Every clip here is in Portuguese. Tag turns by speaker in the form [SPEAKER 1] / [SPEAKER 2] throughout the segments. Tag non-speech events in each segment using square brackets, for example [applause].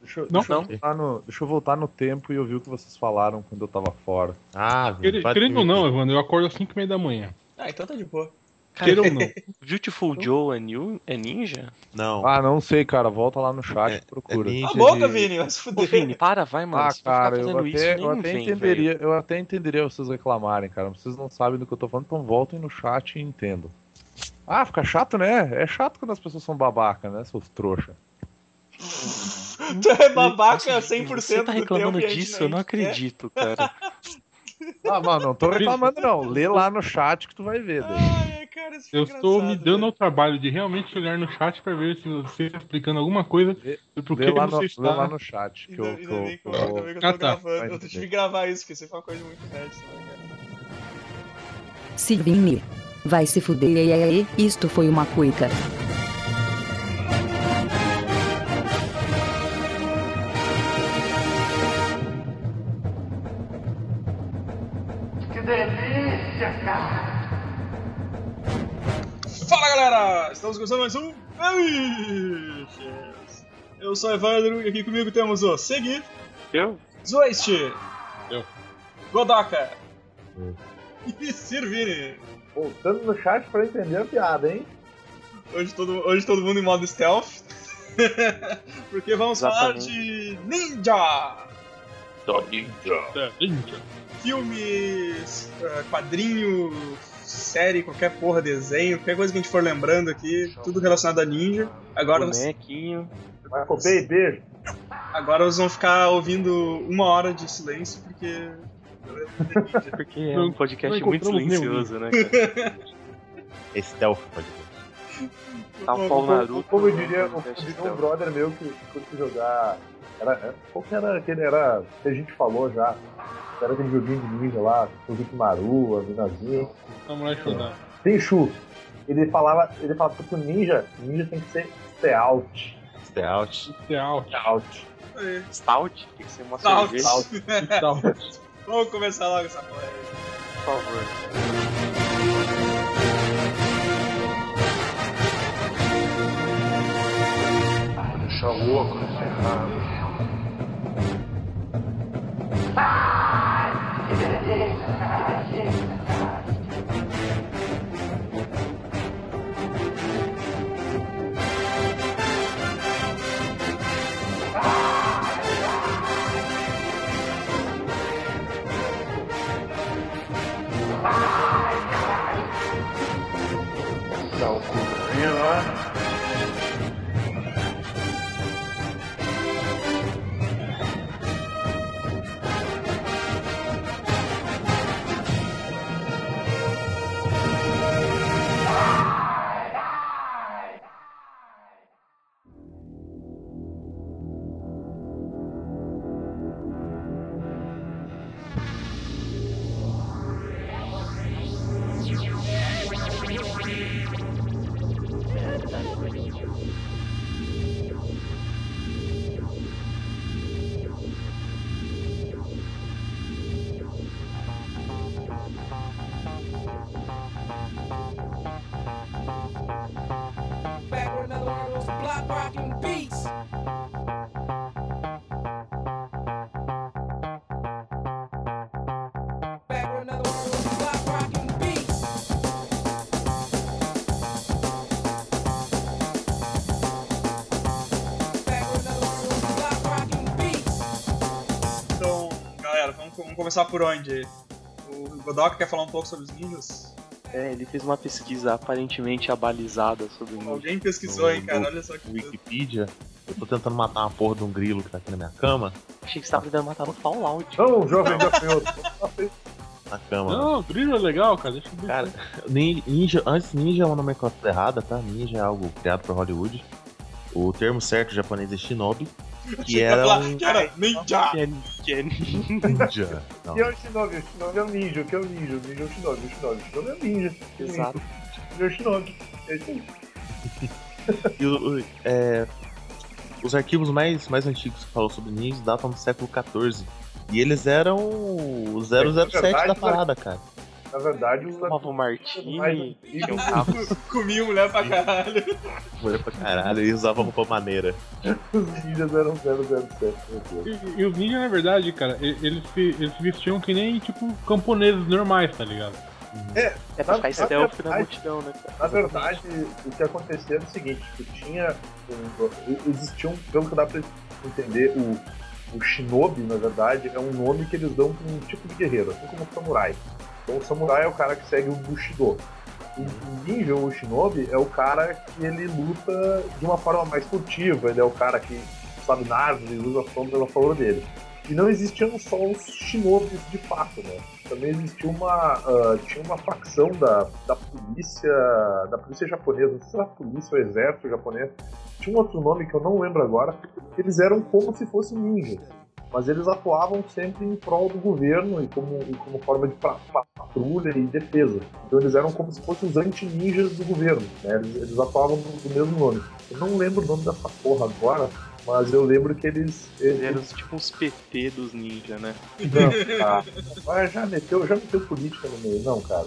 [SPEAKER 1] Deixa, eu-
[SPEAKER 2] Não,
[SPEAKER 1] deixa eu
[SPEAKER 2] não.
[SPEAKER 1] voltar no, deixa eu voltar no tempo e ouvir o que vocês falaram quando eu tava fora.
[SPEAKER 3] Ah, velho,
[SPEAKER 2] Quer-
[SPEAKER 3] vai
[SPEAKER 2] Querendo ou
[SPEAKER 3] dormir.
[SPEAKER 2] não, Evandro, eu acordo às 5 h da manhã.
[SPEAKER 4] Ah, então tá de boa.
[SPEAKER 2] Queira ou não.
[SPEAKER 5] Beautiful Joe é, new,
[SPEAKER 1] [laughs]
[SPEAKER 5] é ninja?
[SPEAKER 3] Não.
[SPEAKER 1] Ah, não sei, cara. Volta lá no chat
[SPEAKER 3] É,
[SPEAKER 1] e procura.
[SPEAKER 3] ninja
[SPEAKER 4] Tá bom,
[SPEAKER 3] de-
[SPEAKER 4] Vini, vai se
[SPEAKER 5] Ô, Vini,
[SPEAKER 4] fuder.
[SPEAKER 5] para, vai, mano.
[SPEAKER 1] Ah,
[SPEAKER 5] Se tu ficar
[SPEAKER 1] cara, eu
[SPEAKER 5] fazendo
[SPEAKER 1] até,
[SPEAKER 5] isso, nem
[SPEAKER 1] eu até
[SPEAKER 5] vem, velho.
[SPEAKER 1] entenderia, eu até entenderia vocês reclamarem, cara. Vocês não sabem do que eu tô falando, então voltem no chat e entendam. Ah, fica chato, né? É chato quando as pessoas são babaca, né, seus trouxa?
[SPEAKER 4] [laughs] Tu é babaca
[SPEAKER 5] Nossa,
[SPEAKER 4] 100%
[SPEAKER 5] Você tá
[SPEAKER 4] do
[SPEAKER 5] reclamando
[SPEAKER 4] tempo e a gente
[SPEAKER 5] disso? Eu não acredito, cara.
[SPEAKER 4] [laughs]
[SPEAKER 1] Ah, mano, não tô reclamando não. Lê lá no chat que tu vai ver. Daí.
[SPEAKER 4] Ai, cara, isso foi
[SPEAKER 2] Eu estou me
[SPEAKER 4] engraçado, né?
[SPEAKER 2] dando
[SPEAKER 4] velho.
[SPEAKER 2] ao trabalho de realmente olhar no chat pra ver se você está explicando alguma coisa
[SPEAKER 1] Vê-
[SPEAKER 2] e por
[SPEAKER 1] Lê
[SPEAKER 2] que
[SPEAKER 1] lá, no,
[SPEAKER 2] você
[SPEAKER 1] lê lá
[SPEAKER 2] está.
[SPEAKER 1] no chat. Que
[SPEAKER 4] Ainda,
[SPEAKER 1] eu,
[SPEAKER 4] ainda
[SPEAKER 1] que eu-
[SPEAKER 4] bem que eu,
[SPEAKER 1] que eu-
[SPEAKER 4] ainda bem que eu tô
[SPEAKER 2] Ah, tá.
[SPEAKER 4] gravando. Eu
[SPEAKER 1] Vai
[SPEAKER 4] tive que
[SPEAKER 1] entender.
[SPEAKER 4] gravar isso, porque isso foi uma coisa muito nerd. isso, né, cara?
[SPEAKER 6] Silvine. Vai se fuder, ei, ei, ei, isto foi uma cuica.
[SPEAKER 4] Fala galera! Estamos começando mais um Amigos! Eu sou o Evandro e aqui comigo temos o Segui,
[SPEAKER 5] Eu?
[SPEAKER 4] Zoist,
[SPEAKER 2] Eu.
[SPEAKER 4] Godoka [laughs] e Sirvini.
[SPEAKER 1] Voltando no chat pra entender a piada, hein?
[SPEAKER 4] Hoje todo, hoje todo mundo em modo stealth, [laughs] porque vamos falar de Ninja!
[SPEAKER 2] É,
[SPEAKER 4] Filmes, eh, quadrinho, série, qualquer porra, desenho, qualquer coisa que a gente for lembrando aqui, tudo relacionado a Ninja. Agora você.
[SPEAKER 5] Bonequinho.
[SPEAKER 1] Michael Bay, beijo.
[SPEAKER 4] Agora vocês vão ficar ouvindo uma hora de silêncio, porque.
[SPEAKER 5] Porque é
[SPEAKER 2] Não-
[SPEAKER 5] [laughs] um podcast
[SPEAKER 2] não
[SPEAKER 5] muito
[SPEAKER 2] encontramos nenhum.
[SPEAKER 5] silencioso, né, cara?
[SPEAKER 3] Esse Delphi pode ver.
[SPEAKER 5] Tal qual Tá o Naruto.
[SPEAKER 1] Como eu
[SPEAKER 5] né,
[SPEAKER 1] diria,
[SPEAKER 5] podcast
[SPEAKER 1] eu diria
[SPEAKER 5] tal.
[SPEAKER 1] um brother meu que quando jogar. Era, era- é, qual que era aquele? Era. que a gente falou já. Era aquele joguinho de ninja lá, Suzuki Maru, a Minazinha.
[SPEAKER 2] Samurai Shodown.
[SPEAKER 1] Tenchu. Ele falava, ele falava que o ninja, ninja tem que ser stealth.
[SPEAKER 3] Stealth.
[SPEAKER 2] Isso é alto.
[SPEAKER 1] Stealth.
[SPEAKER 4] É,
[SPEAKER 5] Stout? Tem que ser uma
[SPEAKER 4] Stout.
[SPEAKER 5] cerveja,
[SPEAKER 4] Stout.
[SPEAKER 2] Então,
[SPEAKER 4] tá. [laughs] Vamos começar logo essa porra aí.
[SPEAKER 5] por favor.
[SPEAKER 7] back with another one of those block rocking beats. Back with another one of those block rocking beats. Back with another one of those block rocking beats.
[SPEAKER 4] Então, galera, vamos, vamos começar por onde? O Godoka quer falar um pouco sobre os ninjas?
[SPEAKER 5] É, ele fez uma pesquisa aparentemente abalizada sobre o ninja.
[SPEAKER 4] Alguém pesquisou, hein, cara?
[SPEAKER 3] No-
[SPEAKER 4] Olha só que.
[SPEAKER 3] Wikipedia. Eu tô tentando matar uma porra de um grilo que tá aqui na minha cama.
[SPEAKER 5] Achei que você tava tentando matar no Fallout.
[SPEAKER 1] Não, jovem gafanhoto.
[SPEAKER 3] Na cama.
[SPEAKER 2] não, trilha é legal, cara. Deixa eu ver.
[SPEAKER 3] Cara, nin- ninja, antes ninja é uma nomenclatura errada, tá? Ninja é algo criado por Hollywood. O termo certo japonês é shinobi, que
[SPEAKER 4] Vai
[SPEAKER 3] era
[SPEAKER 4] falar
[SPEAKER 3] um
[SPEAKER 4] que era ninja!
[SPEAKER 5] Que é- que é
[SPEAKER 3] ninja. Não,
[SPEAKER 1] E é o Shinobi, o Shinobi é o ninja, o que é o ninja? O ninja é o Shinobi, o Shinobi, o Shinobi é o ninja.
[SPEAKER 5] Exato.
[SPEAKER 1] O ninja é o Shinobi. É isso aí.
[SPEAKER 3] E o- o- é, os arquivos mais, mais antigos que falam sobre ninjas datam do século XIV. E eles eram o
[SPEAKER 1] É que, na
[SPEAKER 3] 007
[SPEAKER 1] verdade,
[SPEAKER 3] da parada, cara.
[SPEAKER 1] Na Na verdade, os
[SPEAKER 5] Gustavo Martini, é que é um carro
[SPEAKER 4] Eu [laughs] Comi mulher pra caralho.
[SPEAKER 3] Mulher pra caralho, e usava roupa maneira.
[SPEAKER 5] um
[SPEAKER 1] os ninjas um eram 007, meu Deus.
[SPEAKER 2] E, e os ninjas, na verdade, cara, e- eles se, eles se vestiam que nem, tipo, camponeses normais, tá ligado?
[SPEAKER 5] é pra
[SPEAKER 1] Na-
[SPEAKER 5] ficar
[SPEAKER 1] na
[SPEAKER 5] stealth na
[SPEAKER 1] verdade-
[SPEAKER 5] multidão, né, cara?
[SPEAKER 1] Na verdade, o que acontecia era o seguinte, que tinha. um- Existia um, pelo que dá pra entender, o, o Shinobi, na verdade, é um nome que eles dão pra um tipo de guerreiro, assim como o samurai. Então o samurai é o cara que segue o Bushido. O ninja ou o shinobi é o cara que ele luta de uma forma mais furtiva, ele é o cara que sabe na árvore, usa a sombra a favor dele. E não existiam só os shinobis de fato, né? Também existia uma, ah, tinha uma facção da, da polícia, da polícia japonesa, não sei se era a polícia ou exército japonês, tinha um outro nome que eu não lembro agora, que eles eram como se fossem ninjas, mas eles atuavam sempre em prol do governo e como, e como forma de pra- pra- patrulha e defesa. Então eles eram como se fossem os anti-ninjas do governo, né? Eles, eles atuavam do, do mesmo nome. Eu não lembro o nome dessa porra agora, mas eu lembro que eles...
[SPEAKER 5] Eles
[SPEAKER 1] eles
[SPEAKER 5] eram tipo uns PT dos ninja, né?
[SPEAKER 1] não, cara. Mas Ah, já meteu, já meteu política no meio, não, cara.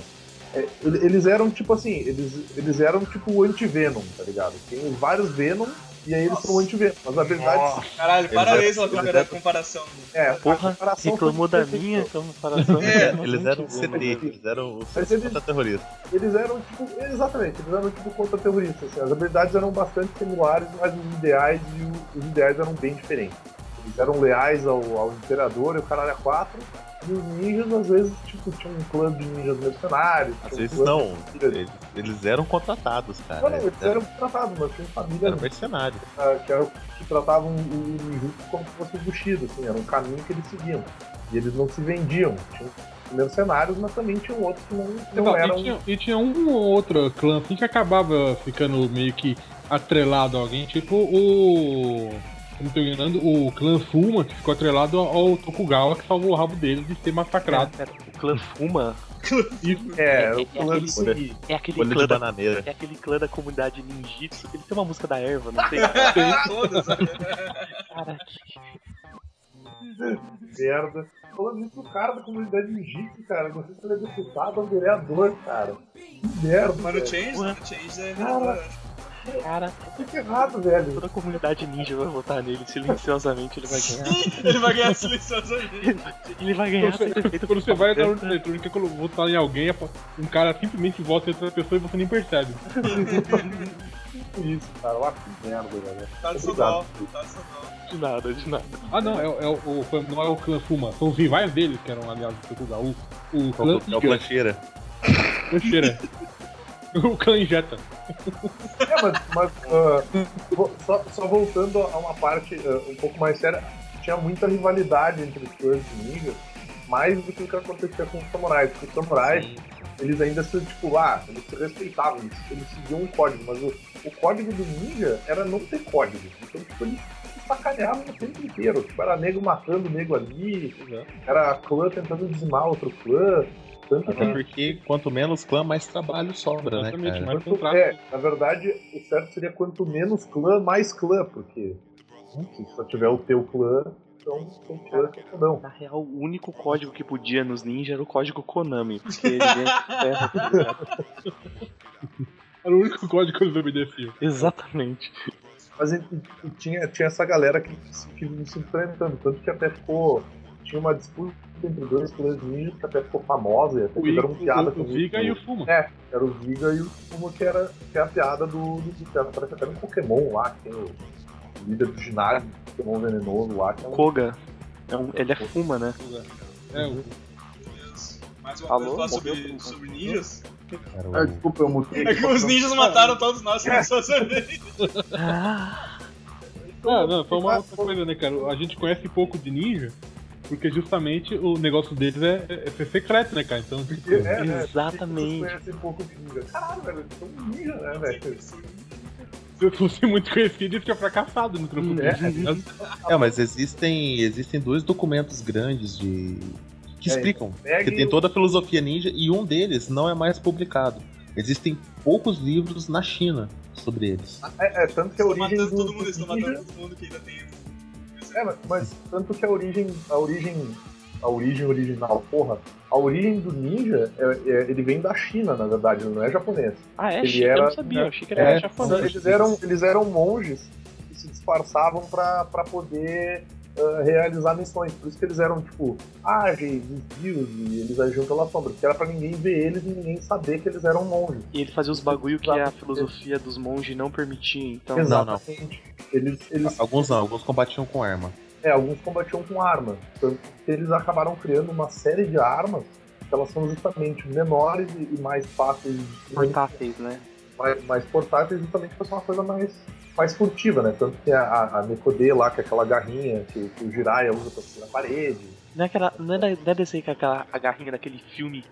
[SPEAKER 1] É, ele- eles eram tipo assim, eles, eles eram tipo o anti-Venom, tá ligado? Tem vários Venom e aí eles são anti-Venom. Mas na verdade,
[SPEAKER 4] Caralho, parabéns
[SPEAKER 3] Eles eram-
[SPEAKER 4] pela
[SPEAKER 3] eles
[SPEAKER 4] compara-
[SPEAKER 3] eram-
[SPEAKER 4] comparação.
[SPEAKER 1] é,
[SPEAKER 5] Porra,
[SPEAKER 1] comparação
[SPEAKER 5] reclamou
[SPEAKER 1] foi
[SPEAKER 5] da minha
[SPEAKER 1] perfeita.
[SPEAKER 5] comparação.
[SPEAKER 4] É,
[SPEAKER 3] Eles eram o
[SPEAKER 5] Não,
[SPEAKER 3] CD, eles eram o
[SPEAKER 1] Mas eles-
[SPEAKER 3] contra terrorista.
[SPEAKER 1] Eles eram tipo, exatamente, eles eram tipo contra-terroristas. Assim, as habilidades eram bastante similares, mas os ideais e o- os ideais eram bem diferentes. Eles eram leais ao, ao imperador e o caralho a quatro. E os ninjas, às vezes, tipo, tinha um clã de ninjas mercenários.
[SPEAKER 3] Às
[SPEAKER 1] tinha um
[SPEAKER 3] vezes
[SPEAKER 1] clã
[SPEAKER 3] não,
[SPEAKER 1] de ninjas-
[SPEAKER 3] eles, eles eram contratados,
[SPEAKER 1] Não,
[SPEAKER 3] cara.
[SPEAKER 1] não,
[SPEAKER 3] Eles
[SPEAKER 1] eles
[SPEAKER 3] eram,
[SPEAKER 1] eram tratados, mas tinha família
[SPEAKER 3] eram mercenários.
[SPEAKER 1] ah, que, era, que tratavam o o Ninjutsu como se fosse Bushido, assim, era um caminho que eles seguiam. E eles não se vendiam. Tinham mercenários, mas também tinham outros que não, não
[SPEAKER 2] Não,
[SPEAKER 1] eram.
[SPEAKER 2] Então, e, tinha, e tinha um ou outro clã assim que acabava ficando meio que atrelado a alguém, tipo o. Como tô enganando, o clã Fuma, que ficou atrelado ao Tokugawa, que salvou o rabo dele de ser massacrado.
[SPEAKER 5] Cara, É, o clã Fuma
[SPEAKER 1] É, era
[SPEAKER 5] é,
[SPEAKER 1] o plano
[SPEAKER 5] é,
[SPEAKER 1] seguir.
[SPEAKER 5] é aquele
[SPEAKER 3] Olho de
[SPEAKER 5] clã da,
[SPEAKER 3] bananeira.
[SPEAKER 5] é aquele clã da comunidade ninjitsu. Ele tem uma música da erva,
[SPEAKER 1] [laughs]
[SPEAKER 5] não tem?
[SPEAKER 4] Todas, né?
[SPEAKER 5] Cara, que-
[SPEAKER 1] merda. Falando isso, o cara da comunidade ninjitsu, cara, não sei se ele é deputado ou vereador, cara. Que merda,
[SPEAKER 4] Mano,
[SPEAKER 1] mano.
[SPEAKER 4] o Change,
[SPEAKER 5] Porra.
[SPEAKER 4] o Change é. [laughs]
[SPEAKER 1] Cara.
[SPEAKER 5] cara,
[SPEAKER 1] Fica errado, velho.
[SPEAKER 5] toda a comunidade ninja vai votar nele silenciosamente, ele vai ganhar.
[SPEAKER 4] Ele vai ganhar silenciosamente.
[SPEAKER 5] Ele vai
[SPEAKER 2] Quando
[SPEAKER 5] ganhar sem ter
[SPEAKER 2] Então, você,
[SPEAKER 5] feito
[SPEAKER 2] quando você vai entrar
[SPEAKER 5] propaganda.
[SPEAKER 2] no eletrônica quando votar em alguém, um cara simplesmente vota em outra pessoa e você nem percebe.
[SPEAKER 1] Tipo isso, cara. Olha que merda, velho.
[SPEAKER 4] Tá de
[SPEAKER 1] Obrigado.
[SPEAKER 4] sodal, tá de sodal.
[SPEAKER 5] de nada, de nada.
[SPEAKER 2] Ah não, é, o- é o, o- foi- não é o clã Fuma, são os rivais deles que eram aliados do Tokugawa. O, o clã
[SPEAKER 3] É o
[SPEAKER 2] Iga,
[SPEAKER 3] plancheira.
[SPEAKER 2] o Cheira. O clã Injeta.
[SPEAKER 1] É, mas, mas, ah, vo- só, só voltando a uma parte ah, um pouco mais séria, tinha muita rivalidade entre os clãs de ninja, mais do que o que acontecia com os samurais, porque os samurais, eles ainda se, tipo, ah, eles se respeitavam, eles, eles seguiam um código, mas o, o código do ninja era não ter código, então, tipo, eles se sacaneavam o tempo inteiro, tipo, era nego matando nego ali, era clã tentando dizimar outro clã, tanto que
[SPEAKER 3] Até porque quanto menos clã, mais trabalho sobra, né,
[SPEAKER 2] Exatamente,
[SPEAKER 3] cara?
[SPEAKER 2] mas
[SPEAKER 1] Quanto-
[SPEAKER 2] contrato.
[SPEAKER 1] é, na verdade, o certo seria quanto menos clã, mais clã, porque se só tiver o teu clã, então tem
[SPEAKER 2] É.
[SPEAKER 1] clã que não.
[SPEAKER 5] Na real, o único código que podia nos ninja era o código Konami, porque ninguém
[SPEAKER 1] [laughs]
[SPEAKER 5] ferra, tá ligado?
[SPEAKER 2] Era o único código que eles obedeciam.
[SPEAKER 5] Exatamente.
[SPEAKER 1] Mas e- e- e tinha, tinha essa galera que, se- que se enfrentando, tanto que até ficou. Tinha uma disputa entre dois clãs ninjas que até ficou famosa, e até
[SPEAKER 2] O
[SPEAKER 1] fizeram piada
[SPEAKER 2] Iga, o,
[SPEAKER 1] com
[SPEAKER 2] o Viga e o Fuma.
[SPEAKER 1] É, era o Giga e o Sumo, que era que é a piada do, do, do que era, parece até um Pokémon lá, que tem o líder do ginásio, Pokémon venenoso lá, que é um
[SPEAKER 5] Koga, é um- ele é fuma, né?
[SPEAKER 2] É, o-
[SPEAKER 4] Meu Deus. Mais uma
[SPEAKER 5] Alô?
[SPEAKER 4] coisa falar
[SPEAKER 5] Morreu?
[SPEAKER 4] sobre, sobre ninjas?
[SPEAKER 3] Era o-
[SPEAKER 1] Ah, desculpa, eu mutei.
[SPEAKER 4] É que os ninjas mataram todos nós
[SPEAKER 1] É,
[SPEAKER 4] silenciosamente.
[SPEAKER 2] Ah, não, foi uma outra coisa, né, cara? A gente conhece pouco de ninja, porque justamente o negócio deles é, é ser secreto, né, cara? Então, tipo,
[SPEAKER 1] É, né?
[SPEAKER 5] Exatamente.
[SPEAKER 1] Conhece um pouco de ninja. Caralho, velho, eles são ninja, né, velho?
[SPEAKER 2] se eu fosse muito conhecido, eu tinha fracassado no trampo dele. tá ligado?
[SPEAKER 3] É, mas existem, existem dois documentos grandes de que
[SPEAKER 1] É,
[SPEAKER 3] explicam que
[SPEAKER 1] Peguem
[SPEAKER 3] tem toda a filosofia ninja e um deles não é mais publicado. Existem poucos livros na China sobre eles.
[SPEAKER 1] É, é, tanto que a
[SPEAKER 4] Estão
[SPEAKER 1] origem
[SPEAKER 4] matando
[SPEAKER 1] do,
[SPEAKER 4] todo mundo, eles
[SPEAKER 1] do
[SPEAKER 4] estão
[SPEAKER 1] ninja-
[SPEAKER 4] matando todo mundo que ainda tem.
[SPEAKER 1] É, mas, mas tanto que a origem, a origem, a origem original, porra, a origem do ninja, é- é- ele vem da China, na verdade, ele não é japonês.
[SPEAKER 5] Ah, é?
[SPEAKER 1] Ele
[SPEAKER 5] Chico, eu
[SPEAKER 1] era-
[SPEAKER 5] não sabia. Eu achei que ele
[SPEAKER 2] É,
[SPEAKER 5] era
[SPEAKER 1] Eles-
[SPEAKER 5] japonês.
[SPEAKER 1] Eles eram, eles eram monges que se disfarçavam pra pra poder ah, realizar missões. Por isso que eles eram, tipo, ágeis, desvios, e eles agiam pela sombra. Porque era pra ninguém ver eles e ninguém saber que eles eram monges.
[SPEAKER 5] E ele fazia os bagulho que a filosofia dos monges não permitia, então.
[SPEAKER 1] Exatamente. Eles, eles
[SPEAKER 3] Alguns não, alguns combatiam com arma.
[SPEAKER 1] É, alguns combatiam com armas. Tanto que eles acabaram criando uma série de armas que elas são justamente menores e e mais fáceis de destruir,
[SPEAKER 5] Portáteis, né?
[SPEAKER 1] mais, mais portáteis, justamente para ser uma coisa mais, mais furtiva, né? Tanto que a, a, a Nekode lá, que é aquela garrinha que, que o Jiraiya usa pra segurar a parede.
[SPEAKER 5] Não é, aquela, não é, da- não é desse aí com aquela a garrinha daquele filme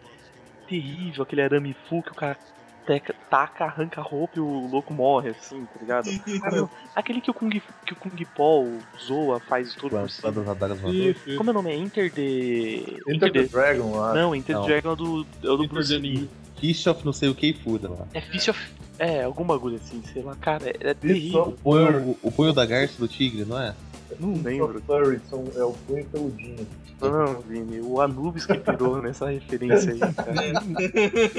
[SPEAKER 5] terrível, aquele arame full que o cara teca, taca, arranca a roupa e o louco morre, assim, tá ligado? Ah, não. Aquele que o Kung, que o Kung Paul zoa, faz tudo por
[SPEAKER 3] Planta
[SPEAKER 5] cima.
[SPEAKER 3] das adagas voadoras.
[SPEAKER 2] Isso, isso.
[SPEAKER 5] Como é o nome? É Inter de.
[SPEAKER 1] Enter the Dragon lá.
[SPEAKER 5] Não, Inter
[SPEAKER 3] Não.
[SPEAKER 5] the Dragon é o do, é o do
[SPEAKER 2] Inter
[SPEAKER 5] Bruce
[SPEAKER 2] the
[SPEAKER 5] Lee.
[SPEAKER 2] Ninja.
[SPEAKER 3] Fist of não sei o que e Fuda lá.
[SPEAKER 5] É Fish of. É, algum bagulho assim, sei lá, cara, é, é
[SPEAKER 1] Isso
[SPEAKER 5] terrível.
[SPEAKER 3] O punho, o punho da garça do tigre, não é?
[SPEAKER 5] Não lembro.
[SPEAKER 1] Flurry, são, é o punho peludinho.
[SPEAKER 5] Não, Vini, o Anubis que pirou nessa referência aí, cara.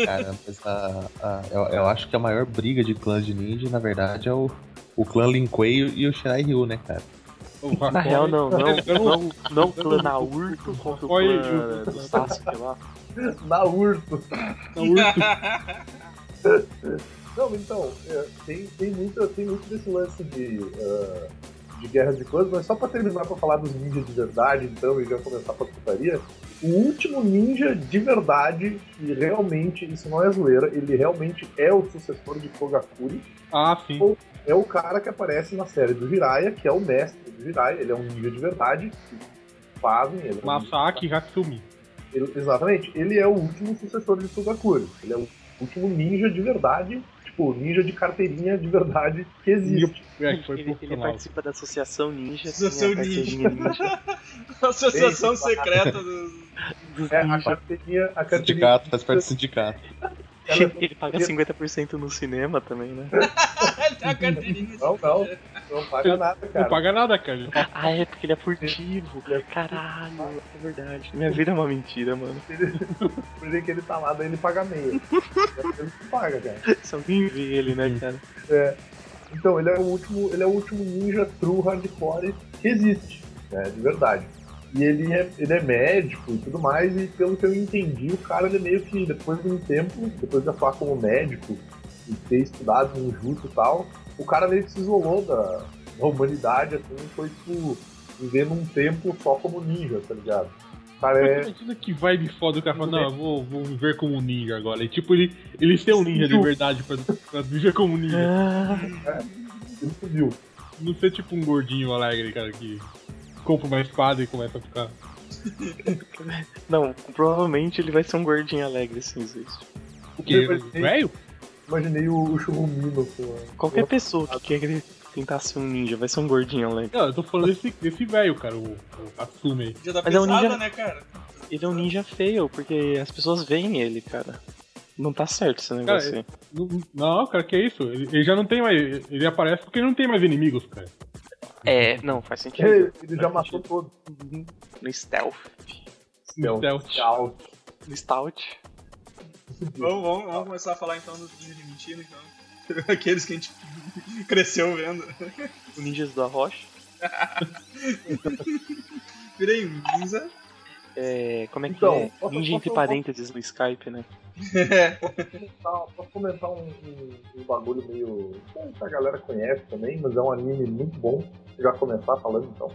[SPEAKER 3] Cara, [laughs] mas a- a- eu, eu acho que a maior briga de clãs de ninja, na verdade, é o, o clã Lin Kuei e o Shirai Ryu, né, cara?
[SPEAKER 2] O Hakone-
[SPEAKER 5] Na real, não, não,
[SPEAKER 2] Então,
[SPEAKER 5] não, não o clã Naurto contra o
[SPEAKER 2] Olha aí,
[SPEAKER 5] clã do Sasuke lá.
[SPEAKER 1] Na urso.
[SPEAKER 2] então, Urso,
[SPEAKER 1] Não, então, é, tem, tem, muito, tem muito desse lance de, ah, de guerra de clãs, mas só pra terminar pra falar dos ninjas de verdade, então, e já começar pra putaria, o último ninja de verdade, que realmente, isso não é zoeira, ele realmente é o sucessor de Kogakuri,
[SPEAKER 2] Ah, sim.
[SPEAKER 1] é o cara que aparece na série do Jiraiya, que é o mestre do Jiraiya, ele é um ninja de verdade, que fazem... Ele é um-
[SPEAKER 2] Masaki Hatsumi.
[SPEAKER 1] ele- exatamente, ele é o último sucessor de Kogakuri, ele é o último ninja de verdade, tipo, ninja de carteirinha de verdade que existe.
[SPEAKER 2] É, que foi
[SPEAKER 5] Ele, ele
[SPEAKER 2] profissional.
[SPEAKER 5] participa da Associação Ninja.
[SPEAKER 4] Associação
[SPEAKER 5] tem a carteirinha ninja.
[SPEAKER 4] [laughs] Associação secreta [laughs] do.
[SPEAKER 5] [laughs] dos
[SPEAKER 1] É, a
[SPEAKER 5] ninja.
[SPEAKER 1] carteirinha, a carteirinha
[SPEAKER 3] Sindicato, faz parte do sindicato.
[SPEAKER 1] ela-
[SPEAKER 5] Ele paga 50% no cinema também, né?
[SPEAKER 4] a carteirinha. É,
[SPEAKER 1] Não, não, não paga nada,
[SPEAKER 2] Não
[SPEAKER 1] cara.
[SPEAKER 2] paga nada, cara.
[SPEAKER 5] Ah, é porque ele é furtivo. Caralho, é verdade. Minha vida é uma mentira, mano.
[SPEAKER 1] Por isso que ele tá lá, daí ele paga meia. ele não paga, cara.
[SPEAKER 5] Se alguém vê ele, né, cara?
[SPEAKER 1] Então, ele é o último, ele é o último ninja true hardcore que existe, né, de verdade. E ele é, ele é médico e tudo mais, e pelo que eu entendi, o cara ele é meio que, depois de um tempo, depois de atuar como médico e ter estudado no Jutsu e tal, o cara meio que se isolou da, da humanidade, assim, e foi, tipo, vivendo um tempo só como ninja, tá ligado? O cara é,
[SPEAKER 2] Imagina que vibe foda o cara fala, não, eu vou, vou viver como um ninja agora. E tipo, ele, ele ser um ninja de verdade pra, pra viver como um
[SPEAKER 1] É.
[SPEAKER 2] ninja.
[SPEAKER 5] Ah.
[SPEAKER 1] Ele subiu.
[SPEAKER 2] Não ser tipo um gordinho alegre, cara, que compra uma espada e começa a ficar.
[SPEAKER 5] Não, provavelmente ele vai ser um gordinho alegre, assim, isso.
[SPEAKER 2] O quê?
[SPEAKER 1] Imaginei-
[SPEAKER 2] Velho?
[SPEAKER 1] Imaginei o, o Churrumino com a-
[SPEAKER 5] Qualquer pessoa que quer tentar ser um ninja vai ser um gordinho alegre.
[SPEAKER 2] Não, eu tô falando desse, desse velho, cara, o, o Atsume aí.
[SPEAKER 4] Dia da
[SPEAKER 5] Mas é um
[SPEAKER 4] pesada,
[SPEAKER 5] ninja-
[SPEAKER 4] né, cara?
[SPEAKER 5] Ele é um ninja feio, porque as pessoas veem ele, cara. Não tá certo esse negócio aí.
[SPEAKER 2] Não, não, cara, que é isso? Ele, ele já não tem mais. Ele aparece porque ele não tem mais inimigos, cara.
[SPEAKER 5] É, não, faz sentido.
[SPEAKER 1] Ele, ele já matou todo.
[SPEAKER 5] No stealth,
[SPEAKER 1] Stealth.
[SPEAKER 2] Stealth.
[SPEAKER 1] Então, Tchau.
[SPEAKER 5] no stout.
[SPEAKER 4] Vamos, vamos, vamos começar a falar então dos ninjas de mentira, então. [laughs] Aqueles que a gente [laughs] cresceu vendo.
[SPEAKER 5] O ninjas do Arrocha.
[SPEAKER 4] Virei um ninja.
[SPEAKER 5] É, como é que
[SPEAKER 1] Então,
[SPEAKER 5] é?
[SPEAKER 1] posso-
[SPEAKER 5] Ninja entre
[SPEAKER 1] posso-
[SPEAKER 5] parênteses no Skype, né?
[SPEAKER 1] Tá, Posso comentar um, um- um bagulho meio. que a galera conhece também, mas é um anime muito bom. Vou Já começar falando então.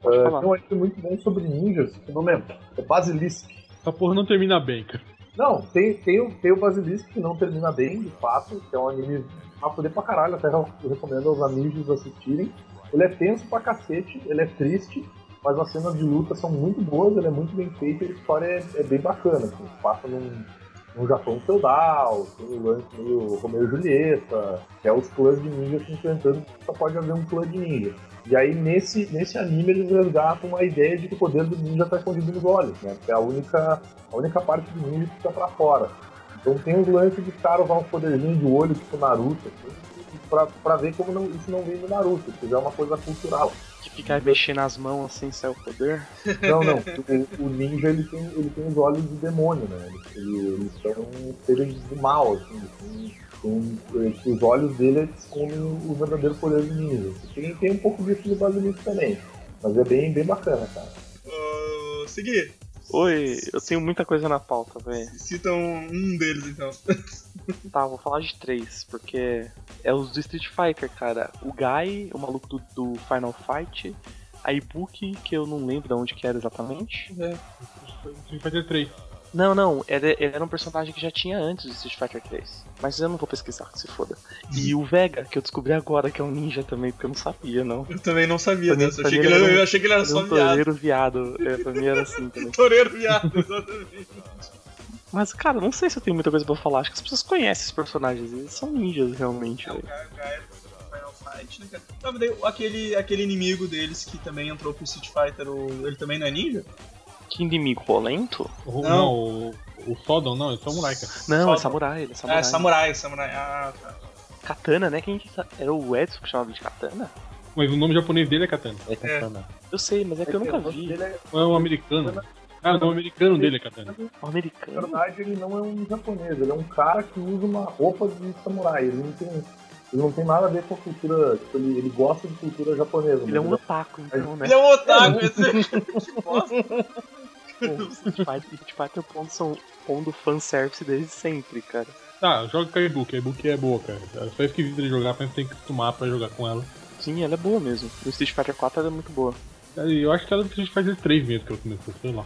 [SPEAKER 5] Pode
[SPEAKER 1] Ah,
[SPEAKER 5] falar.
[SPEAKER 1] tem um anime muito bom sobre ninjas, que o nome é, é Basilisk.
[SPEAKER 2] Essa porra não termina bem, cara.
[SPEAKER 1] Não, tem, tem, o- tem o Basilisk que não termina bem, de fato, que é um anime pra poder pra caralho, até eu recomendo aos amigos assistirem. Ele é tenso pra cacete, ele é triste, mas as cenas de luta são muito boas, ele é muito bem feito, e a história é, é bem bacana, assim, passa num, num Japão feudal, tem o lance meio Romeu e Julieta, que é os clãs de ninja se enfrentando, só pode haver um clã de ninja. E aí, nesse, nesse anime, eles resgatam a ideia de que o poder do ninja tá escondido nos olhos, né? Porque é a única a única parte do ninja é que fica pra fora. Então tem um lance de cara usar um poderzinho de olho, tipo Naruto, assim, pra, pra ver como não- isso não vem do Naruto, isso já é uma coisa cultural.
[SPEAKER 5] Que fica mexendo as mãos assim, sai o poder.
[SPEAKER 1] Não, não. O, o ninja ele tem, ele tem os olhos de demônio, né? Ele- ele- Eles são seres do mal, assim. assim, com- eh, os olhos dele eles comem o verdadeiro poder do ninja. Tem, tem um pouco disso no Basilisk também. Mas é bem, bem bacana, cara.
[SPEAKER 4] Ô, Segui,
[SPEAKER 5] Oi, eu tenho muita coisa na pauta, velho.
[SPEAKER 4] citam um deles então.
[SPEAKER 5] Tá, vou falar de três, porque é os do Street Fighter, cara. O Guy, o maluco do, do Final Fight. A Ibuki, que eu não lembro de onde que era exatamente.
[SPEAKER 2] Street Fighter 3.
[SPEAKER 5] Não, não, ele, ele era um personagem que já tinha antes do Street Fighter 3. Mas eu não vou pesquisar, que se foda. E o Vega, que eu descobri agora que é um ninja também, porque eu não sabia, não.
[SPEAKER 4] Eu também não sabia
[SPEAKER 5] Também-
[SPEAKER 4] dessa. Eu achei que
[SPEAKER 5] também
[SPEAKER 4] ele
[SPEAKER 5] era
[SPEAKER 4] era,
[SPEAKER 5] um-
[SPEAKER 4] eu achei que ele era
[SPEAKER 5] Era
[SPEAKER 4] só
[SPEAKER 5] um
[SPEAKER 4] [laughs] viado.
[SPEAKER 5] toureiro viado. É, pra mim era assim também.
[SPEAKER 4] Toureiro viado, exatamente.
[SPEAKER 5] Mas, cara, não sei se eu tenho muita coisa pra falar. Acho que as pessoas conhecem esses personagens. Eles são ninjas, realmente.
[SPEAKER 4] É, o
[SPEAKER 5] velho.
[SPEAKER 4] cara, o cara é do Final Fight, né, cara? Não, mas daí, aquele, aquele inimigo deles que também entrou pro Street Fighter, o- ele também não é ninja?
[SPEAKER 5] Que inimigo rolento?
[SPEAKER 2] O-
[SPEAKER 4] Não.
[SPEAKER 2] Não, o, o Sodom não, é Samurai, cara.
[SPEAKER 5] Não,
[SPEAKER 4] Só-
[SPEAKER 5] é samurai. Ele é
[SPEAKER 4] Ah,
[SPEAKER 5] samurai.
[SPEAKER 4] é samurai, samurai. Ah, tá.
[SPEAKER 5] Katana, né? Quem que tá- era o Edson que chamava de Katana?
[SPEAKER 2] Mas o nome japonês dele é Katana.
[SPEAKER 3] É Katana.
[SPEAKER 5] Eu sei, mas é que eu nunca
[SPEAKER 1] o nome
[SPEAKER 5] vi.
[SPEAKER 1] dele é-
[SPEAKER 2] Ou é o americano? Ah, não, o americano dele é Katana.
[SPEAKER 5] O
[SPEAKER 1] na
[SPEAKER 5] americano.
[SPEAKER 1] verdade, ele não é um japonês. Ele é um cara que usa uma roupa de samurai. Ele não tem, ele não tem nada a ver com a cultura. Tipo, ele, ele gosta de cultura japonesa.
[SPEAKER 5] Ele é um
[SPEAKER 1] mas
[SPEAKER 5] otaku, então, né?
[SPEAKER 4] Ele é um otaku, esse. que bosta.
[SPEAKER 5] Pô, Street Fighter, Street Fighter pondo, são, pondo fanservice desde sempre, cara.
[SPEAKER 2] Tá, joga com a Ibuki. A Ibuki é boa, cara. É só isso que evita de jogar, mas tem que acostumar pra jogar com ela.
[SPEAKER 5] Sim, ela é boa mesmo. No Street Fighter 4 ela é muito boa.
[SPEAKER 2] E Eu acho que ela precisa de fazer três mesmo que ela começou, sei lá.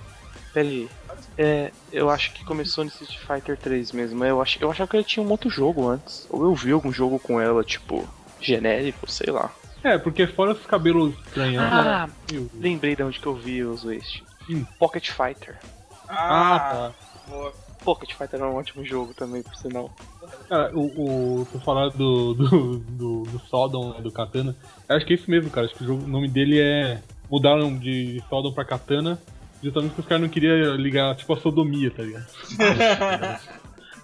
[SPEAKER 5] Pera aí. É, eu acho que começou no Street Fighter 3 mesmo. Eu, ach, eu achava que ela tinha um outro jogo antes. Ou eu vi algum jogo com ela, tipo, genérico, sei lá.
[SPEAKER 2] É, porque fora os cabelos estranhos. né?
[SPEAKER 5] Ah,
[SPEAKER 2] E o-
[SPEAKER 5] lembrei de onde que eu vi os Waste.
[SPEAKER 2] Hum.
[SPEAKER 5] Pocket Fighter.
[SPEAKER 4] [laughs] Ah,
[SPEAKER 2] Ah, tá.
[SPEAKER 4] boa.
[SPEAKER 5] Pocket Fighter era um ótimo jogo também, por sinal.
[SPEAKER 2] Cara, o, o, tu falar do, do, do, do Sodom, né, do Katana, eu acho que é isso mesmo, cara. Acho que o, jogo- o nome dele é. Mudaram de Sodom pra Katana, justamente porque os caras não queriam ligar, tipo, a sodomia, tá ligado?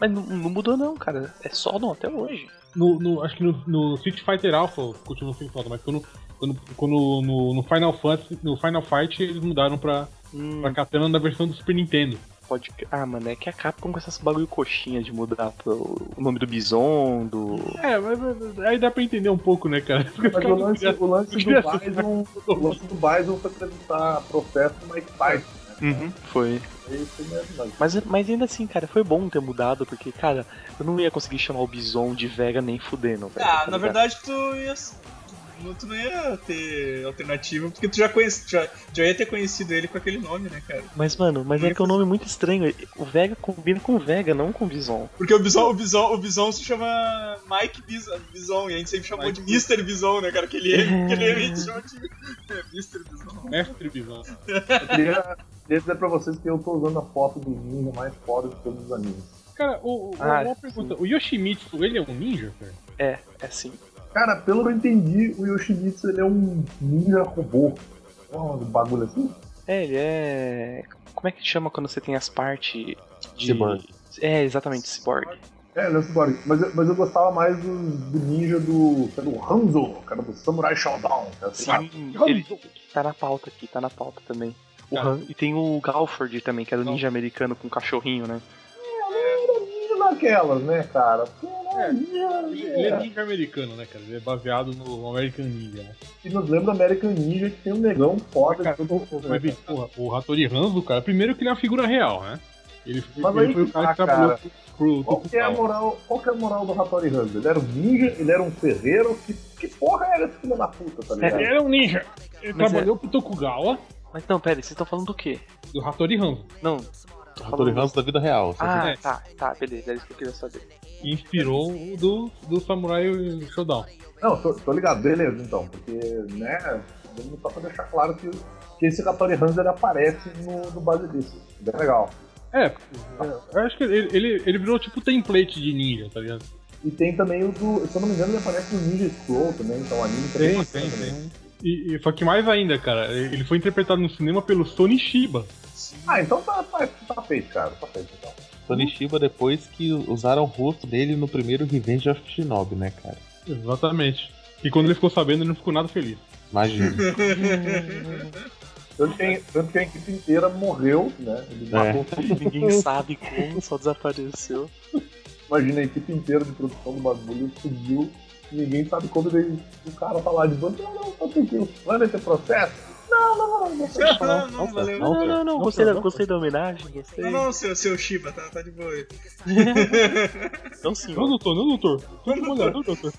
[SPEAKER 5] Mas não, não mudou não, cara. É Sodom até hoje.
[SPEAKER 2] No, no- acho que no, no Street Fighter Alpha continua sendo Sodom, mas quando, quando, quando no, no Final Fantasy, no Final Fight eles mudaram pra,
[SPEAKER 5] Hum,
[SPEAKER 2] pra Katana na versão do Super Nintendo.
[SPEAKER 5] pode... Ah, mano, é que a Capcom com essas bagulho coxinha de mudar pro... o nome do Bison, do...
[SPEAKER 2] É, mas, mas- aí dá pra entender um pouco, né, cara? [laughs] Porque os
[SPEAKER 1] Mas o
[SPEAKER 2] caras um
[SPEAKER 1] lance, é um
[SPEAKER 2] não
[SPEAKER 1] o lance do
[SPEAKER 2] criança-
[SPEAKER 1] Bison, o
[SPEAKER 2] [laughs] queriam-
[SPEAKER 1] lance do Bison foi apresentar processo do Mike Tyson.
[SPEAKER 5] Uhum, foi.
[SPEAKER 1] É isso mesmo, mas
[SPEAKER 5] Mas, mas ainda assim, cara, foi bom ter mudado, porque, cara, eu não ia conseguir chamar o Bison de Vega nem fudendo, velho.
[SPEAKER 4] Ah,
[SPEAKER 5] tá
[SPEAKER 4] na
[SPEAKER 5] ligado?
[SPEAKER 4] verdade tu ia. tu- Tu não ia ter alternativa, porque tu já, conhece, já, já ia ter conhecido ele com aquele nome, né, cara?
[SPEAKER 5] Mas, mano, mas é que é um nome muito estranho. O Vega combina com Vega, não com Bison.
[SPEAKER 4] Porque o Bison, o Bison, o Bison se chama Mike Bison, Bison, e a gente sempre chamou de Mr. Bison, né, cara? Que ele é, que ele é, a gente chama de [laughs] Mr. Bison.
[SPEAKER 2] Mestre Bison.
[SPEAKER 1] eu queria queria dizer pra vocês que eu tô usando a foto do ninja mais foda de todos os animes.
[SPEAKER 2] Cara, o, o-
[SPEAKER 5] Ah,
[SPEAKER 2] uma
[SPEAKER 5] sim.
[SPEAKER 2] pergunta. O Yoshimitsu, ele é um ninja, cara?
[SPEAKER 5] É, é assim.
[SPEAKER 1] Cara, pelo que eu entendi, o Yoshimitsu ele é um ninja robô. Oh, um bagulho assim.
[SPEAKER 5] É, ele é. Como é que chama quando você tem as partes de.
[SPEAKER 3] Cyborg.
[SPEAKER 5] É, exatamente, cyborg.
[SPEAKER 1] É, ele é um cyborg. Mas, eu- mas eu gostava mais do, do ninja do, que era o Hanzo, cara, do Samurai Shodown. que era assim, ah,
[SPEAKER 5] Sim, ele tá na pauta aqui, tá na pauta também. O
[SPEAKER 1] Tá.
[SPEAKER 2] Cara.
[SPEAKER 5] Han- E tem o Galford também, que era o ninja americano com um cachorrinho, né?
[SPEAKER 1] ninja naquelas, né, cara? Porque era
[SPEAKER 2] É. Ele, ele é
[SPEAKER 1] ninja.
[SPEAKER 2] ninja americano, né, cara? Ele é baseado no American Ninja. Né?
[SPEAKER 1] E nos lembra American Ninja que tem um negão foda
[SPEAKER 2] Cara,
[SPEAKER 1] de todo
[SPEAKER 2] Mas, bicho, porra, o Hattori Hanzo, cara, primeiro que ele é uma figura real, né? Ele,
[SPEAKER 1] Mas
[SPEAKER 2] ele
[SPEAKER 1] aí
[SPEAKER 2] foi
[SPEAKER 1] que
[SPEAKER 2] o cara
[SPEAKER 1] tá,
[SPEAKER 2] que trabalhou
[SPEAKER 1] cara.
[SPEAKER 2] pro, pro
[SPEAKER 1] Qual que, é a
[SPEAKER 2] Tokugawa.
[SPEAKER 1] moral, qual que é a moral do Hattori Hanzo? Ele era um ninja, ele era um ferreiro, que, que porra era esse filho da puta, tá ligado?
[SPEAKER 2] Ele era um ninja. Ele
[SPEAKER 5] Mas
[SPEAKER 2] trabalhou pro Tokugawa
[SPEAKER 5] Mas não, pera, aí, vocês estão falando do quê?
[SPEAKER 2] do Hattori Hanzo,
[SPEAKER 5] Não. Tô
[SPEAKER 3] Hattori
[SPEAKER 5] falando...
[SPEAKER 3] Hanzo da vida real. sabe?
[SPEAKER 5] Ah,
[SPEAKER 2] né?
[SPEAKER 5] tá, tá, beleza, era isso que eu queria saber.
[SPEAKER 2] que inspirou o do, do Samurai Shodown.
[SPEAKER 1] Não, tô, tô ligado, beleza então, porque, né, vamos só pra deixar claro que, que esse Hattori Hanzo ele aparece no, no Basilisk, bem legal.
[SPEAKER 2] É, eu acho que ele, ele, ele virou tipo template de ninja, tá ligado?
[SPEAKER 1] E tem também o do, se eu não me engano, ele aparece no Ninja Scroll também, então o anime também.
[SPEAKER 2] Tem, tem, tem. E, e- só que mais ainda, cara, ele foi interpretado no cinema pelo Sony Shiba.
[SPEAKER 1] Ah, então tá, tá, tá feito, cara, tá feito então.
[SPEAKER 3] Tony Shiba depois que usaram o rosto dele no primeiro Revenge of Shinobi, né, cara?
[SPEAKER 2] Exatamente. E quando ele ficou sabendo, ele não ficou nada feliz.
[SPEAKER 3] Imagina.
[SPEAKER 1] Tanto que, a- tanto que a equipe inteira morreu, né? Ele
[SPEAKER 3] É.
[SPEAKER 1] matou todo
[SPEAKER 5] [laughs] Ninguém sabe como, só desapareceu.
[SPEAKER 1] Imagina, a equipe inteira de produção do bagulho subiu e ninguém sabe como ele, o cara tá lá de banco. Não, não, tá tranquilo. Vai meter processo? Não, não, não, não. não.
[SPEAKER 4] [laughs] Não, não, valeu. Não,
[SPEAKER 5] Não, não, não, gostei, da,
[SPEAKER 3] não,
[SPEAKER 5] gostei da homenagem, gostei.
[SPEAKER 4] não, seu, seu Shiba, tá, tá de boa aí.
[SPEAKER 5] Então sim,
[SPEAKER 2] Não, doutor, não, doutor. Tô trabalhador, doutor.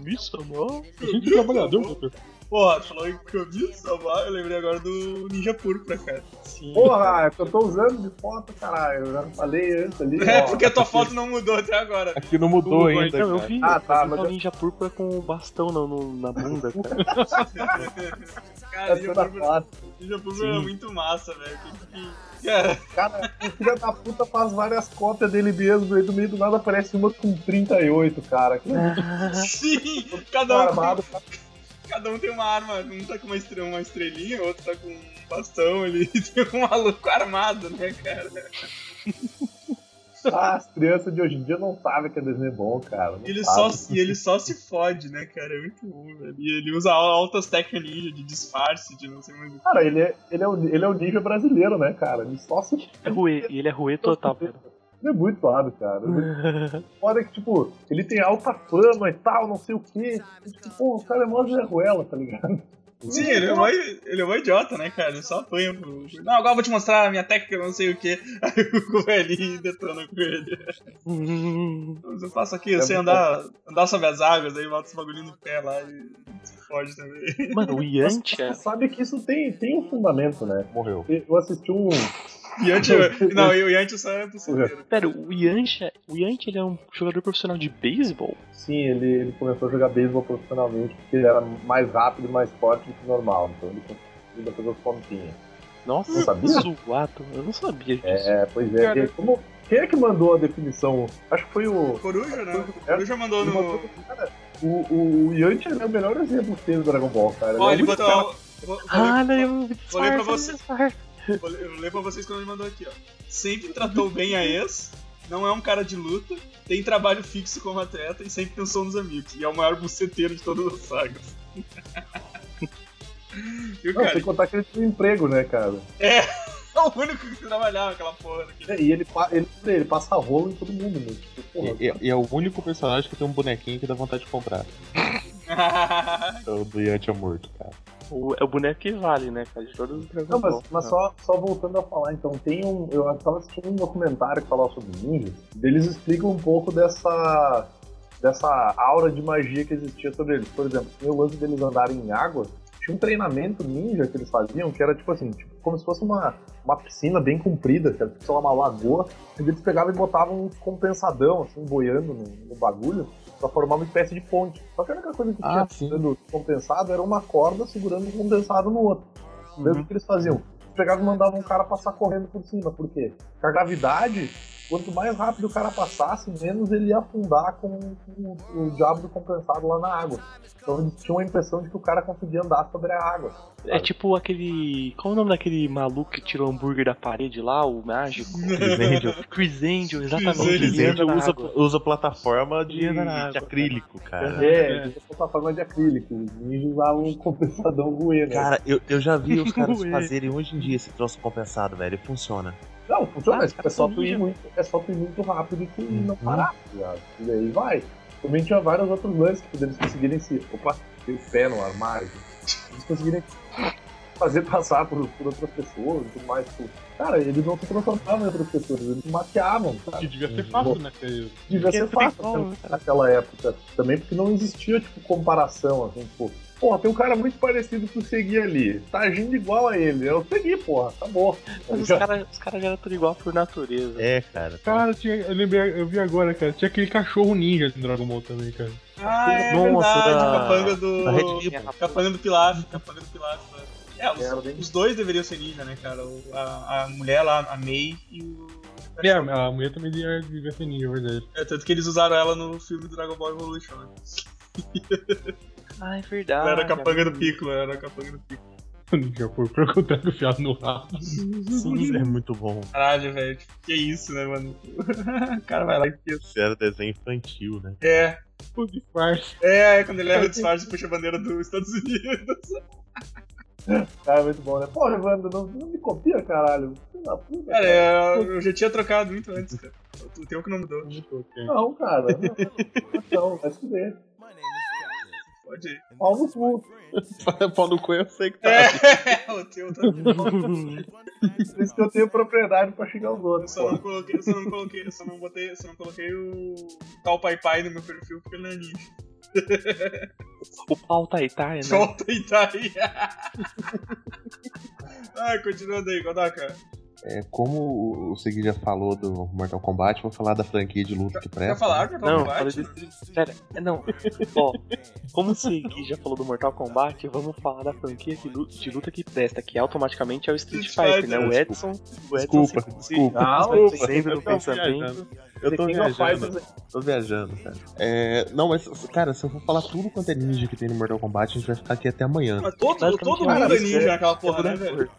[SPEAKER 5] me chamou.
[SPEAKER 2] A gente é trabalhador, doutor.
[SPEAKER 4] Porra, tu falou em Kyomi salvar, eu lembrei agora do Ninja Púrpura, cara.
[SPEAKER 5] Sim.
[SPEAKER 1] Porra, é que eu tô usando de foto, caralho. Eu já falei antes ali.
[SPEAKER 4] É,
[SPEAKER 1] ó.
[SPEAKER 4] porque a tua foto não mudou até agora.
[SPEAKER 3] Aqui não mudou
[SPEAKER 2] Não,
[SPEAKER 3] ainda.
[SPEAKER 5] Não, eu
[SPEAKER 3] cara.
[SPEAKER 5] vi.
[SPEAKER 1] Ah, tá,
[SPEAKER 5] eu vi
[SPEAKER 1] mas
[SPEAKER 5] o
[SPEAKER 1] eu-
[SPEAKER 5] ninja púrpura com o bastão na, no- na bunda, cara.
[SPEAKER 4] Cara,
[SPEAKER 1] Essa
[SPEAKER 4] Ninja
[SPEAKER 1] da
[SPEAKER 4] Púrpura,
[SPEAKER 1] foto. ah,
[SPEAKER 4] Ninja Púrpura é muito massa, velho. Que- que- é, Cara,
[SPEAKER 1] Cara, o filho da tá puta faz várias cópias dele mesmo, e do meio do nada aparece uma com 38, cara. Que
[SPEAKER 4] sim, cada um,
[SPEAKER 1] Tá armado.
[SPEAKER 4] cada um tem uma arma. Um tá com uma estre- uma estrelinha, outro tá com um bastão ali. [laughs] Tem um maluco armado, né, cara?
[SPEAKER 1] Ah, as crianças de hoje em dia não sabem que é desenho bom, cara. Não
[SPEAKER 4] E ele, só,
[SPEAKER 1] sabem.
[SPEAKER 4] e ele só se fode, né, cara? É muito bom, velho. E ele usa altas técnicas ninja de disfarce, de não sei mais o
[SPEAKER 1] Cara, ele é, ele, é o, ele é o ninja brasileiro, né, cara? Ele só se. [laughs]
[SPEAKER 5] É ruê, e ele é ruê total, cara.
[SPEAKER 1] Ele é muito zoado, cara.
[SPEAKER 4] É.
[SPEAKER 1] Foda que, tipo, ele tem alta fama e tal, não sei o quê. E, tipo, pô, o cara é mó ruela, tá ligado? [laughs]
[SPEAKER 4] Sim, ele é, mó, ele é mó idiota, né, cara? Ele só apanha pro. Não, agora eu vou te mostrar a minha técnica, não sei o que. [laughs] Aí o velhinho detona com ele.
[SPEAKER 5] Hum,
[SPEAKER 4] Eu faço aqui, eu
[SPEAKER 1] É
[SPEAKER 4] sei
[SPEAKER 1] muito
[SPEAKER 4] andar, andar sobre as águas, aí bota os bagulhinhos no pé lá e se fode também.
[SPEAKER 5] Mano, o Yantia.
[SPEAKER 1] Você sabe que isso tem, tem um fundamento, né?
[SPEAKER 3] Morreu.
[SPEAKER 1] Eu assisti um. [laughs]
[SPEAKER 4] Yanti, não, e o Yanti só é possível.
[SPEAKER 5] Pera, o Yantia. O Yantia ele é um jogador profissional de beisebol?
[SPEAKER 1] Sim, ele, ele começou a jogar beisebol profissionalmente porque ele era mais rápido e mais forte do que o normal. Então ele conseguia fazer os pontinhos.
[SPEAKER 5] Nossa,
[SPEAKER 1] Não sabia?
[SPEAKER 5] zoado. Eu não sabia disso.
[SPEAKER 1] É, pois é.
[SPEAKER 2] Cara.
[SPEAKER 1] Como, quem é que mandou a definição? Acho que foi o.
[SPEAKER 4] Coruja, né? O Coruja mandou
[SPEAKER 1] É. Ele
[SPEAKER 4] no.
[SPEAKER 1] botou- cara, o, o, o Yantia é o melhor exemplo que teve do Dragon Ball, cara.
[SPEAKER 4] Ó,
[SPEAKER 1] é
[SPEAKER 4] ele
[SPEAKER 1] muito né?
[SPEAKER 4] botou.
[SPEAKER 1] cara-
[SPEAKER 4] vou- vou ler-
[SPEAKER 5] Ah, eu
[SPEAKER 4] Vou ler pra
[SPEAKER 5] disfarça,
[SPEAKER 4] você.
[SPEAKER 5] disfarça.
[SPEAKER 4] Vou ler- Eu leio pra vocês quando ele mandou aqui, ó. Sempre tratou bem a ex, não é um cara de luta, tem trabalho fixo como atleta e sempre pensou nos amigos. E é o maior buceteiro de todas as sagas. [laughs] e o
[SPEAKER 1] Não,
[SPEAKER 4] cara,
[SPEAKER 1] sem contar que ele tinha um emprego, né, cara?
[SPEAKER 4] é o único que trabalhava aquela porra [laughs] daquele.
[SPEAKER 1] E ele, pa- ele, ele passa rolo em todo mundo, né? Tipo, porra,
[SPEAKER 3] E, e- e é o único personagem que tem um bonequinho que dá vontade de [laughs] comprar. É O do Yantia morto, cara.
[SPEAKER 5] O- é o boneco que vale, né, cara? De todos os Dragon
[SPEAKER 1] Não, mas,
[SPEAKER 5] Ball.
[SPEAKER 1] mas só, só voltando a falar, então, tem um. Eu tava assistindo um documentário que falava sobre ninjas, eles explicam um pouco dessa. dessa aura de magia que existia sobre eles. Por exemplo, no lance deles andarem em água, tinha um treinamento ninja que eles faziam, que era tipo assim, tipo, como se fosse uma, uma piscina bem comprida, que era tipo, sei lá, uma lagoa, e eles pegavam e botavam um compensadão, assim, boiando no, no bagulho, pra formar uma espécie de ponte. Só que a única coisa que
[SPEAKER 3] Ah,
[SPEAKER 1] tinha
[SPEAKER 3] sim.
[SPEAKER 1] sendo compensado era uma corda segurando um condensado no outro. Daí o que eles faziam? Pegavam e mandavam um cara passar correndo por cima. Por quê? Porque a gravidade, quanto mais rápido o cara passasse, menos ele ia afundar com, com o, o diabo do compensado lá na água. Então eles tinham a impressão de que o cara conseguia andar sobre a água.
[SPEAKER 5] É tipo aquele. Qual é o nome daquele maluco que tirou o hambúrguer da parede lá, o mágico?
[SPEAKER 3] Chris Angel.
[SPEAKER 5] Chris Angel,
[SPEAKER 4] Chris
[SPEAKER 5] exatamente.
[SPEAKER 4] Angel.
[SPEAKER 5] ele
[SPEAKER 3] Chris
[SPEAKER 5] anda
[SPEAKER 3] Angel
[SPEAKER 5] na
[SPEAKER 3] usa,
[SPEAKER 5] água.
[SPEAKER 3] usa plataforma de,
[SPEAKER 5] Ele anda na
[SPEAKER 3] de
[SPEAKER 5] água,
[SPEAKER 3] acrílico, cara.
[SPEAKER 1] É, eles tinham plataforma de acrílico. Os ninjas usavam um [laughs] compensadão ruim, né?
[SPEAKER 3] Cara, eu, eu já
[SPEAKER 5] [laughs]
[SPEAKER 3] vi os caras
[SPEAKER 5] Ué.
[SPEAKER 3] fazerem hoje em dia esse troço compensado, velho. E funciona.
[SPEAKER 1] não, funciona,
[SPEAKER 5] Ah,
[SPEAKER 1] mas é só, tu ir
[SPEAKER 5] ninja,
[SPEAKER 1] muito, é só tu ir muito rápido e tu não
[SPEAKER 3] Uhum.
[SPEAKER 1] parar. já. E daí vai. Também tinha vários outros lances que eles conseguirem se. Opa, tem o pé no armário. Eles conseguirem fazer passar por, por outras pessoas e tudo mais. Tipo, cara, eles não se transformavam em outras pessoas, eles se maquiavam, cara.
[SPEAKER 2] Que devia ser fácil, né? Que-
[SPEAKER 1] devia ser
[SPEAKER 5] Porque não tem
[SPEAKER 1] fácil
[SPEAKER 5] como,
[SPEAKER 1] naquela- né? naquela época também, porque não existia, tipo, comparação, assim, tipo, porra, tem um cara muito parecido que eu segui ali, tá agindo igual a ele, eu segui, porra, acabou.
[SPEAKER 5] [laughs] Mas os caras os cara já eram tudo igual por natureza.
[SPEAKER 3] É, cara.
[SPEAKER 2] Cara, tinha, eu lembrei, eu vi agora, cara. Tinha aquele cachorro ninja do Dragon Ball também, cara.
[SPEAKER 4] Ah, é
[SPEAKER 5] Nossa,
[SPEAKER 4] verdade,
[SPEAKER 5] da-
[SPEAKER 4] capanga do.
[SPEAKER 3] da Red Ribbon.
[SPEAKER 4] Capanga do Pilaf, capanga do Pilaf. né? É, os,
[SPEAKER 1] Era bem-
[SPEAKER 4] os dois deveriam ser ninja, né, cara? O- a, a mulher lá, a May e o.
[SPEAKER 2] É, a mulher também devia devia ser ninja, é verdade. [laughs]
[SPEAKER 4] É, tanto que eles usaram ela no filme do Dragon Ball Evolution, né?
[SPEAKER 5] Ah, é verdade. Ah,
[SPEAKER 4] Ela era a capanga do Piccolo, ela era a capanga do Piccolo.
[SPEAKER 2] Já foi pra encontrar o fiado no rabo.
[SPEAKER 3] Sim, é muito bom.
[SPEAKER 4] Caralho, velho. Tipo, que isso, né, mano? [laughs] o cara vai lá e pensa.
[SPEAKER 3] Isso era desenho infantil, né?
[SPEAKER 4] É,
[SPEAKER 2] O disfarce.
[SPEAKER 4] é, quando ele leva o disfarce e puxa a bandeira dos Estados Unidos. [laughs]
[SPEAKER 1] Cara, muito bom, né? Pô, Evandro, não, não me copia, caralho. Filho da puta,
[SPEAKER 4] Cara, é, eu eu já tinha trocado muito antes, cara. O tempo que não mudou.
[SPEAKER 1] Não, cara. Não, não, vai se ver.
[SPEAKER 4] Pode ir. [laughs]
[SPEAKER 1] Pau no cu.
[SPEAKER 3] Pau no cu eu sei que tá.
[SPEAKER 4] É, o teu tá
[SPEAKER 1] Por isso que eu tenho propriedade pra xingar os
[SPEAKER 4] Eu
[SPEAKER 1] outros,
[SPEAKER 4] só
[SPEAKER 1] pô.
[SPEAKER 4] não coloquei, eu só não coloquei, eu só não botei, eu só não coloquei o tal Pai Pai no meu perfil porque ele não é lixo.
[SPEAKER 5] O pau tá aí, tá? Né?
[SPEAKER 4] Solta e tá aí. [laughs] ah, continuando aí, Godaka.
[SPEAKER 3] É, como o- o Segui já falou do Mortal Kombat, vou falar da franquia de luta que presta.
[SPEAKER 4] Quer falar de Mortal
[SPEAKER 5] É, Não, falei
[SPEAKER 4] Kombat?
[SPEAKER 5] desse. Pera, é, não. Ó, como o Segui já falou do Mortal Kombat, vamos falar da franquia de lu- de luta que presta, que automaticamente é o Street
[SPEAKER 4] Street
[SPEAKER 5] Fighter, né? O
[SPEAKER 3] Fighter,
[SPEAKER 5] Edson. O Edson
[SPEAKER 3] Desculpa,
[SPEAKER 5] se- se-
[SPEAKER 3] desculpa.
[SPEAKER 1] Ah,
[SPEAKER 5] se-
[SPEAKER 1] desculpa.
[SPEAKER 5] se lembra
[SPEAKER 2] Então,
[SPEAKER 5] do
[SPEAKER 3] Eu tô
[SPEAKER 5] pensamento.
[SPEAKER 3] viajando. Eu tô
[SPEAKER 5] King of
[SPEAKER 3] viajando. Tô viajando, cara. É, não, mas, cara, se eu for falar tudo quanto é ninja que tem no Mortal Kombat, a gente vai ficar aqui até amanhã.
[SPEAKER 4] Mas todo,
[SPEAKER 5] basicamente
[SPEAKER 4] todo
[SPEAKER 5] é
[SPEAKER 4] mundo é
[SPEAKER 1] isso,
[SPEAKER 4] ninja
[SPEAKER 1] né?
[SPEAKER 4] naquela porra, né, velho?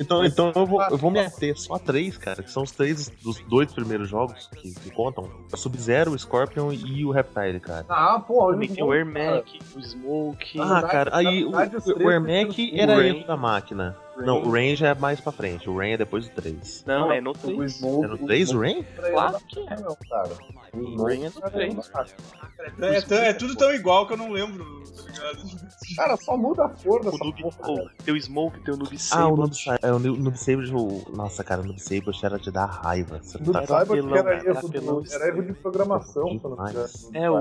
[SPEAKER 3] Então, então eu, vou, eu vou me ater só a três, cara, que são os três dos dois primeiros jogos que, que contam: o Sub-Zero, o Scorpion e o Reptile, cara.
[SPEAKER 1] Ah, porra,
[SPEAKER 5] Também tem o Ermac, o Smoke.
[SPEAKER 3] Ah, cara, aí o,
[SPEAKER 1] na verdade, os
[SPEAKER 3] o,
[SPEAKER 1] três
[SPEAKER 3] Ermac
[SPEAKER 1] primeiros-
[SPEAKER 3] era
[SPEAKER 5] o
[SPEAKER 3] erro
[SPEAKER 5] Rain-
[SPEAKER 3] da máquina.
[SPEAKER 5] Rain.
[SPEAKER 3] Não, o Rain já é mais pra frente, o Rain é depois do 3.
[SPEAKER 5] Não, é no
[SPEAKER 1] O
[SPEAKER 5] 3.
[SPEAKER 1] Smoke.
[SPEAKER 3] É no 3 o Rain?
[SPEAKER 5] Claro que é.
[SPEAKER 1] Não, cara. O
[SPEAKER 5] O Rain é no 3.
[SPEAKER 4] É, tão- é tudo tão igual que eu não lembro, tá ligado?
[SPEAKER 1] Cara, só muda a cor
[SPEAKER 5] O
[SPEAKER 1] dessa
[SPEAKER 5] Noob,
[SPEAKER 1] porra.
[SPEAKER 5] oh,
[SPEAKER 1] cara.
[SPEAKER 5] tem o Smoke, tem o Noob
[SPEAKER 3] Ah, o
[SPEAKER 5] Saibot.
[SPEAKER 3] Noob Saibot. É, o Noob Noob Saibot. o- Nossa, cara, o Noob Saibot era de dar raiva. Você não
[SPEAKER 1] Não
[SPEAKER 3] tá
[SPEAKER 5] Era
[SPEAKER 1] saiba que era
[SPEAKER 5] apelão, era
[SPEAKER 1] erro,
[SPEAKER 5] apelão.
[SPEAKER 1] do- era erro é de programação, se eu não me
[SPEAKER 3] Demais.
[SPEAKER 1] engano.
[SPEAKER 5] É, o.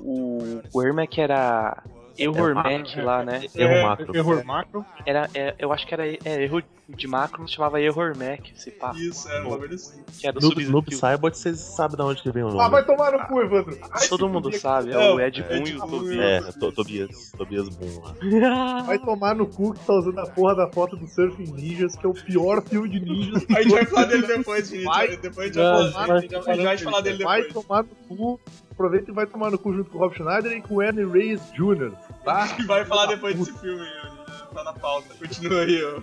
[SPEAKER 5] O, o Ermac era. Erro
[SPEAKER 3] É,
[SPEAKER 5] Ermac lá, né?
[SPEAKER 3] erro macro.
[SPEAKER 2] É, Error macro.
[SPEAKER 5] Era, é, eu acho que era é, erro de macro, chamava erro Ermac, se pá.
[SPEAKER 4] Isso, é, um bagulho assim.
[SPEAKER 5] Que era o
[SPEAKER 3] Noob,
[SPEAKER 5] sub-
[SPEAKER 3] Noob
[SPEAKER 5] que o-
[SPEAKER 3] Saibot, vocês sabem de onde que vem o nome.
[SPEAKER 1] Ah, vai tomar no cu, Evandro.
[SPEAKER 5] Todo mundo sabe, é
[SPEAKER 4] Não,
[SPEAKER 5] o Ed
[SPEAKER 4] é
[SPEAKER 5] Boon
[SPEAKER 4] de
[SPEAKER 5] e o
[SPEAKER 4] Boon,
[SPEAKER 5] Tobias.
[SPEAKER 3] É, to, Tobias, Tobias Boom lá.
[SPEAKER 1] Vai tomar no cu que tá usando a porra da foto do Surfing Ninjas, que é o pior filme de [laughs] ninjas.
[SPEAKER 4] A gente vai falar dele depois, gente.
[SPEAKER 1] Vai.
[SPEAKER 4] Depois a gente vai falar. A gente vai- a gente vai falar dele
[SPEAKER 1] Vai
[SPEAKER 4] depois.
[SPEAKER 1] tomar no cu. Aproveita e vai tomar no cu junto com o Rob Schneider e com o Ernie Reyes Jr. Tá?
[SPEAKER 4] Vai falar depois desse filme aí, tá na pauta. Continua aí, ó.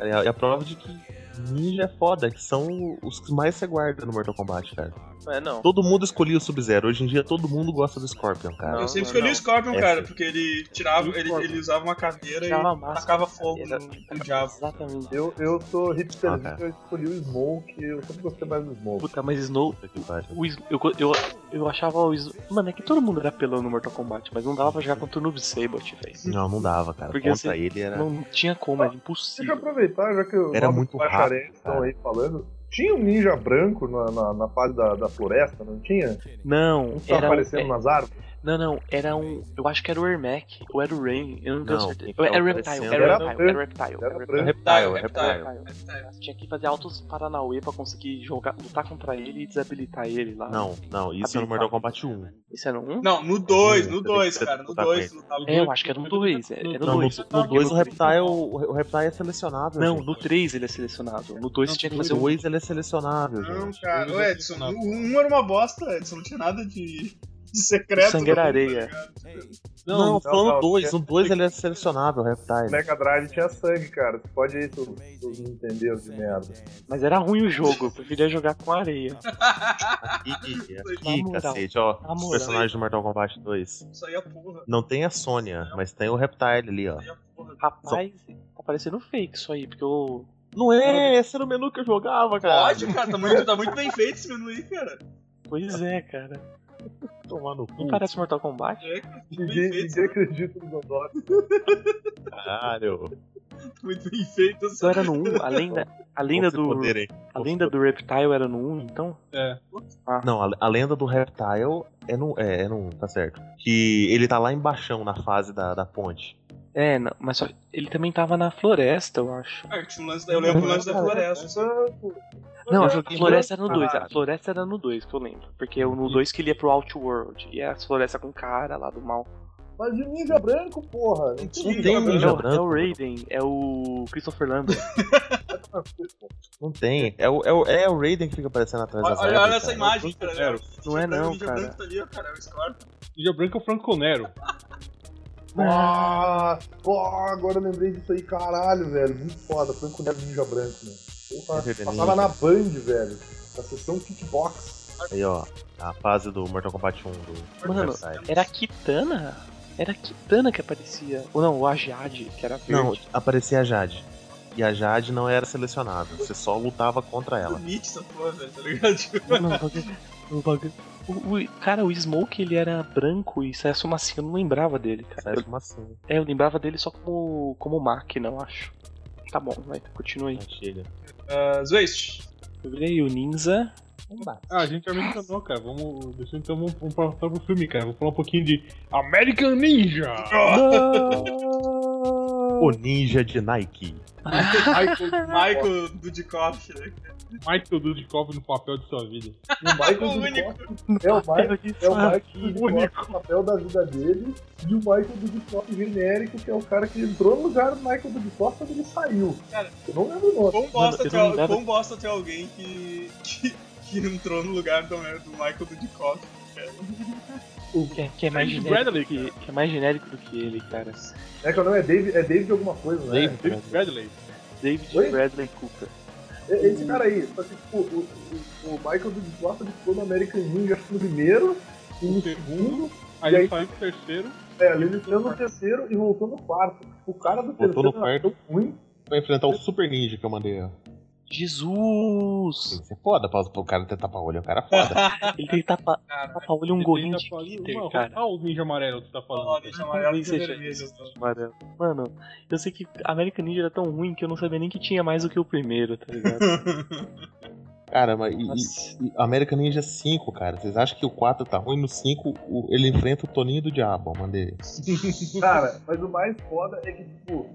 [SPEAKER 3] É a, é a prova de que ninja é foda, que são os que mais você guarda no Mortal Kombat, cara.
[SPEAKER 5] É, não.
[SPEAKER 3] Todo mundo escolhia o Sub-Zero. Hoje em dia todo mundo gosta do Scorpion, cara.
[SPEAKER 5] Não. É
[SPEAKER 4] Eu sempre escolhi o Scorpion,
[SPEAKER 3] Essa.
[SPEAKER 4] cara, porque ele tirava, ele,
[SPEAKER 5] Scorpion.
[SPEAKER 4] ele usava uma caveira e
[SPEAKER 5] Tirava a máscara,
[SPEAKER 4] tacava fogo
[SPEAKER 5] caveira.
[SPEAKER 4] no, no diabo.
[SPEAKER 5] Exatamente.
[SPEAKER 1] Eu, eu sou
[SPEAKER 3] Ah,
[SPEAKER 1] hipster,
[SPEAKER 3] cara.
[SPEAKER 1] eu escolhi o Smoke, eu sempre gostei mais do Smoke.
[SPEAKER 5] Puta, mas Snow.
[SPEAKER 3] Puta que pariu.
[SPEAKER 5] O, Sn- eu, eu, eu achava o Snow. Mano, é que todo mundo era pelão no Mortal Kombat, mas não dava pra jogar contra o Noob Saibot, velho.
[SPEAKER 3] Não, não dava, cara.
[SPEAKER 5] Porque,
[SPEAKER 3] Contra
[SPEAKER 5] assim,
[SPEAKER 3] ele era.
[SPEAKER 5] Não tinha como, era
[SPEAKER 1] Deixa eu
[SPEAKER 5] impossível.
[SPEAKER 1] aproveitar, já que o
[SPEAKER 3] Era
[SPEAKER 1] Rob
[SPEAKER 3] muito
[SPEAKER 1] e o Bacharel
[SPEAKER 3] rápido,
[SPEAKER 1] estão aí falando. Tinha um ninja branco na, na, na fase da, da floresta, não tinha?
[SPEAKER 5] Não,
[SPEAKER 1] Não tava
[SPEAKER 5] era.
[SPEAKER 1] aparecendo
[SPEAKER 3] um-
[SPEAKER 5] é-
[SPEAKER 1] nas árvores?
[SPEAKER 5] Não, não, era um. Eu acho que era o Ermac, ou era o Rain, eu não tenho
[SPEAKER 3] Não,
[SPEAKER 5] certeza.
[SPEAKER 3] quem tava
[SPEAKER 5] Era o Reptile,
[SPEAKER 3] aparecendo
[SPEAKER 1] era
[SPEAKER 5] era o Reptile,
[SPEAKER 1] branco,
[SPEAKER 5] era o Reptile.
[SPEAKER 1] era
[SPEAKER 5] Era o
[SPEAKER 3] É
[SPEAKER 5] Reptile.
[SPEAKER 3] Reptile, é
[SPEAKER 4] Reptile.
[SPEAKER 3] Reptile.
[SPEAKER 5] Tinha que fazer altos Paranauê pra conseguir jogar, lutar contra ele e desabilitar ele lá.
[SPEAKER 3] Não, não, isso é no Mortal Kombat 1.
[SPEAKER 5] Esse era um?
[SPEAKER 4] Não, no 2,
[SPEAKER 3] Você
[SPEAKER 4] no
[SPEAKER 3] tem
[SPEAKER 4] 2,
[SPEAKER 3] que
[SPEAKER 4] cara, no
[SPEAKER 3] lutar
[SPEAKER 4] 2
[SPEAKER 3] com
[SPEAKER 4] lutava.
[SPEAKER 5] É, eu acho que era no 2. Era
[SPEAKER 3] Não,
[SPEAKER 5] no 2.
[SPEAKER 3] no 2 o Reptile, o Reptile é selecionável.
[SPEAKER 5] Não,
[SPEAKER 3] gente.
[SPEAKER 5] no 3 ele é selecionado. No 2
[SPEAKER 2] Não,
[SPEAKER 5] tinha que
[SPEAKER 3] no
[SPEAKER 5] fazer um o
[SPEAKER 3] 2 ele é selecionável.
[SPEAKER 4] Não,
[SPEAKER 3] gente.
[SPEAKER 4] cara, o Edson,
[SPEAKER 2] Não.
[SPEAKER 4] o 1 era uma bosta, Edson, não tinha nada de, de secreto.
[SPEAKER 5] Sangue era
[SPEAKER 4] não,
[SPEAKER 5] areia.
[SPEAKER 4] tá ligado?
[SPEAKER 3] Não,
[SPEAKER 2] Não,
[SPEAKER 3] não, falando
[SPEAKER 1] não,
[SPEAKER 3] no 2, no 2 ele é selecionável, o Reptile.
[SPEAKER 1] Mega Drive tinha sangue, cara. Você pode ir, tu, tu não entendeu de merda.
[SPEAKER 5] Mas era ruim o jogo, eu preferia jogar com
[SPEAKER 3] [laughs]
[SPEAKER 5] areia.
[SPEAKER 3] Ih,
[SPEAKER 5] Na
[SPEAKER 3] aqui,
[SPEAKER 5] moral,
[SPEAKER 3] cacete, ó.
[SPEAKER 5] na
[SPEAKER 3] Os
[SPEAKER 5] moral.
[SPEAKER 3] personagens do Mortal Kombat 2.
[SPEAKER 4] Isso aí é porra,
[SPEAKER 3] Não tem a Sônia, mas tem o Reptile ali, ó.
[SPEAKER 4] isso aí é porra.
[SPEAKER 5] Rapaz, tá parecendo fake isso aí, porque eu.
[SPEAKER 3] Não é, esse era o menu que eu jogava, cara.
[SPEAKER 4] Pode, cara, tá muito, tá muito bem feito esse menu aí, cara.
[SPEAKER 5] Pois é, cara.
[SPEAKER 3] tomar no
[SPEAKER 5] Não
[SPEAKER 3] cu,
[SPEAKER 5] parece Mortal Kombat?
[SPEAKER 4] É, cara, muito
[SPEAKER 1] [laughs] Ninguém,
[SPEAKER 4] bem feito,
[SPEAKER 1] ninguém acredita no Gondor.
[SPEAKER 3] caralho.
[SPEAKER 4] muito bem feito. assim.
[SPEAKER 5] Então era no 1, a lenda, a lenda
[SPEAKER 3] Outro
[SPEAKER 5] do.
[SPEAKER 3] poder, hein?
[SPEAKER 5] A lenda do Reptile era no 1, então?
[SPEAKER 3] Não, a, a lenda do Reptile é no, é, é no. Tá certo. Que ele tá lá embaixo na fase da, da ponte.
[SPEAKER 5] É, não, mas só, ele também tava na floresta, eu acho.
[SPEAKER 4] Ah, tinha um lance da- eu lembro o lance da floresta. né?
[SPEAKER 5] Não, a
[SPEAKER 3] joguei
[SPEAKER 5] floresta era no 2, a
[SPEAKER 1] caralho.
[SPEAKER 5] floresta era no 2, que eu lembro. Porque o no 2 que ele ia pro Outworld, e a floresta com cara lá do mal.
[SPEAKER 1] Mas de ninja branco, porra. Não
[SPEAKER 3] Não
[SPEAKER 1] tinha.
[SPEAKER 3] tem um
[SPEAKER 5] É
[SPEAKER 3] ninja
[SPEAKER 5] o, é
[SPEAKER 3] branco.
[SPEAKER 5] o Raiden, é o Christopher Lambert.
[SPEAKER 3] Não tem. É o, é o, é o Raiden que fica aparecendo atrás
[SPEAKER 4] Olha,
[SPEAKER 3] das
[SPEAKER 4] olha,
[SPEAKER 3] árvores,
[SPEAKER 4] essa
[SPEAKER 3] cara.
[SPEAKER 4] imagem, cara. né? um
[SPEAKER 5] Não é não,
[SPEAKER 3] [laughs]
[SPEAKER 4] O Ninja
[SPEAKER 5] cara.
[SPEAKER 4] Branco tá ali, ó, cara, é o Scorpion.
[SPEAKER 2] Ninja branco é o Franco Nero.
[SPEAKER 1] Ah, ah, agora eu lembrei disso aí, caralho, velho. Muito foda. Franco Neto Ninja Branco, mano. Porra,
[SPEAKER 3] Ninja
[SPEAKER 1] Passava na
[SPEAKER 3] Ninja.
[SPEAKER 1] Band, velho. Na sessão kickbox.
[SPEAKER 3] Aí, ó, a fase do Mortal Kombat 1 do
[SPEAKER 5] Mano, é,
[SPEAKER 3] Versailles.
[SPEAKER 4] assim, é um
[SPEAKER 5] Era a Kitana? Era a Kitana que aparecia. Ou não, o Ajade, que era verde.
[SPEAKER 3] Não, aparecia a Jade. E a Jade não era selecionada, você só lutava contra ela.
[SPEAKER 4] Limite essa porra, velho, tá
[SPEAKER 5] [laughs]
[SPEAKER 4] ligado? Tipo,
[SPEAKER 5] Mano, o bagulho. O bagulho. O, o- cara, o Smoke ele era branco e saia assim, eu não lembrava dele, cara.
[SPEAKER 3] Era como assim,
[SPEAKER 5] É, eu lembrava dele só como, como máquina, eu acho. Tá bom, vai, continua aí.
[SPEAKER 3] né? chega.
[SPEAKER 4] ah, Zwaist.
[SPEAKER 5] Eu virei o Ninja.
[SPEAKER 2] Ah, a gente já mencionou, cara. Vamos. Deixa então vamos, vamos passar pro filme, cara. Vou falar um pouquinho de American Ninja!
[SPEAKER 5] Ah!
[SPEAKER 4] Ah,
[SPEAKER 5] [laughs]
[SPEAKER 3] O ninja de Nike.
[SPEAKER 4] Michael, Michael Dudikoff, né?
[SPEAKER 2] Michael Dudikoff no papel de sua vida.
[SPEAKER 1] E o Michael
[SPEAKER 4] O
[SPEAKER 1] Dudikoff é o Michael, é o Michael Dudikoff, o papel da vida dele. E o Michael Dudikoff genérico, que é o cara que entrou no lugar do Michael Dudikoff quando ele saiu.
[SPEAKER 4] Cara,
[SPEAKER 1] eu não lembro o nome.
[SPEAKER 4] Quão bosta,
[SPEAKER 5] eu
[SPEAKER 4] ter,
[SPEAKER 5] não
[SPEAKER 4] al-
[SPEAKER 5] lembrava-
[SPEAKER 4] quão bosta ter alguém que, que, que entrou no lugar do, né, do Michael Dudikoff.
[SPEAKER 5] Que, é- que é mais
[SPEAKER 2] Fred
[SPEAKER 5] genérico
[SPEAKER 2] Bradley,
[SPEAKER 5] do que, que é mais genérico do que ele, cara.
[SPEAKER 1] É que o nome é David, é David alguma coisa, né?
[SPEAKER 3] David.
[SPEAKER 2] David Bradley.
[SPEAKER 5] David
[SPEAKER 1] Oi?
[SPEAKER 5] Bradley Cooper.
[SPEAKER 1] É, Esse cara aí, só que tipo, o, o, o Michael Dudikoff ele ficou no American Ninja acho que no primeiro, e no
[SPEAKER 2] No segundo,
[SPEAKER 1] segundo,
[SPEAKER 2] Aí
[SPEAKER 1] E
[SPEAKER 2] ele
[SPEAKER 1] aí?
[SPEAKER 2] saiu pro terceiro.
[SPEAKER 1] é, ali ele entrou no terceiro e voltou no quarto. O cara do
[SPEAKER 3] Voltou no
[SPEAKER 1] terceiro era tão ruim.
[SPEAKER 3] Vai enfrentar o super ninja que eu mandei, ó.
[SPEAKER 5] Jesus!
[SPEAKER 3] Tem que ser foda pra, pro cara ter tapa-olho, é um cara foda.
[SPEAKER 5] Ele tem tapa,
[SPEAKER 4] Cara,
[SPEAKER 5] tapa olho e um
[SPEAKER 2] Ele
[SPEAKER 5] gorrinho
[SPEAKER 2] tá
[SPEAKER 5] de
[SPEAKER 2] falando-
[SPEAKER 5] glitter,
[SPEAKER 2] Mano,
[SPEAKER 5] cara.
[SPEAKER 2] Olha o ninja amarelo que tu tá
[SPEAKER 4] ó,
[SPEAKER 2] falando.
[SPEAKER 4] deixa amarelo e
[SPEAKER 5] é Isso, gente.
[SPEAKER 4] vermelho. então. [laughs]
[SPEAKER 5] Amarelo. Mano, eu sei que American Ninja era tão ruim que eu não sabia nem que tinha mais do que o primeiro, tá ligado?
[SPEAKER 3] [laughs] Cara, mas e,
[SPEAKER 5] Nossa.
[SPEAKER 3] e- e American Ninja 5, cara. Vocês acham que o 4 tá ruim? No 5, o- ele enfrenta o Toninho do Diabo, ó, mandei.
[SPEAKER 1] Cara, mas o mais foda é que, tipo,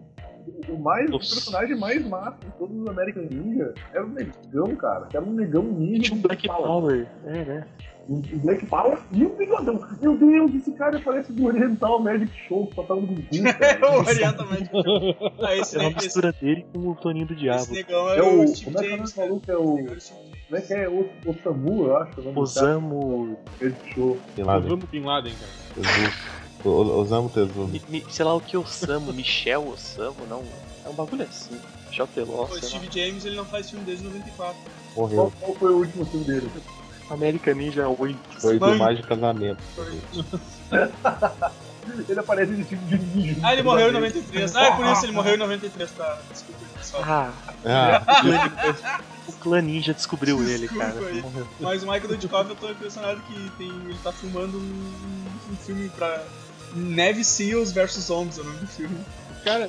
[SPEAKER 1] o- o, mais, o
[SPEAKER 5] Nossa.
[SPEAKER 1] personagem mais massa de todos os American Ninja era o negão, cara. Era um negão
[SPEAKER 5] E
[SPEAKER 1] ninja.
[SPEAKER 5] tinha um
[SPEAKER 1] com
[SPEAKER 5] Black
[SPEAKER 1] bala.
[SPEAKER 5] Power. É, né?
[SPEAKER 1] O o um, Black Power e o bigodão. Meu Deus, esse cara parece do Oriental Magic Show, que só tava no Gugu,
[SPEAKER 4] É o
[SPEAKER 1] cara.
[SPEAKER 4] Oriental Magic Show. Ah, esse,
[SPEAKER 5] É uma
[SPEAKER 4] ne- esse,
[SPEAKER 5] mistura dele com o Toninho do
[SPEAKER 4] esse
[SPEAKER 5] Diabo.
[SPEAKER 4] negão
[SPEAKER 1] É
[SPEAKER 4] era
[SPEAKER 1] o.
[SPEAKER 4] o Steve
[SPEAKER 1] Como é que é o nome
[SPEAKER 4] James.
[SPEAKER 1] do
[SPEAKER 4] cara.
[SPEAKER 1] maluco? É
[SPEAKER 4] Esse
[SPEAKER 1] o.
[SPEAKER 4] negão era o Steve James.
[SPEAKER 1] Como é que é? O, Samu, eu acho. é O nome do cara,
[SPEAKER 5] Osamu.
[SPEAKER 1] Magic Show.
[SPEAKER 3] Sei lá, velho.
[SPEAKER 2] Usando Bin Laden, cara.
[SPEAKER 3] Tesu- o- Osamu Tezu.
[SPEAKER 5] mi- mi- sei lá o que Osamu. Michel Osamu, não. É um bagulho assim. Michel Teló,
[SPEAKER 4] O
[SPEAKER 5] sei lá.
[SPEAKER 4] Steve James ele não faz filme desde 94.
[SPEAKER 1] Qual,
[SPEAKER 5] É.
[SPEAKER 3] Morreu.
[SPEAKER 1] qual foi o último filme dele?
[SPEAKER 5] American Ninja é 8.
[SPEAKER 3] Foi
[SPEAKER 4] Mano.
[SPEAKER 3] do mais de casamento.
[SPEAKER 1] Ele aparece vestido de ninja.
[SPEAKER 4] Ah, ele morreu em 93. Ah, é por isso ele morreu em 93, tá? Desculpa aí, pessoal.
[SPEAKER 5] Ah,
[SPEAKER 4] É.
[SPEAKER 3] Ah,
[SPEAKER 5] o clã ninja descobriu ele,
[SPEAKER 4] Desculpa
[SPEAKER 5] cara.
[SPEAKER 4] aí.
[SPEAKER 5] Morreu.
[SPEAKER 4] Mas o Michael Dudikoff eu tô impressionado que tem, ele tá filmando um, um filme pra. Neve Seals vs Zombies, é o nome do filme.
[SPEAKER 2] Cara,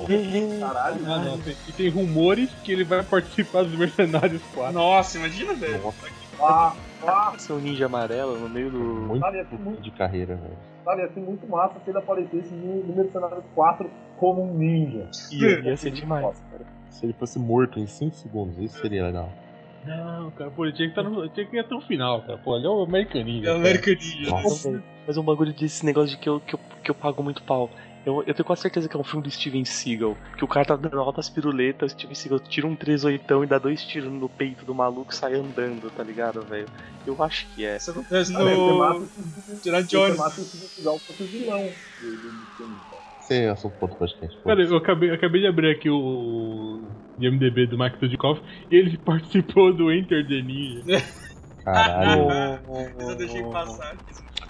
[SPEAKER 1] Caralho,
[SPEAKER 2] ah, não, tem- e tem rumores que ele vai participar dos Mercenários 4.
[SPEAKER 4] Nossa, imagina, velho.
[SPEAKER 1] Ah, ah,
[SPEAKER 5] Seu ninja amarelo no meio do.
[SPEAKER 3] muito
[SPEAKER 1] sabe, ia ser muito,
[SPEAKER 3] de carreira, velho.
[SPEAKER 1] sabe, ia ser muito massa se ele aparecesse no, no Mercenários 4 como um ninja.
[SPEAKER 5] Ia, ia ser demais, cara.
[SPEAKER 3] Se ele fosse morto em 5 segundos, isso seria legal.
[SPEAKER 2] Não, cara, pô, ele tinha que, tá no, tinha que ir até o final, cara. Pô, ele é o American Ninja.
[SPEAKER 4] É o
[SPEAKER 2] cara.
[SPEAKER 4] American Ninja.
[SPEAKER 5] Eu sei, Mas um bagulho desse negócio de que eu, que eu, que eu pago muito pau. Eu, eu tenho quase certeza que é um filme do Steven Seagal. Que o cara tá dando altas piruletas, o Steven Seagal tira um 38 e dá dois tiros no peito do maluco e sai andando, tá ligado, velho? Eu acho que é.
[SPEAKER 4] Isso acontece
[SPEAKER 1] Cara, ia ser massa
[SPEAKER 4] no.
[SPEAKER 1] se o-
[SPEAKER 4] Indiana
[SPEAKER 1] ia ser
[SPEAKER 4] Jones.
[SPEAKER 1] massa se o Portugal fosse o vilão do, do, do filme.
[SPEAKER 3] Você é assunto outro podcast. pô.
[SPEAKER 2] Cara, eu acabei, eu acabei de abrir aqui o IMDB do Michael Dudikoff. Ele [laughs] participou do Enter the Ninja.
[SPEAKER 3] Caralho.
[SPEAKER 4] Isso eu deixei passar.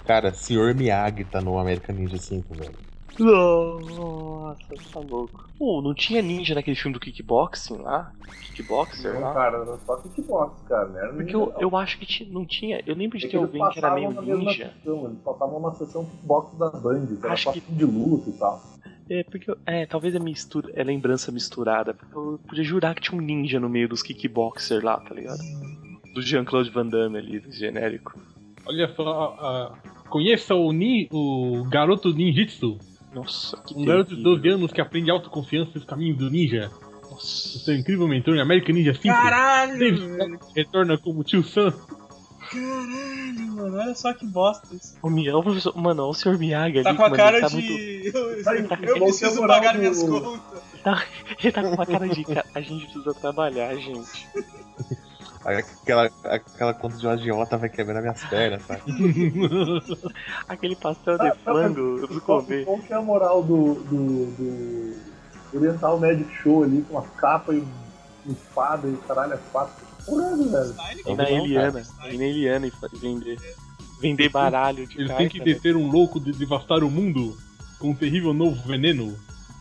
[SPEAKER 3] Cara, Sr. Miyagi tá no American Ninja 5, velho.
[SPEAKER 5] Nossa, tá louco. Pô, não tinha ninja naquele filme do kickboxing lá? Kickboxer
[SPEAKER 1] Não,
[SPEAKER 5] lá?
[SPEAKER 1] cara, era só kickbox, cara. Né? Era
[SPEAKER 5] Porque
[SPEAKER 1] ninja,
[SPEAKER 5] eu,
[SPEAKER 1] não.
[SPEAKER 5] eu acho que ti- não tinha. Eu lembro
[SPEAKER 1] É
[SPEAKER 5] de
[SPEAKER 1] que
[SPEAKER 5] ter
[SPEAKER 1] eles
[SPEAKER 5] alguém que era meio
[SPEAKER 1] passavam na mesma
[SPEAKER 5] ninja.
[SPEAKER 1] sessão, eles passavam na sessão kickbox da Band, que era
[SPEAKER 5] Acho
[SPEAKER 1] só
[SPEAKER 5] que-
[SPEAKER 1] filme de luta e tal.
[SPEAKER 5] É, porque. eu- É, talvez é, mistura, é lembrança misturada. Porque eu podia jurar que tinha um ninja no meio dos kickboxer lá, tá ligado? Do Jean-Claude Van Damme ali, do genérico.
[SPEAKER 2] Olha só, a- a- conheça o, nin, o garoto ninjitsu.
[SPEAKER 5] Nossa, que
[SPEAKER 2] Um garoto de
[SPEAKER 5] terrível.
[SPEAKER 2] 12 anos que aprende autoconfiança e os caminhos do ninja. O
[SPEAKER 5] Nossa.
[SPEAKER 2] seu incrível mentor em American Ninja 5
[SPEAKER 4] Caralho,
[SPEAKER 2] Sim.
[SPEAKER 1] Hum.
[SPEAKER 2] né?
[SPEAKER 4] velho.
[SPEAKER 2] retorna como tio Sam.
[SPEAKER 4] Caralho, mano. Olha só que bosta isso.
[SPEAKER 5] O Miel, mano, olha o Sr. Miyagi
[SPEAKER 4] Tá
[SPEAKER 5] ali,
[SPEAKER 4] com a
[SPEAKER 5] mano,
[SPEAKER 4] cara
[SPEAKER 5] ele tá
[SPEAKER 4] de.
[SPEAKER 5] muito-
[SPEAKER 4] [laughs] Eu, eu
[SPEAKER 1] Qual que é a
[SPEAKER 4] preciso
[SPEAKER 1] moral
[SPEAKER 4] pagar
[SPEAKER 1] do-
[SPEAKER 4] minhas contas.
[SPEAKER 5] Ele tá com uma cara de. "Ca- A gente precisa trabalhar, gente.
[SPEAKER 3] Aquela, aquela conta de agiota vai quebrando minhas pernas, sabe?
[SPEAKER 5] Aquele pastel
[SPEAKER 4] Ah,
[SPEAKER 5] de frango, eu preciso
[SPEAKER 1] Qual,
[SPEAKER 5] comer.
[SPEAKER 1] qual que é a moral do, do, do Oriental Magic Show ali, com uma capa e um espada e caralho, é fato. Porra, velho.
[SPEAKER 4] Style,
[SPEAKER 5] E
[SPEAKER 3] Eu
[SPEAKER 5] na
[SPEAKER 3] vou dar um
[SPEAKER 5] Eliana. E na Eliana e fa- vender. Vender baralho de
[SPEAKER 2] Eles
[SPEAKER 5] carta.
[SPEAKER 2] têm que
[SPEAKER 5] né?
[SPEAKER 2] deter um louco de devastar o mundo com um terrível novo veneno.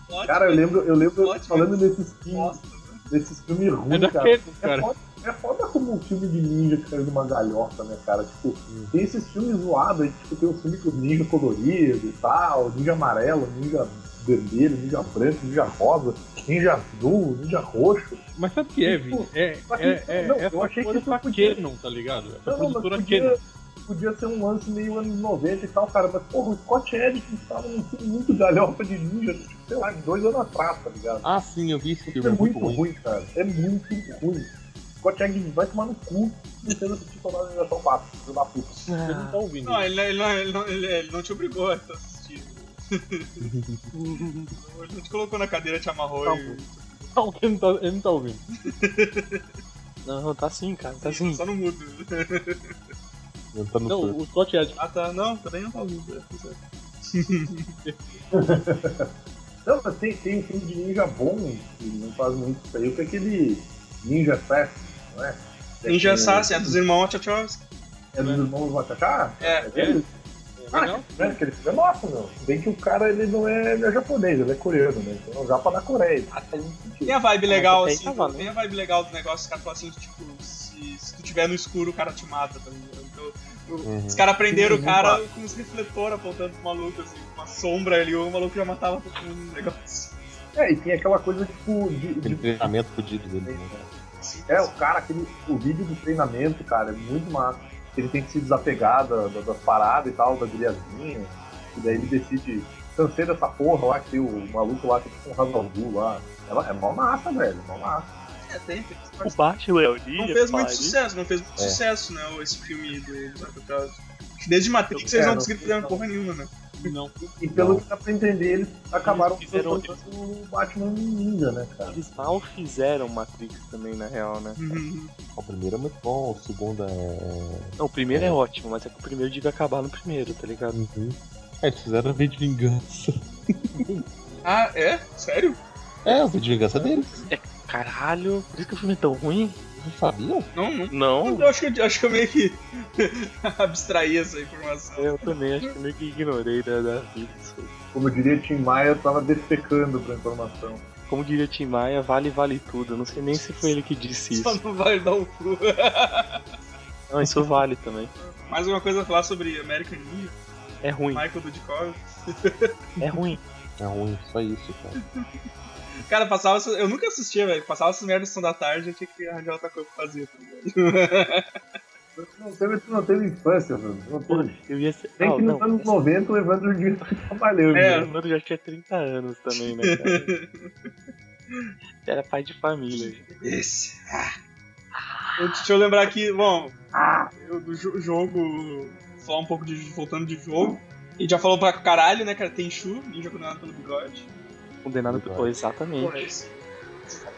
[SPEAKER 4] plot,
[SPEAKER 1] Cara, eu lembro, eu lembro
[SPEAKER 4] Ótimo.
[SPEAKER 1] falando desses filmes,
[SPEAKER 4] bosta, né?
[SPEAKER 1] desses filmes
[SPEAKER 2] É
[SPEAKER 1] ruins, cara.
[SPEAKER 2] daquele,
[SPEAKER 1] É
[SPEAKER 2] cara.
[SPEAKER 1] foda, é foda como um filme de ninja que saiu de uma galhofa, né, cara? Tipo, tem esses filmes zoados, aí, tipo, tem os filmes com ninja colorido e tal, ninja amarelo, ninja vermelho, ninja branco, ninja rosa, ninja azul, ninja roxo.
[SPEAKER 2] Mas sabe o que é, Vini? É,
[SPEAKER 1] Mas
[SPEAKER 2] é, é,
[SPEAKER 1] Tipo, assim, não,
[SPEAKER 2] é
[SPEAKER 1] eu
[SPEAKER 2] essa
[SPEAKER 1] achei que
[SPEAKER 2] coisa
[SPEAKER 1] isso
[SPEAKER 2] pra
[SPEAKER 1] podia-
[SPEAKER 2] Canon, tá ligado? Essa
[SPEAKER 1] Não, não, mas
[SPEAKER 2] produtora
[SPEAKER 1] podia,
[SPEAKER 2] Canon.
[SPEAKER 1] podia ser um lance meio anos 90 e tal, cara. Mas, porra, o Scott Edison estava num filme muito galhofa de ninja, tipo, sei lá, dois anos atrás, tá ligado?
[SPEAKER 3] Ah, sim, eu vi esse
[SPEAKER 1] Isso
[SPEAKER 3] filme.
[SPEAKER 1] é muito ruim, cara. É muito ruim. Scott Agnus vai tomar no cu não sendo assistir tomar no Universal 4, filho da puta.
[SPEAKER 2] Você não tá ouvindo.
[SPEAKER 4] Não, ele, não- ele, não- ele, não- ele, ele não te obrigou a [laughs] assistir. ele não te colocou na cadeira, te amarrou e...
[SPEAKER 2] Não, ele não tá- ele não tá ouvindo.
[SPEAKER 5] [laughs] Não, tá sim, cara, tá sim.
[SPEAKER 4] Só no mudo.
[SPEAKER 3] Eu tô no
[SPEAKER 2] Não,
[SPEAKER 3] surto.
[SPEAKER 2] o Scott é Edson.
[SPEAKER 4] Ah tá, não, também não tá ouvindo. é, tá certo.
[SPEAKER 1] Não, mas tem, tem um filme de ninja bom que não faz muito isso aí, que é aquele Ninja Fest, não é? É
[SPEAKER 4] Ninja
[SPEAKER 1] com-
[SPEAKER 4] Assassin, é dos irmãos Tchotchowski.
[SPEAKER 1] É dos irmãos Watachá?
[SPEAKER 4] É,
[SPEAKER 1] dele?
[SPEAKER 2] É legal?
[SPEAKER 1] Né? Aquele filme é nosso, meu. Bem que o cara ele não é, ele é japonês, ele é coreano, né? Então é um japa da Coreia. Isso faz muito sentido.
[SPEAKER 4] Tem a vibe legal,
[SPEAKER 5] Mas
[SPEAKER 4] assim,
[SPEAKER 5] até aí tá valendo.
[SPEAKER 4] tem a vibe legal do negócio, os caras falam assim, tipo, se, se tu tiver no escuro, o cara te mata, tá ligado? Então, o-
[SPEAKER 3] Uhum.
[SPEAKER 4] Os caras prenderam o
[SPEAKER 1] Uhum.
[SPEAKER 4] cara com uns refletores apontando pro maluco, assim, com uma sombra ali, o maluco já matava todo mundo, um negócio.
[SPEAKER 1] É, e tem aquela coisa, tipo, de- de
[SPEAKER 3] Aquele treinamento fudido dele. né?
[SPEAKER 4] assim.
[SPEAKER 1] É, o cara, aquele, o vídeo do treinamento, cara, é muito massa. Ele tem que se desapegar da, da- das paradas e tal, da guriazinha. E daí ele decide, cansei dessa porra lá, que tem o maluco lá, que é tipo um Razalbu lá. Ela é mó massa, velho, mó massa.
[SPEAKER 4] É, tem, tem essa
[SPEAKER 5] O
[SPEAKER 4] parte.
[SPEAKER 5] Batman é o Ninja,
[SPEAKER 4] Não fez muito
[SPEAKER 5] Paris.
[SPEAKER 4] sucesso, não fez muito
[SPEAKER 3] É.
[SPEAKER 4] sucesso, né, o- esse filme do Zack Desde Matrix
[SPEAKER 1] É,
[SPEAKER 4] eles não
[SPEAKER 1] não fez,
[SPEAKER 4] conseguiram fazer uma
[SPEAKER 1] não.
[SPEAKER 4] porra nenhuma, né?
[SPEAKER 2] Não.
[SPEAKER 1] E pelo
[SPEAKER 3] Não.
[SPEAKER 1] que dá pra entender, eles acabaram
[SPEAKER 5] Eles fizeram
[SPEAKER 1] transformando o Batman em ninja, né, cara?
[SPEAKER 5] Eles mal fizeram Matrix também, na real, né?
[SPEAKER 4] Uhum.
[SPEAKER 3] O primeiro é muito bom, o segundo é.
[SPEAKER 5] Não, o primeiro é ótimo, mas é que o primeiro devia acabar no primeiro, tá
[SPEAKER 2] Hum.
[SPEAKER 5] ligado?
[SPEAKER 3] Uhum. É, eles fizeram o V de Vingança.
[SPEAKER 4] Ah, é? Sério?
[SPEAKER 3] É, o V de Vingança deles.
[SPEAKER 5] Caralho, por isso que o filme é tão ruim?
[SPEAKER 3] Não sabia?
[SPEAKER 4] Não, não.
[SPEAKER 5] Não,
[SPEAKER 4] Eu acho que, eu acho que eu meio que [laughs] abstraí essa informação.
[SPEAKER 5] eu também acho que eu meio que ignorei da, da vida. isso aí.
[SPEAKER 1] Como diria Tim Maia, eu tava defecando pra informação.
[SPEAKER 5] Como diria Tim Maia, vale, vale tudo. Eu não sei nem se foi ele que disse
[SPEAKER 4] Só
[SPEAKER 5] isso.
[SPEAKER 4] não vai dar um o cu.
[SPEAKER 5] Não, isso vale também.
[SPEAKER 4] [laughs] Mais uma coisa a falar sobre American Ninja,
[SPEAKER 5] É ruim,
[SPEAKER 4] Michael Dudikoff.
[SPEAKER 5] é ruim.
[SPEAKER 3] É ruim, só isso, cara.
[SPEAKER 4] Cara, passava essas... Eu nunca assistia, velho. Passava essas merdas são da tarde, eu tinha que arranjar outra coisa pra fazer. Tá ligado?
[SPEAKER 1] Tu não teve, tu não teve infância, mano. Tu não teve.
[SPEAKER 5] Eu ia ser.
[SPEAKER 1] Tem
[SPEAKER 5] Ah,
[SPEAKER 1] que nos
[SPEAKER 5] não.
[SPEAKER 4] tá
[SPEAKER 1] anos 90 o Evandro tá Dias trabalhou,
[SPEAKER 5] O
[SPEAKER 4] É.
[SPEAKER 1] né?
[SPEAKER 5] Leonardo já tinha 30 anos também, né, cara? Era pai de família. gente.
[SPEAKER 4] Esse. Eu, deixa eu lembrar aqui, bom, eu, do jo- jogo. Falar um pouco de. voltando de jogo. A gente já falou pra caralho, né, cara? Tem Shu, ninja condenado pelo bigode.
[SPEAKER 5] Condenado por. Pô, exatamente.
[SPEAKER 4] Porra, esse-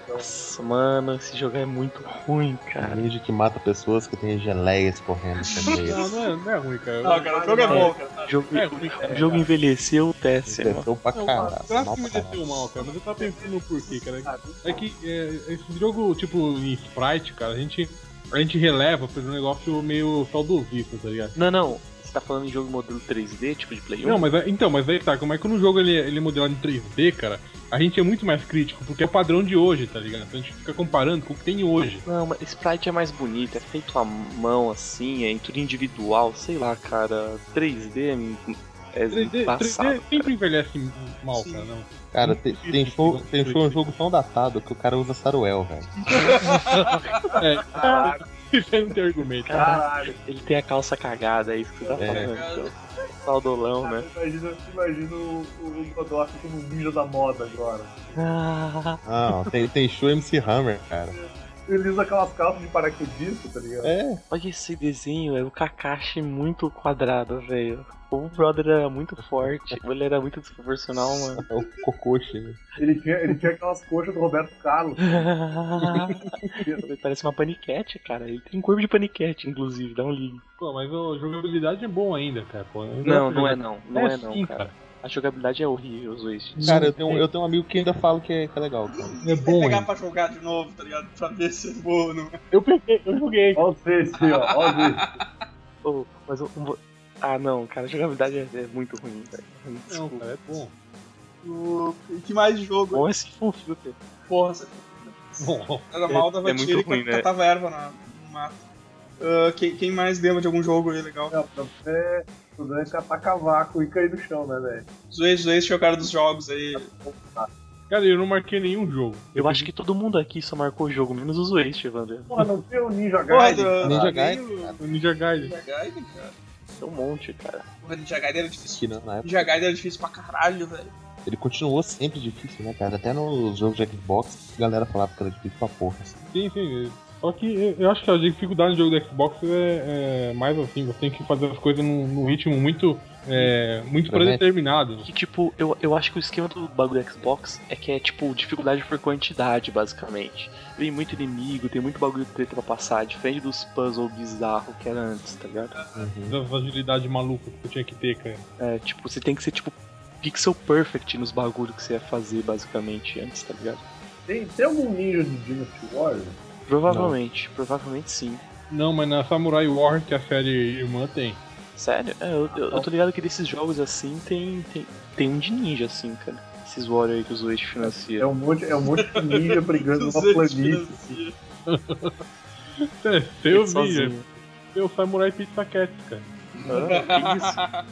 [SPEAKER 5] Nossa, mano, esse jogo é muito ruim, cara.
[SPEAKER 3] Ninja que mata pessoas que tem geleias correndo também.
[SPEAKER 2] Não, não é, não é ruim, cara.
[SPEAKER 4] Não, cara, o jogo é bom, cara.
[SPEAKER 5] O jogo,
[SPEAKER 2] É ruim, cara.
[SPEAKER 5] o jogo envelheceu péssimo.
[SPEAKER 3] Desceu é pra
[SPEAKER 2] Não,
[SPEAKER 3] caralho.
[SPEAKER 2] é o gráfico
[SPEAKER 3] mal pra
[SPEAKER 2] me desceu
[SPEAKER 3] caralho.
[SPEAKER 2] mal, cara, mas eu tava pensando no porquê, cara. É que é, esse jogo, tipo, em sprite, cara, a gente, a gente releva por um negócio meio saudosista, tá ligado?
[SPEAKER 5] Não, não. Você tá falando em jogo modelo 3D, tipo de Play 1?
[SPEAKER 2] Não, mas é- então, mas aí tá, como é que no jogo ele, ele é modelado em 3D, cara, a gente é muito mais crítico, porque é o padrão de hoje, tá ligado? Então a gente fica comparando com o que tem hoje.
[SPEAKER 5] Não, mas Sprite é mais bonito, é feito à mão assim, é em tudo individual, sei lá, cara. 3D é, é
[SPEAKER 2] 3D, 3D
[SPEAKER 5] passado.
[SPEAKER 2] sempre envelhece mal,
[SPEAKER 4] Sim.
[SPEAKER 2] cara, não.
[SPEAKER 3] Cara, tem, tem, show, tem show um jogo tão datado que o cara usa Saruel, velho.
[SPEAKER 2] É, [laughs] Isso aí não tem argumento. né?
[SPEAKER 1] Caralho.
[SPEAKER 5] Ele tem a calça cagada, é isso que você tá
[SPEAKER 3] É.
[SPEAKER 5] falando. Então. Saudolão, né?
[SPEAKER 1] Imagina, imagina o, o Godoff como um ninja da moda agora.
[SPEAKER 5] Ah,
[SPEAKER 3] Não, tem, tem show MC Hammer, cara.
[SPEAKER 1] Ele usa aquelas calças de paraquedista, tá ligado?
[SPEAKER 3] É,
[SPEAKER 5] Olha esse desenho, é o Kakashi muito quadrado, velho. O brother era muito [laughs] forte, ele era muito desproporcional, [laughs] mano.
[SPEAKER 3] é o Kokoshi. né?
[SPEAKER 1] Ele tinha, ele tinha aquelas coxas do Roberto Carlos.
[SPEAKER 5] ele parece uma paniquete, cara. Ele tem um corpo de paniquete, inclusive, dá um ligue.
[SPEAKER 2] Pô, mas a jogabilidade é boa ainda, cara. Pô, Eu gosto
[SPEAKER 5] Não, não
[SPEAKER 2] de
[SPEAKER 5] é
[SPEAKER 2] jogar.
[SPEAKER 5] não, não é não,
[SPEAKER 2] sim,
[SPEAKER 5] cara. A jogabilidade é horrível, os dois.
[SPEAKER 3] Cara, eu tenho, eu tenho um amigo que ainda fala que é, que é legal. Cara.
[SPEAKER 2] É
[SPEAKER 4] Vou
[SPEAKER 2] bom
[SPEAKER 4] pegar
[SPEAKER 2] ainda.
[SPEAKER 4] pra jogar de novo, tá ligado? Pra ver se é boa ou não.
[SPEAKER 5] Eu peguei, eu joguei.
[SPEAKER 1] Olha o texto aí, ó. Olha o texto.
[SPEAKER 5] Oh, mas eu, eu vou- Ah, não, cara, a jogabilidade é, é muito ruim, velho.
[SPEAKER 2] Não,
[SPEAKER 5] Desculpa.
[SPEAKER 2] cara, é bom.
[SPEAKER 4] O... e Que mais de jogo?
[SPEAKER 5] Bom, é se fofinho, cara.
[SPEAKER 4] Porra, essa
[SPEAKER 2] Bom,
[SPEAKER 4] era mal dava
[SPEAKER 5] é muito
[SPEAKER 4] tiro e
[SPEAKER 5] ruim, né?
[SPEAKER 4] catava erva na- no mato. Ah, quem, quem mais lembra de algum jogo aí legal?
[SPEAKER 1] Não, não, é, o Dan catar cavaco e cair no chão, né, velho?
[SPEAKER 4] Zoei, zoei, esse é o cara dos jogos aí.
[SPEAKER 2] cara, eu não marquei nenhum jogo.
[SPEAKER 5] Eu acho que todo mundo aqui só marcou o jogo, menos o Zoeste, Evander.
[SPEAKER 1] Porra, não tinha o Ninja
[SPEAKER 4] Porra,
[SPEAKER 1] Gaiden?
[SPEAKER 4] do...
[SPEAKER 3] Ninja
[SPEAKER 4] nem
[SPEAKER 3] Gaiden,
[SPEAKER 4] o-
[SPEAKER 2] O Ninja Gaiden.
[SPEAKER 4] Ninja Gaiden, cara.
[SPEAKER 5] É um monte, cara.
[SPEAKER 4] Porra, Ninja Gaiden era difícil.
[SPEAKER 3] Que não, na época.
[SPEAKER 4] Ninja Gaiden era difícil pra caralho, velho.
[SPEAKER 3] Ele continuou sempre difícil, né, cara? Até nos jogos de Xbox, a galera falava que era difícil pra porra. assim.
[SPEAKER 2] Sim, sim. Só que eu- eu acho que a dificuldade do jogo do Xbox é, é mais assim, você tem que fazer as coisas num, num ritmo muito, é, muito
[SPEAKER 3] Frenético.
[SPEAKER 2] predeterminado.
[SPEAKER 5] Que, tipo, eu, eu acho que o esquema do bagulho do Xbox é que é, tipo, dificuldade por quantidade, basicamente. Tem muito inimigo, tem muito bagulho treta pra passar, diferente dos puzzles bizarros que era antes, tá ligado?
[SPEAKER 2] Da agilidade maluca que eu tinha que ter, cara.
[SPEAKER 5] É, tipo, você tem que ser, tipo, pixel perfect nos bagulhos que você ia fazer, basicamente, antes, tá ligado?
[SPEAKER 1] Tem, tem algum ninja de Dynasty Warrior?
[SPEAKER 5] Provavelmente, provavelmente sim.
[SPEAKER 2] Não, mas na Samurai War, que a série irmã tem.
[SPEAKER 5] Sério? É, eu, eu- eu tô ligado que desses jogos assim tem, tem, tem um de ninja, assim, cara. Esses Warrior aí que os dois
[SPEAKER 1] É
[SPEAKER 5] financiam.
[SPEAKER 1] um monte, é um monte de ninja brigando
[SPEAKER 4] [laughs] Não
[SPEAKER 1] numa
[SPEAKER 4] sei,
[SPEAKER 1] planície.
[SPEAKER 4] financia.
[SPEAKER 2] É, seu ninja,
[SPEAKER 5] sozinho.
[SPEAKER 2] seu Samurai Pizza Cat, cara.
[SPEAKER 5] Ah, que isso?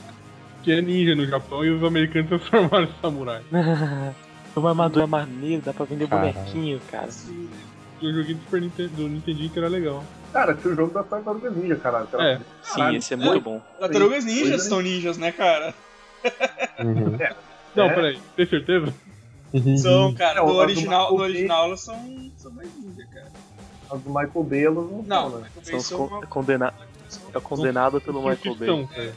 [SPEAKER 2] Que é ninja no Japão e os americanos [laughs] transformaram em samurai.
[SPEAKER 5] É [laughs] uma armadura maneira, dá pra vender
[SPEAKER 3] Caralho.
[SPEAKER 5] bonequinho, cara.
[SPEAKER 4] assim.
[SPEAKER 2] E o joguinho do Super Nintendo, do Nintendinho que era legal.
[SPEAKER 4] é.
[SPEAKER 1] Cara, tinha o jogo da Tartaruga Ninja, caralho. Aquela...
[SPEAKER 2] É.
[SPEAKER 5] Sim, esse é muito bom.
[SPEAKER 4] Tartarugas ninjas
[SPEAKER 1] Pois é.
[SPEAKER 4] são ninjas, né, cara?
[SPEAKER 3] [laughs] Uhum.
[SPEAKER 2] Não,
[SPEAKER 1] É.
[SPEAKER 2] peraí, tem certeza?
[SPEAKER 4] São, cara.
[SPEAKER 1] Não,
[SPEAKER 4] No
[SPEAKER 1] as do
[SPEAKER 4] original, no
[SPEAKER 1] Michael Bay-
[SPEAKER 4] original elas são, são mais ninjas, cara.
[SPEAKER 1] As do Michael Bay, elas não,
[SPEAKER 4] Não,
[SPEAKER 1] são, né?
[SPEAKER 4] Michael
[SPEAKER 5] São
[SPEAKER 4] Bay
[SPEAKER 5] os
[SPEAKER 4] são
[SPEAKER 5] con- é
[SPEAKER 4] uma-
[SPEAKER 5] condena- é condenado pelo Michael Bay.
[SPEAKER 2] Ficção, cara.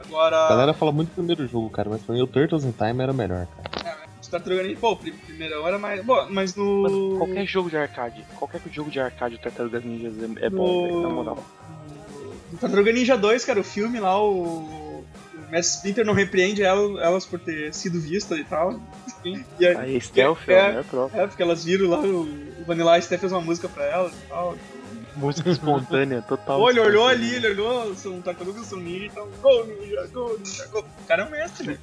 [SPEAKER 3] A
[SPEAKER 4] Agora,
[SPEAKER 3] galera fala muito do primeiro jogo, cara, mas pra mim o Turtles in Time era o melhor, cara.
[SPEAKER 4] os Tartarugas Ninja. Pô, o prim- primeirão era mais. Bom, mas
[SPEAKER 5] Mano,
[SPEAKER 4] no.
[SPEAKER 5] qualquer jogo de arcade, qualquer jogo de arcade do Tartarugas Ninjas é, é bom, velho, na moral.
[SPEAKER 4] No Tartaruga Ninja 2, cara, o filme lá, o. O Mestre Splinter não repreende ela- elas por ter sido vista e tal. E aí,
[SPEAKER 5] Aí, Stealth
[SPEAKER 4] É.
[SPEAKER 5] é o melhor prova.
[SPEAKER 4] é, porque elas viram lá, o, o Vanilla Steph fez uma música pra elas e tal.
[SPEAKER 5] Música espontânea, total.
[SPEAKER 4] Pô, ele olhou ali, ele olhou, são tartarugas, são ninja, então, gol, ninja, gol, ninja, gol. O cara é um mestre, né?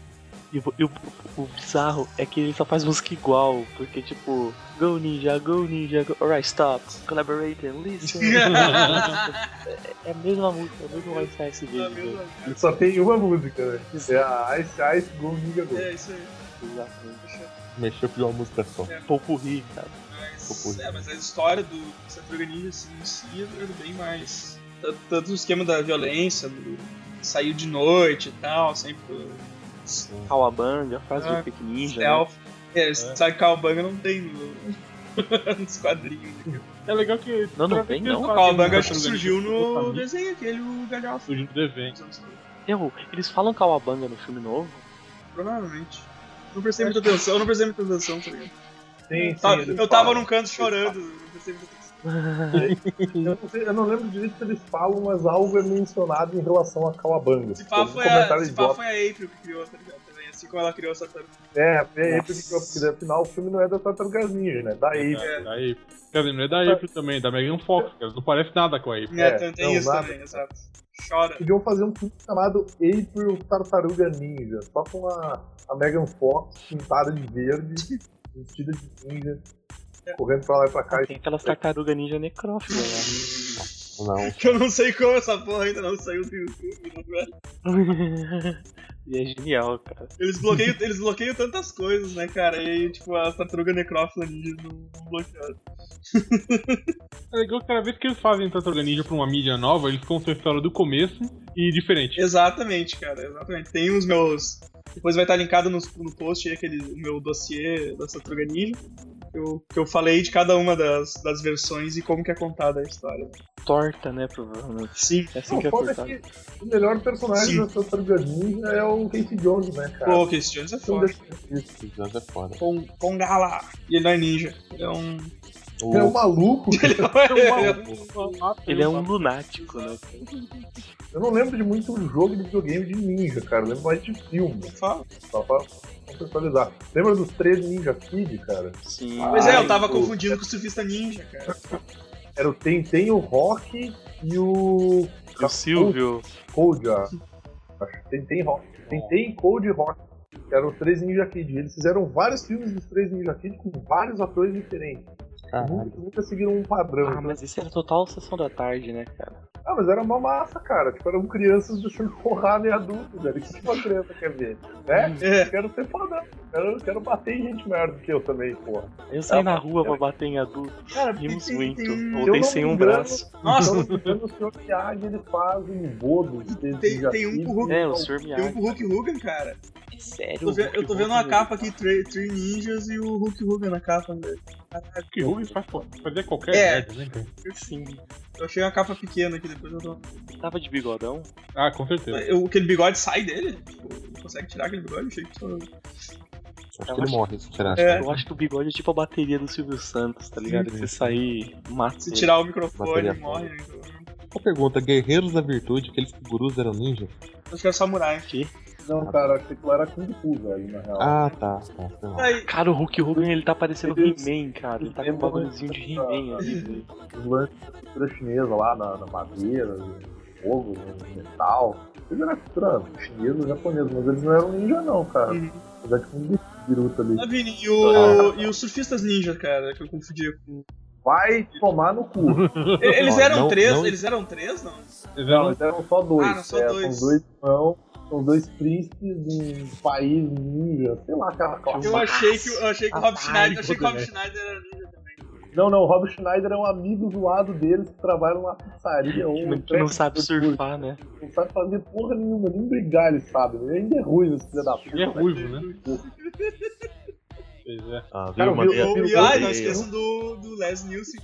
[SPEAKER 5] E, o- e o, o bizarro é que ele só faz música igual, porque tipo, Go Ninja, Go Ninja, go... Alright, stop, collaborate and
[SPEAKER 4] [laughs]
[SPEAKER 5] listen. é a mesma música, é o mesmo White Size
[SPEAKER 4] Ah,
[SPEAKER 5] dele.
[SPEAKER 4] meu
[SPEAKER 5] né, velho.
[SPEAKER 4] Deus, cara.
[SPEAKER 1] Ele Só tem uma música, né?
[SPEAKER 5] Isso.
[SPEAKER 1] É a Ice Ice Go Ninja Go.
[SPEAKER 4] É isso aí.
[SPEAKER 5] Exatamente.
[SPEAKER 3] Mexeu pra uma música só.
[SPEAKER 5] Pouco ri, cara.
[SPEAKER 4] Mas, é, mas a história do Tartaruga Ninja assim, em si é bem mais. Tanto- Tanto o esquema da violência, do sair de noite e tal, sempre.
[SPEAKER 5] Cowabunga, faz
[SPEAKER 4] Ah,
[SPEAKER 5] o Fake Ninja. né?
[SPEAKER 4] Stealth. É, sabe que Calabanga não tem no- [laughs] nos quadrinhos. Né?
[SPEAKER 2] É legal que.
[SPEAKER 5] Não, não tem, não.
[SPEAKER 4] O Calabanga acho que surgiu no desenho aquele, o Galhofa.
[SPEAKER 2] né? Surgiu no desenho.
[SPEAKER 5] Eu, eles falam Cowabunga no filme [laughs] novo?
[SPEAKER 4] Provavelmente. Não prestei muita atenção, eu não prestei muita atenção, tá ligado?
[SPEAKER 1] Sim,
[SPEAKER 4] Tá,
[SPEAKER 1] sim, eles
[SPEAKER 4] eu tava
[SPEAKER 1] falam.
[SPEAKER 4] num canto chorando, não prestei muita atenção.
[SPEAKER 1] Eu não, sei- eu não lembro direito se eles falam, mas algo é mencionado em relação a Calabanga.
[SPEAKER 4] Se pá foi a, se pá foi a April que criou, tá ligado? Também, assim como ela criou essa tartaruga.
[SPEAKER 1] É, foi aí porque, porque afinal o filme não é da Tartarugas Ninja, né? Da Ape.
[SPEAKER 4] É.
[SPEAKER 2] Da April. Quer dizer, não é da April também, é da Megan Fox, cara. Não parece nada com a April.
[SPEAKER 4] É,
[SPEAKER 1] É,
[SPEAKER 4] tem, tem
[SPEAKER 1] não,
[SPEAKER 4] isso
[SPEAKER 1] nada.
[SPEAKER 4] também, exato. Chora. [laughs]
[SPEAKER 1] Podiam fazer um filme chamado April Tartaruga Ninja, só com a, a Megan Fox pintada de verde, vestida de ninja,
[SPEAKER 4] É.
[SPEAKER 1] correndo pra lá e pra cá.
[SPEAKER 5] Tem aquelas tartaruga ninja necrófila lá.
[SPEAKER 3] Não.
[SPEAKER 4] Que eu não sei como essa porra ainda não saiu do YouTube, né, velho?
[SPEAKER 5] [laughs] e é genial, cara.
[SPEAKER 4] Eles bloqueiam, eles bloqueiam tantas coisas, né, cara? E aí, tipo, a tartaruga necrófila ninja não não bloquearam.
[SPEAKER 2] É legal que cada vez que eles fazem Tartaruga Ninja pra uma mídia nova, eles contam a história do começo e
[SPEAKER 4] [laughs]
[SPEAKER 2] diferente.
[SPEAKER 4] Exatamente, cara, exatamente. Tem os meus. Depois vai estar linkado no, no post aí aquele, o meu dossiê da tartaruga ninja. que eu, que eu falei de cada uma das, das versões e como que é contada a história.
[SPEAKER 5] Torta, né, provavelmente.
[SPEAKER 4] Sim,
[SPEAKER 5] É assim
[SPEAKER 1] Não,
[SPEAKER 5] que é
[SPEAKER 1] foda
[SPEAKER 5] cortado.
[SPEAKER 1] que o melhor personagem
[SPEAKER 4] Sim.
[SPEAKER 1] da Santa de Ninja é o Casey Jones, né, cara?
[SPEAKER 4] pô, o Casey Jones é
[SPEAKER 1] Então,
[SPEAKER 4] foda.
[SPEAKER 3] Isso, Jones é foda.
[SPEAKER 4] Pon- Pongala! E ele não é ninja. Ele é um.
[SPEAKER 1] Ele é um [laughs] maluco.
[SPEAKER 4] [laughs]
[SPEAKER 5] Ele é um lunático, né?
[SPEAKER 1] Eu não lembro de muito jogo de videogame de ninja, cara. Eu lembro mais de filme,
[SPEAKER 4] Fala.
[SPEAKER 1] só pra contextualizar. Lembra dos três Ninja Kid, cara?
[SPEAKER 5] Sim.
[SPEAKER 4] Pois é, eu
[SPEAKER 1] Ai,
[SPEAKER 4] tava
[SPEAKER 1] pô.
[SPEAKER 4] confundindo com o surfista ninja, cara.
[SPEAKER 1] Era o Tenten, o Rock e o.
[SPEAKER 5] E o Silvio.
[SPEAKER 1] Cold, a. acho. Tentei Rock. Tentei Cold e Rock. que Eram os três Ninja Kid. Eles fizeram vários filmes dos três Ninja Kid com vários atores diferentes.
[SPEAKER 3] Caralho.
[SPEAKER 1] Nunca, nunca seguiram um padrão.
[SPEAKER 5] Ah, mas isso era total sessão da tarde, né, cara?
[SPEAKER 1] Ah, mas era uma massa, cara. Tipo, eram crianças deixando porrada em adultos, velho. O que uma criança quer ver? Né?
[SPEAKER 4] É.
[SPEAKER 1] Eu quero ser foda. Quero, quero bater em gente maior do que eu também, porra.
[SPEAKER 5] Eu saí
[SPEAKER 1] Tá,
[SPEAKER 5] na
[SPEAKER 1] mas-
[SPEAKER 5] rua pra bater em adulto.
[SPEAKER 1] Cara,
[SPEAKER 5] Rimos
[SPEAKER 1] se-
[SPEAKER 5] muito.
[SPEAKER 1] se eu
[SPEAKER 5] Voltei
[SPEAKER 1] não
[SPEAKER 5] sem
[SPEAKER 1] me
[SPEAKER 5] um
[SPEAKER 1] engano,
[SPEAKER 5] braço.
[SPEAKER 1] Se Então, eu
[SPEAKER 4] Nossa,
[SPEAKER 1] não me engano, o senhor Miyagi, ele faz um bodo. de
[SPEAKER 4] tem,
[SPEAKER 1] Ninja
[SPEAKER 4] tem um
[SPEAKER 1] Kid.
[SPEAKER 4] com o Hulk. um
[SPEAKER 5] É, o senhor
[SPEAKER 4] Tem um
[SPEAKER 5] Miyagi.
[SPEAKER 4] com o Hulk Hogan, cara.
[SPEAKER 5] Sério? um
[SPEAKER 4] Tô ve- eu tô vendo uma
[SPEAKER 5] a
[SPEAKER 4] capa aqui, Three Three Ninjas e o Hulk Hogan na capa, né? velho. Caralho.
[SPEAKER 2] Que Rubens faz fazer qualquer
[SPEAKER 4] É.
[SPEAKER 2] merda, né, cara?
[SPEAKER 5] Sim.
[SPEAKER 4] Eu achei uma capa pequena aqui, depois eu tô.
[SPEAKER 5] assim. Tava de bigodão?
[SPEAKER 2] Ah, com certeza.
[SPEAKER 4] Eu- aquele bigode sai dele? Tipo, ele consegue tirar aquele bigode? Eu achei que só-
[SPEAKER 3] Acho que ele morre se tirar.
[SPEAKER 4] É,
[SPEAKER 5] Eu acho que o bigode é tipo a bateria do Silvio Santos, tá ligado? Que você sair, mata.
[SPEAKER 4] se
[SPEAKER 5] ele.
[SPEAKER 4] tirar o microfone,
[SPEAKER 3] Bateria
[SPEAKER 4] morre. Né?
[SPEAKER 3] Uma pergunta: Guerreiros da Virtude, aqueles gurus eram ninjas?
[SPEAKER 4] Eu Então, Acho que era samurai.
[SPEAKER 1] Não, cara, aquilo era Kung Fu, velho, na real.
[SPEAKER 3] Ah, tá. tá foi mal.
[SPEAKER 4] Aí,
[SPEAKER 5] Cara, o Hulk Hogan ele tá parecendo
[SPEAKER 1] Eles-
[SPEAKER 5] He-Man, cara. Ele tá com um
[SPEAKER 1] eles-
[SPEAKER 5] bagulhozinho de He-Man ali.
[SPEAKER 1] Os lances da cultura chinesa lá, na, na madeira, no fogo, no metal. Eles eram cultura chinesa, japonesa, mas eles não eram ninja, não, cara.
[SPEAKER 4] Uhum.
[SPEAKER 1] Eles eram tipo um biruta ali.
[SPEAKER 4] Vini, e o, e os surfistas ninja, cara, que eu confundia com.
[SPEAKER 1] Vai tomar no cu.
[SPEAKER 4] E- Eles
[SPEAKER 3] Ó,
[SPEAKER 4] eram
[SPEAKER 3] não-
[SPEAKER 4] três?
[SPEAKER 3] não-
[SPEAKER 4] Eles eram três, não?
[SPEAKER 2] Eles
[SPEAKER 1] Não,
[SPEAKER 2] eram
[SPEAKER 1] eles eram só dois.
[SPEAKER 4] Ah, eram só
[SPEAKER 1] É,
[SPEAKER 4] dois.
[SPEAKER 1] São dois irmãos, são dois príncipes de um país ninja, sei lá, aquela classe.
[SPEAKER 4] Eu achei que, eu achei que o Rob
[SPEAKER 5] Rapaz,
[SPEAKER 4] Schneider. Eu achei que o Rob
[SPEAKER 2] velho.
[SPEAKER 4] Schneider era ninja também.
[SPEAKER 1] Não, não, o Rob Schneider é um amigo zoado deles que trabalha numa
[SPEAKER 5] [laughs]
[SPEAKER 1] pizzaria. ou um
[SPEAKER 5] Ele que não sabe surfar, né?
[SPEAKER 1] Não sabe fazer porra nenhuma, nem brigar ele sabe. Ele ainda é ruim esse filho da puta.
[SPEAKER 2] Ele é ruivo, né? Pois é.
[SPEAKER 3] Ah,
[SPEAKER 1] Cara,
[SPEAKER 3] viu, mano?
[SPEAKER 1] eu-
[SPEAKER 4] Ou-
[SPEAKER 1] eu-
[SPEAKER 4] E ai,
[SPEAKER 1] eu-
[SPEAKER 4] não esqueçam do, do Les Nielsen.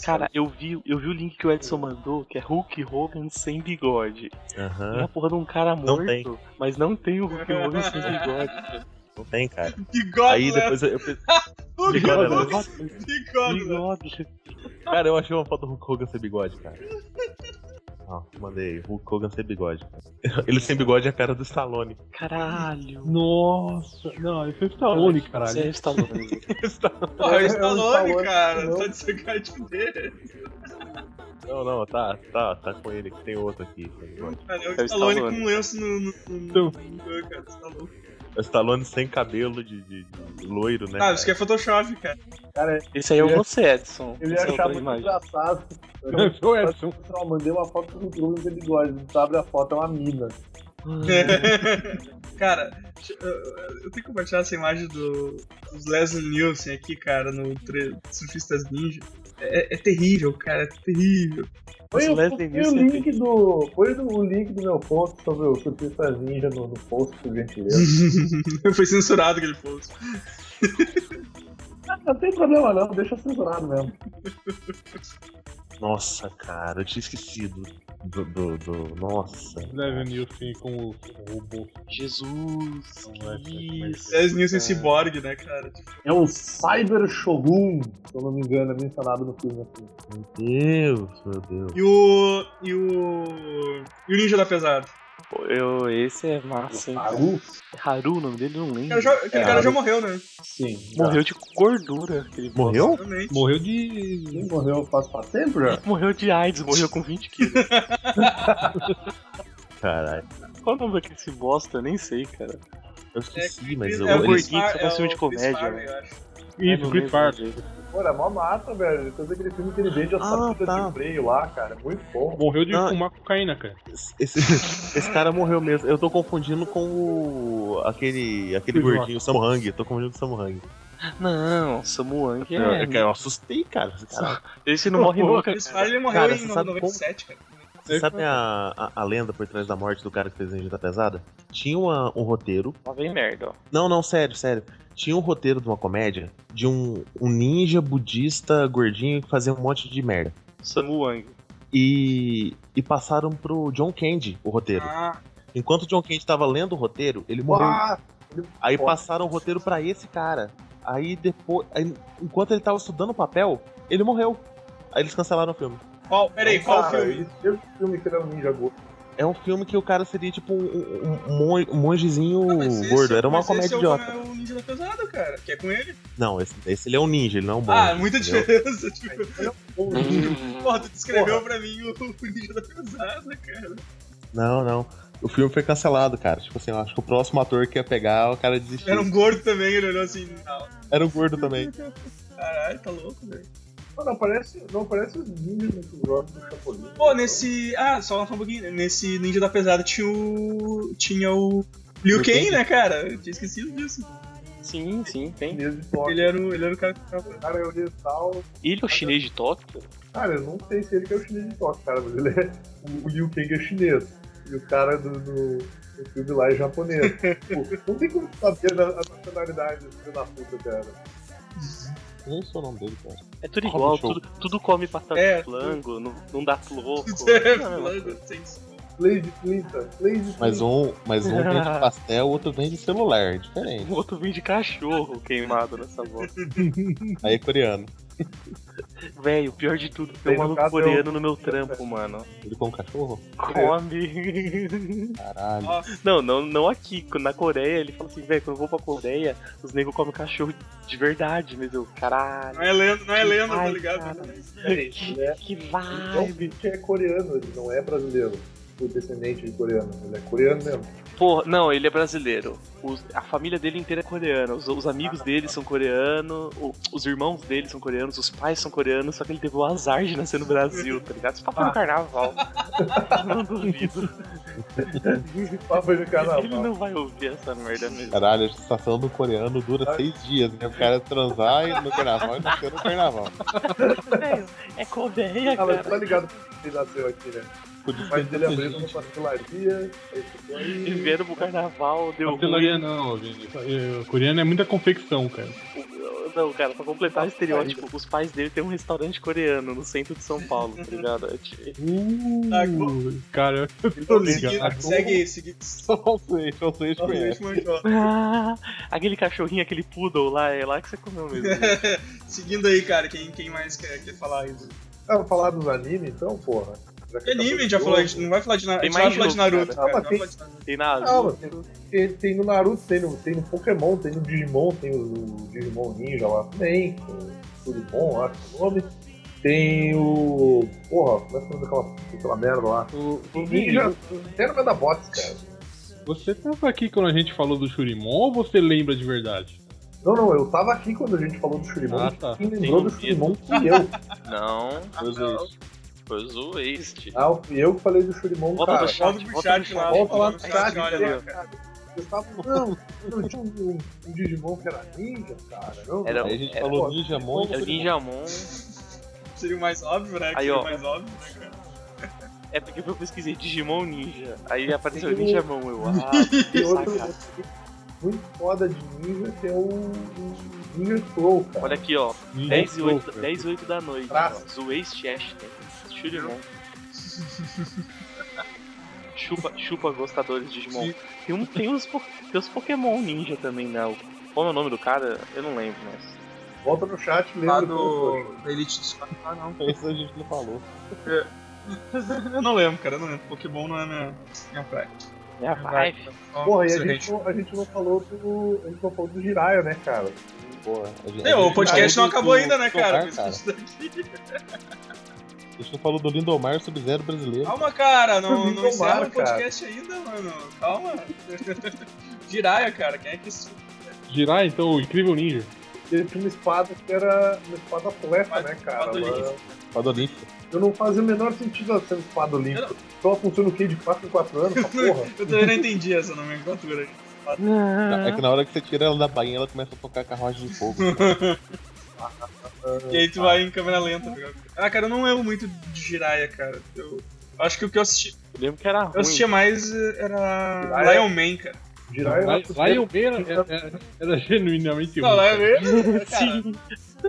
[SPEAKER 5] Cara, eu vi, eu vi o link que o Edson mandou, que é Hulk Hogan sem bigode. É
[SPEAKER 3] Aham,
[SPEAKER 5] a porra de um cara
[SPEAKER 3] Não
[SPEAKER 5] morto,
[SPEAKER 3] tem.
[SPEAKER 5] mas não tem o Hulk Hogan sem bigode.
[SPEAKER 3] não tem, cara.
[SPEAKER 4] Bigode,
[SPEAKER 3] Aí depois eu, eu pensei,
[SPEAKER 4] [laughs] Hulk
[SPEAKER 3] Bigode,
[SPEAKER 4] Hogan,
[SPEAKER 5] Bigode.
[SPEAKER 4] Bigode, né?
[SPEAKER 5] Bigode.
[SPEAKER 3] Cara, eu achei uma foto do Hulk Hogan sem bigode, cara. Ó, mandei Hulk Hogan sem bigode. [laughs] Ele sem bigode é a cara do Stallone.
[SPEAKER 5] Caralho.
[SPEAKER 2] Nossa, não, esse é Stallone,
[SPEAKER 5] Você é
[SPEAKER 2] caralho.
[SPEAKER 5] Stallone.
[SPEAKER 4] Pô, é o
[SPEAKER 1] É, é o
[SPEAKER 4] Stallone,
[SPEAKER 1] Stallone,
[SPEAKER 4] cara.
[SPEAKER 1] não.
[SPEAKER 4] Tá de sacanagem dele.
[SPEAKER 3] Não, não, tá, tá, tá com ele, que tem outro aqui sem bigode.
[SPEAKER 4] Cara, é
[SPEAKER 5] É
[SPEAKER 4] o
[SPEAKER 5] o
[SPEAKER 4] Stallone com
[SPEAKER 5] Stallone.
[SPEAKER 4] um lenço no. no, no,
[SPEAKER 2] Então.
[SPEAKER 4] no cara, tá Stallone.
[SPEAKER 3] É o Stallone sem cabelo de, de- de loiro, né?
[SPEAKER 4] Ah, isso aqui é Photoshop, cara.
[SPEAKER 5] Esse aí é você, Edson.
[SPEAKER 1] Eu ia
[SPEAKER 5] Essa
[SPEAKER 1] achar
[SPEAKER 5] é outra
[SPEAKER 1] muito
[SPEAKER 5] imagem.
[SPEAKER 1] engraçado.
[SPEAKER 2] Eu sou o Edson.
[SPEAKER 1] Eu só mandei uma foto do Bruno de bigode. Tu abre a foto, é uma mina.
[SPEAKER 4] cara, deixa- eu, eu- eu tenho que compartilhar essa imagem do, dos Leslie Nielsen aqui, cara, no tre- Surfistas Ninja. É, é terrível, cara, é terrível. [laughs]
[SPEAKER 1] Põe
[SPEAKER 5] Esse
[SPEAKER 1] o,
[SPEAKER 5] Leslie
[SPEAKER 1] põe o
[SPEAKER 5] Nielsen é
[SPEAKER 1] link do. Põe o o link do meu post sobre o surfista ninja no, no post, por gentileza.
[SPEAKER 5] Uhum.
[SPEAKER 4] Foi censurado aquele post.
[SPEAKER 1] Não tem problema não, deixa censurado mesmo.
[SPEAKER 3] Nossa, cara, eu tinha esquecido do. do, do- nossa.
[SPEAKER 2] Leve Nilson com o o robô.
[SPEAKER 5] Jesus.
[SPEAKER 2] Não é,
[SPEAKER 5] Isso.
[SPEAKER 4] Leslie Nielsen Cyborg, né, cara? Tipo,
[SPEAKER 1] É o Cyber Shogun, se eu não me engano, é mencionado no filme assim.
[SPEAKER 3] Meu Deus, meu Deus.
[SPEAKER 4] E o. E o. E o Ninja da Pesada.
[SPEAKER 5] Eu, esse é massa, hein?
[SPEAKER 1] Haru?
[SPEAKER 5] Haru, o nome dele, eu não
[SPEAKER 4] O
[SPEAKER 5] lembro.
[SPEAKER 4] cara já- Aquele
[SPEAKER 1] É,
[SPEAKER 4] cara já
[SPEAKER 1] Haru.
[SPEAKER 4] morreu, né?
[SPEAKER 1] Sim.
[SPEAKER 5] Morreu de gordura. Aquele
[SPEAKER 3] Morreu?
[SPEAKER 4] Realmente.
[SPEAKER 2] Morreu de.
[SPEAKER 1] Quem morreu faz pra sempre? né?
[SPEAKER 5] Morreu de AIDS, morreu com 20 quilos.
[SPEAKER 3] Caralho.
[SPEAKER 5] Qual o nome daquele se bosta? Eu nem sei, cara.
[SPEAKER 3] Eu esqueci, mas eu.
[SPEAKER 5] é o
[SPEAKER 4] o
[SPEAKER 3] eles-
[SPEAKER 5] gordinho que só faz filme de
[SPEAKER 4] o
[SPEAKER 5] comédia,
[SPEAKER 4] Chris Farley,
[SPEAKER 5] né?
[SPEAKER 4] eu acho.
[SPEAKER 2] Isso, Chris Farley.
[SPEAKER 1] Pô, é mó massa, velho. Todo aquele filme que ele vende as
[SPEAKER 3] Ah,
[SPEAKER 1] partidas
[SPEAKER 3] tá.
[SPEAKER 1] de freio lá, cara. Muito bom.
[SPEAKER 2] Morreu de
[SPEAKER 3] Não.
[SPEAKER 2] fumar cocaína, cara.
[SPEAKER 3] Esse, esse cara morreu mesmo. Eu tô confundindo com o. aquele. aquele
[SPEAKER 2] Que
[SPEAKER 3] gordinho, o Samuhang. Eu tô confundindo com o Samuhang.
[SPEAKER 5] Não, Samuang é.
[SPEAKER 3] Eu, eu assustei, cara. Caralho.
[SPEAKER 5] Esse não morre
[SPEAKER 2] Pô,
[SPEAKER 5] nunca.
[SPEAKER 4] Chris Farley ele morreu
[SPEAKER 3] Cara,
[SPEAKER 4] em
[SPEAKER 3] você sabe como-
[SPEAKER 4] 97, cara.
[SPEAKER 3] Você sabe a, a, a lenda por trás da morte do cara que fez a Injúria Pesada? Tinha uma- um roteiro.
[SPEAKER 5] Lá vem merda, ó.
[SPEAKER 3] Não, não, sério, sério. Tinha um roteiro de uma comédia de um, um ninja budista gordinho que fazia um monte de merda.
[SPEAKER 5] Samu Wang.
[SPEAKER 3] E, e passaram pro John Candy o roteiro.
[SPEAKER 4] Ah,
[SPEAKER 3] Enquanto o John Candy tava lendo o roteiro, ele morreu.
[SPEAKER 1] Ah,
[SPEAKER 3] Aí passaram o roteiro pra esse cara. Aí depois. aí, enquanto ele tava estudando o papel, ele morreu. Aí eles cancelaram o filme.
[SPEAKER 4] qual? Peraí, qual o
[SPEAKER 1] cara,
[SPEAKER 4] filme?
[SPEAKER 1] Esse mesmo filme que ele era um ninja gordo.
[SPEAKER 3] É um filme que o cara seria tipo um, um- um mon- um mongezinho
[SPEAKER 4] Ah, mas esse-
[SPEAKER 3] gordo. Era uma
[SPEAKER 4] mas
[SPEAKER 3] comédia
[SPEAKER 4] esse é o-
[SPEAKER 3] idiota.
[SPEAKER 4] é o Ninja da Pesada, cara. Que é com ele?
[SPEAKER 3] Não, esse, esse ele é um ninja, ele não é um bom.
[SPEAKER 4] ah, muita diferença. [laughs] Tipo, porra, tu descreveu
[SPEAKER 1] Porra.
[SPEAKER 4] pra mim o, o Ninja [laughs] da Pesada, cara.
[SPEAKER 3] Não, não. O filme foi cancelado, cara. Tipo assim, eu acho que o próximo ator que ia pegar, o cara desistiu.
[SPEAKER 4] Era um gordo também, ele olhou assim, não.
[SPEAKER 3] Era um gordo também.
[SPEAKER 4] Caralho, tá louco, velho.
[SPEAKER 1] Não, não, parece, não, parece os ninjas muito jogos do Chapolin.
[SPEAKER 4] Pô, nesse. Ah, só um pouquinho. né? Nesse Ninja da Pesada tinha o. Tinha o. Liu
[SPEAKER 3] Liu
[SPEAKER 4] Kang,
[SPEAKER 3] Kang?
[SPEAKER 4] né, cara? Eu tinha esquecido disso.
[SPEAKER 5] Sim, sim, tem.
[SPEAKER 1] É Chinês de toque.
[SPEAKER 4] Ele era o, ele era o cara que ficava.
[SPEAKER 1] O cara é oriental.
[SPEAKER 5] Ele é o chinês de Tóquio?
[SPEAKER 1] Cara, eu não sei se ele que é o chinês de toque, cara, mas ele é. O o Liu Kang é chinês. E o cara do, do, do filme lá é japonês. Pô, não tem como saber da- a nacionalidade do filho da puta, cara.
[SPEAKER 3] Nem sou o nome dele, cara.
[SPEAKER 5] É tudo
[SPEAKER 3] Come
[SPEAKER 5] igual,
[SPEAKER 3] show.
[SPEAKER 5] tudo, tudo come batata
[SPEAKER 4] É.
[SPEAKER 5] flango, não, não dá floco.
[SPEAKER 4] [laughs] É,
[SPEAKER 5] Não,
[SPEAKER 4] falando sem isso.
[SPEAKER 1] Lady Flinta, Lady
[SPEAKER 3] Mas um, mas um
[SPEAKER 4] [laughs]
[SPEAKER 3] vem de pastel, o outro vem de celular. É diferente.
[SPEAKER 5] O outro vem de cachorro queimado nessa volta.
[SPEAKER 3] Aí é coreano.
[SPEAKER 5] Véi, o pior de tudo, tem um
[SPEAKER 1] no
[SPEAKER 5] maluco
[SPEAKER 1] caso,
[SPEAKER 5] coreano no meu trampo, mano.
[SPEAKER 3] Ele com um cachorro?
[SPEAKER 5] Come. [laughs]
[SPEAKER 3] Caralho.
[SPEAKER 4] Nossa,
[SPEAKER 5] Não, não, não aqui. Na Coreia, ele fala assim, velho, quando eu vou pra Coreia, os negros comem cachorro de verdade, mas eu, caralho.
[SPEAKER 4] não é lenda, não é lenda, tá
[SPEAKER 5] Ai,
[SPEAKER 4] ligado?
[SPEAKER 5] cara.
[SPEAKER 1] Peraí,
[SPEAKER 5] Que,
[SPEAKER 1] ele é-
[SPEAKER 5] que
[SPEAKER 1] Então, o
[SPEAKER 5] vibe.
[SPEAKER 1] Flint é coreano, ele não é brasileiro. O descendente de coreano, ele é coreano mesmo.
[SPEAKER 5] Porra, não, ele é brasileiro. Os- a família dele inteira é coreana. Os, os amigos dele são coreanos, o- os irmãos dele são coreanos, os pais são coreanos, só que ele teve o azar de nascer no Brasil, tá ligado? Isso pra no [laughs] carnaval. não duvido.
[SPEAKER 1] Papo de
[SPEAKER 5] Ele
[SPEAKER 1] carnaval.
[SPEAKER 5] não é, vai ouvir essa merda mesmo.
[SPEAKER 3] Caralho, a estação do coreano dura seis dias, né? O cara transar e no carnaval e nascer no carnaval.
[SPEAKER 5] Velho, é Coreia,
[SPEAKER 1] Ah, mas
[SPEAKER 5] cara.
[SPEAKER 1] tu tá ligado que ele nasceu aqui, né?
[SPEAKER 3] Podia
[SPEAKER 1] Mas ele
[SPEAKER 3] ter
[SPEAKER 1] abriu
[SPEAKER 3] gente.
[SPEAKER 1] uma pastelaria, aí ficou
[SPEAKER 5] Eles
[SPEAKER 1] aí.
[SPEAKER 5] vieram pro carnaval, deu ruim.
[SPEAKER 2] Pastelaria não, gente. Eh, Coreano é muita confecção, cara.
[SPEAKER 5] Não, cara, pra completar o estereótipo, os pais dele têm um restaurante coreano no centro de São Paulo, tá ligado? É tipo- [laughs]
[SPEAKER 2] Uh,
[SPEAKER 4] Tá bom.
[SPEAKER 2] cara, eu tô ligado.
[SPEAKER 4] Segui- Segue, segue.
[SPEAKER 3] Não sei, não sei se conhece.
[SPEAKER 4] Realmente manchou.
[SPEAKER 5] Ah, aquele cachorrinho, aquele poodle lá, é lá que você comeu mesmo. né?
[SPEAKER 4] Seguindo aí, cara, quem, quem mais quer, quer falar aí? do-
[SPEAKER 1] Ah, vamos falar dos animes então, porra? Já
[SPEAKER 4] Que
[SPEAKER 1] que
[SPEAKER 4] anime, a gente já
[SPEAKER 1] acabou
[SPEAKER 4] falou, a
[SPEAKER 1] de
[SPEAKER 4] gente
[SPEAKER 1] jogo.
[SPEAKER 4] não vai falar de, na... a
[SPEAKER 5] Tem
[SPEAKER 4] gente vai
[SPEAKER 5] mais
[SPEAKER 4] falar de
[SPEAKER 5] jogo,
[SPEAKER 1] cara.
[SPEAKER 4] Naruto, cara.
[SPEAKER 1] Ah, mas
[SPEAKER 4] não vai falar de Naruto.
[SPEAKER 5] Tem
[SPEAKER 1] Ah,
[SPEAKER 5] nada.
[SPEAKER 1] mas tem, tem- tem no Naruto, tem no, tem no Pokémon, tem no Digimon, tem o, o Digimon Ninja lá também, tem o Turibon, acho que é o nome. Tem o. Porra, como é que é o nome daquela, daquela merda lá?
[SPEAKER 2] O, o
[SPEAKER 1] Ninja,
[SPEAKER 2] Vini,
[SPEAKER 1] era o Medabots, cara.
[SPEAKER 2] você tava aqui quando a gente falou do Shurimon ou você lembra de verdade?
[SPEAKER 1] Não, não, eu tava aqui quando a gente falou do Shurimon.
[SPEAKER 2] Ah, tá.
[SPEAKER 1] Quem lembrou do
[SPEAKER 5] Tem
[SPEAKER 1] Shurimon fui eu. tá?
[SPEAKER 5] ah, Não,
[SPEAKER 3] Meu Deus.
[SPEAKER 5] foi o este.
[SPEAKER 1] Ah, fui eu que falei do Shurimon,
[SPEAKER 5] Volta
[SPEAKER 1] cara.
[SPEAKER 5] pro chat,
[SPEAKER 4] Volta pro
[SPEAKER 5] volta
[SPEAKER 4] chat
[SPEAKER 5] pro
[SPEAKER 4] lá.
[SPEAKER 1] Volta lá
[SPEAKER 4] pro
[SPEAKER 1] pro
[SPEAKER 4] chat,
[SPEAKER 1] chat,
[SPEAKER 4] olha
[SPEAKER 1] né,
[SPEAKER 4] lá.
[SPEAKER 1] cara. Vocês estavam. Não, não tinha um, um Digimon que era ninja, cara. Eu-
[SPEAKER 5] Era- um
[SPEAKER 3] Aí a gente
[SPEAKER 5] era-
[SPEAKER 3] falou Ninja Mon.
[SPEAKER 5] É o Ninjamon.
[SPEAKER 4] Seria o mais óbvio, né? Que
[SPEAKER 5] Aí,
[SPEAKER 4] seria
[SPEAKER 5] ó.
[SPEAKER 4] o mais óbvio, né, cara?
[SPEAKER 5] É porque eu pesquisei Digimon Ninja. Aí apareceu Ninjamon, eu. Ah,
[SPEAKER 1] Tem outro
[SPEAKER 5] saca.
[SPEAKER 1] muito foda de ninja que é o o Ninja Crow, cara.
[SPEAKER 5] Olha aqui, ó.
[SPEAKER 2] Ninja
[SPEAKER 5] 10 e 8,
[SPEAKER 2] Stalker.
[SPEAKER 5] 10 e 8 da noite.
[SPEAKER 1] Traço.
[SPEAKER 5] Zueste Ashton. [laughs] Shurimon. chupa, chupa gostadores de Digimon. Tem, um, tem, uns, po- tem uns Pokémon Ninja também, né? O- Qual é o nome do cara? Eu não lembro, mas.
[SPEAKER 1] Volta no chat,
[SPEAKER 4] Lá
[SPEAKER 1] lembra
[SPEAKER 4] do. Da Elite Squad. Ah, não.
[SPEAKER 3] Isso a gente não falou.
[SPEAKER 4] Eu não lembro, cara, eu não lembro. Pokémon não é minha, minha praia.
[SPEAKER 5] É a vibe.
[SPEAKER 4] Ó,
[SPEAKER 1] Porra, e a
[SPEAKER 4] excelente.
[SPEAKER 1] gente, não, a gente não falou do. A gente não falou do Jiraiya, né, cara?
[SPEAKER 3] Porra, a gente-
[SPEAKER 4] É,
[SPEAKER 3] a
[SPEAKER 4] o
[SPEAKER 3] gente
[SPEAKER 4] podcast não
[SPEAKER 3] falou do-
[SPEAKER 4] acabou
[SPEAKER 3] do
[SPEAKER 4] ainda, né, cara?
[SPEAKER 3] Lindomar, cara. A gente não falou do Lindomar Sub-Zero brasileiro.
[SPEAKER 4] Calma, cara, não, não
[SPEAKER 1] Tomara,
[SPEAKER 4] encerra
[SPEAKER 1] cara.
[SPEAKER 4] o podcast ainda, mano. Calma. [laughs] Jiraya, cara, quem é que isso
[SPEAKER 2] Girar então o incrível ninja.
[SPEAKER 1] Ele tinha uma espada que era uma espada atleta,
[SPEAKER 4] Espada-
[SPEAKER 1] né, cara?
[SPEAKER 4] espada
[SPEAKER 1] Ela-
[SPEAKER 4] olímpica.
[SPEAKER 3] Fado Olímpico.
[SPEAKER 1] eu não fazia o menor sentido ela ser uma espada olímpica. Só ela funciona o quê? De 4 em 4 anos, essa porra?
[SPEAKER 4] [laughs] Eu também não entendi essa nomenclatura aí.
[SPEAKER 3] É que na hora que você tira ela da bainha, ela começa a tocar carruagem de fogo.
[SPEAKER 5] [laughs]
[SPEAKER 4] E aí tu vai em câmera lenta. tá ligado? Ah, cara, eu não lembro muito de Jiraya, cara. Eu, Acho que o que eu assisti,
[SPEAKER 5] Eu lembro que era ruim.
[SPEAKER 4] eu assistia mais eh, era
[SPEAKER 1] Ah, é?
[SPEAKER 4] Lion Man, cara.
[SPEAKER 1] Jiraiya é
[SPEAKER 2] Lá,
[SPEAKER 1] Hatsuki
[SPEAKER 2] lá eu vi, era, era, é, era genuinamente
[SPEAKER 4] Não,
[SPEAKER 2] ruim,
[SPEAKER 4] Lion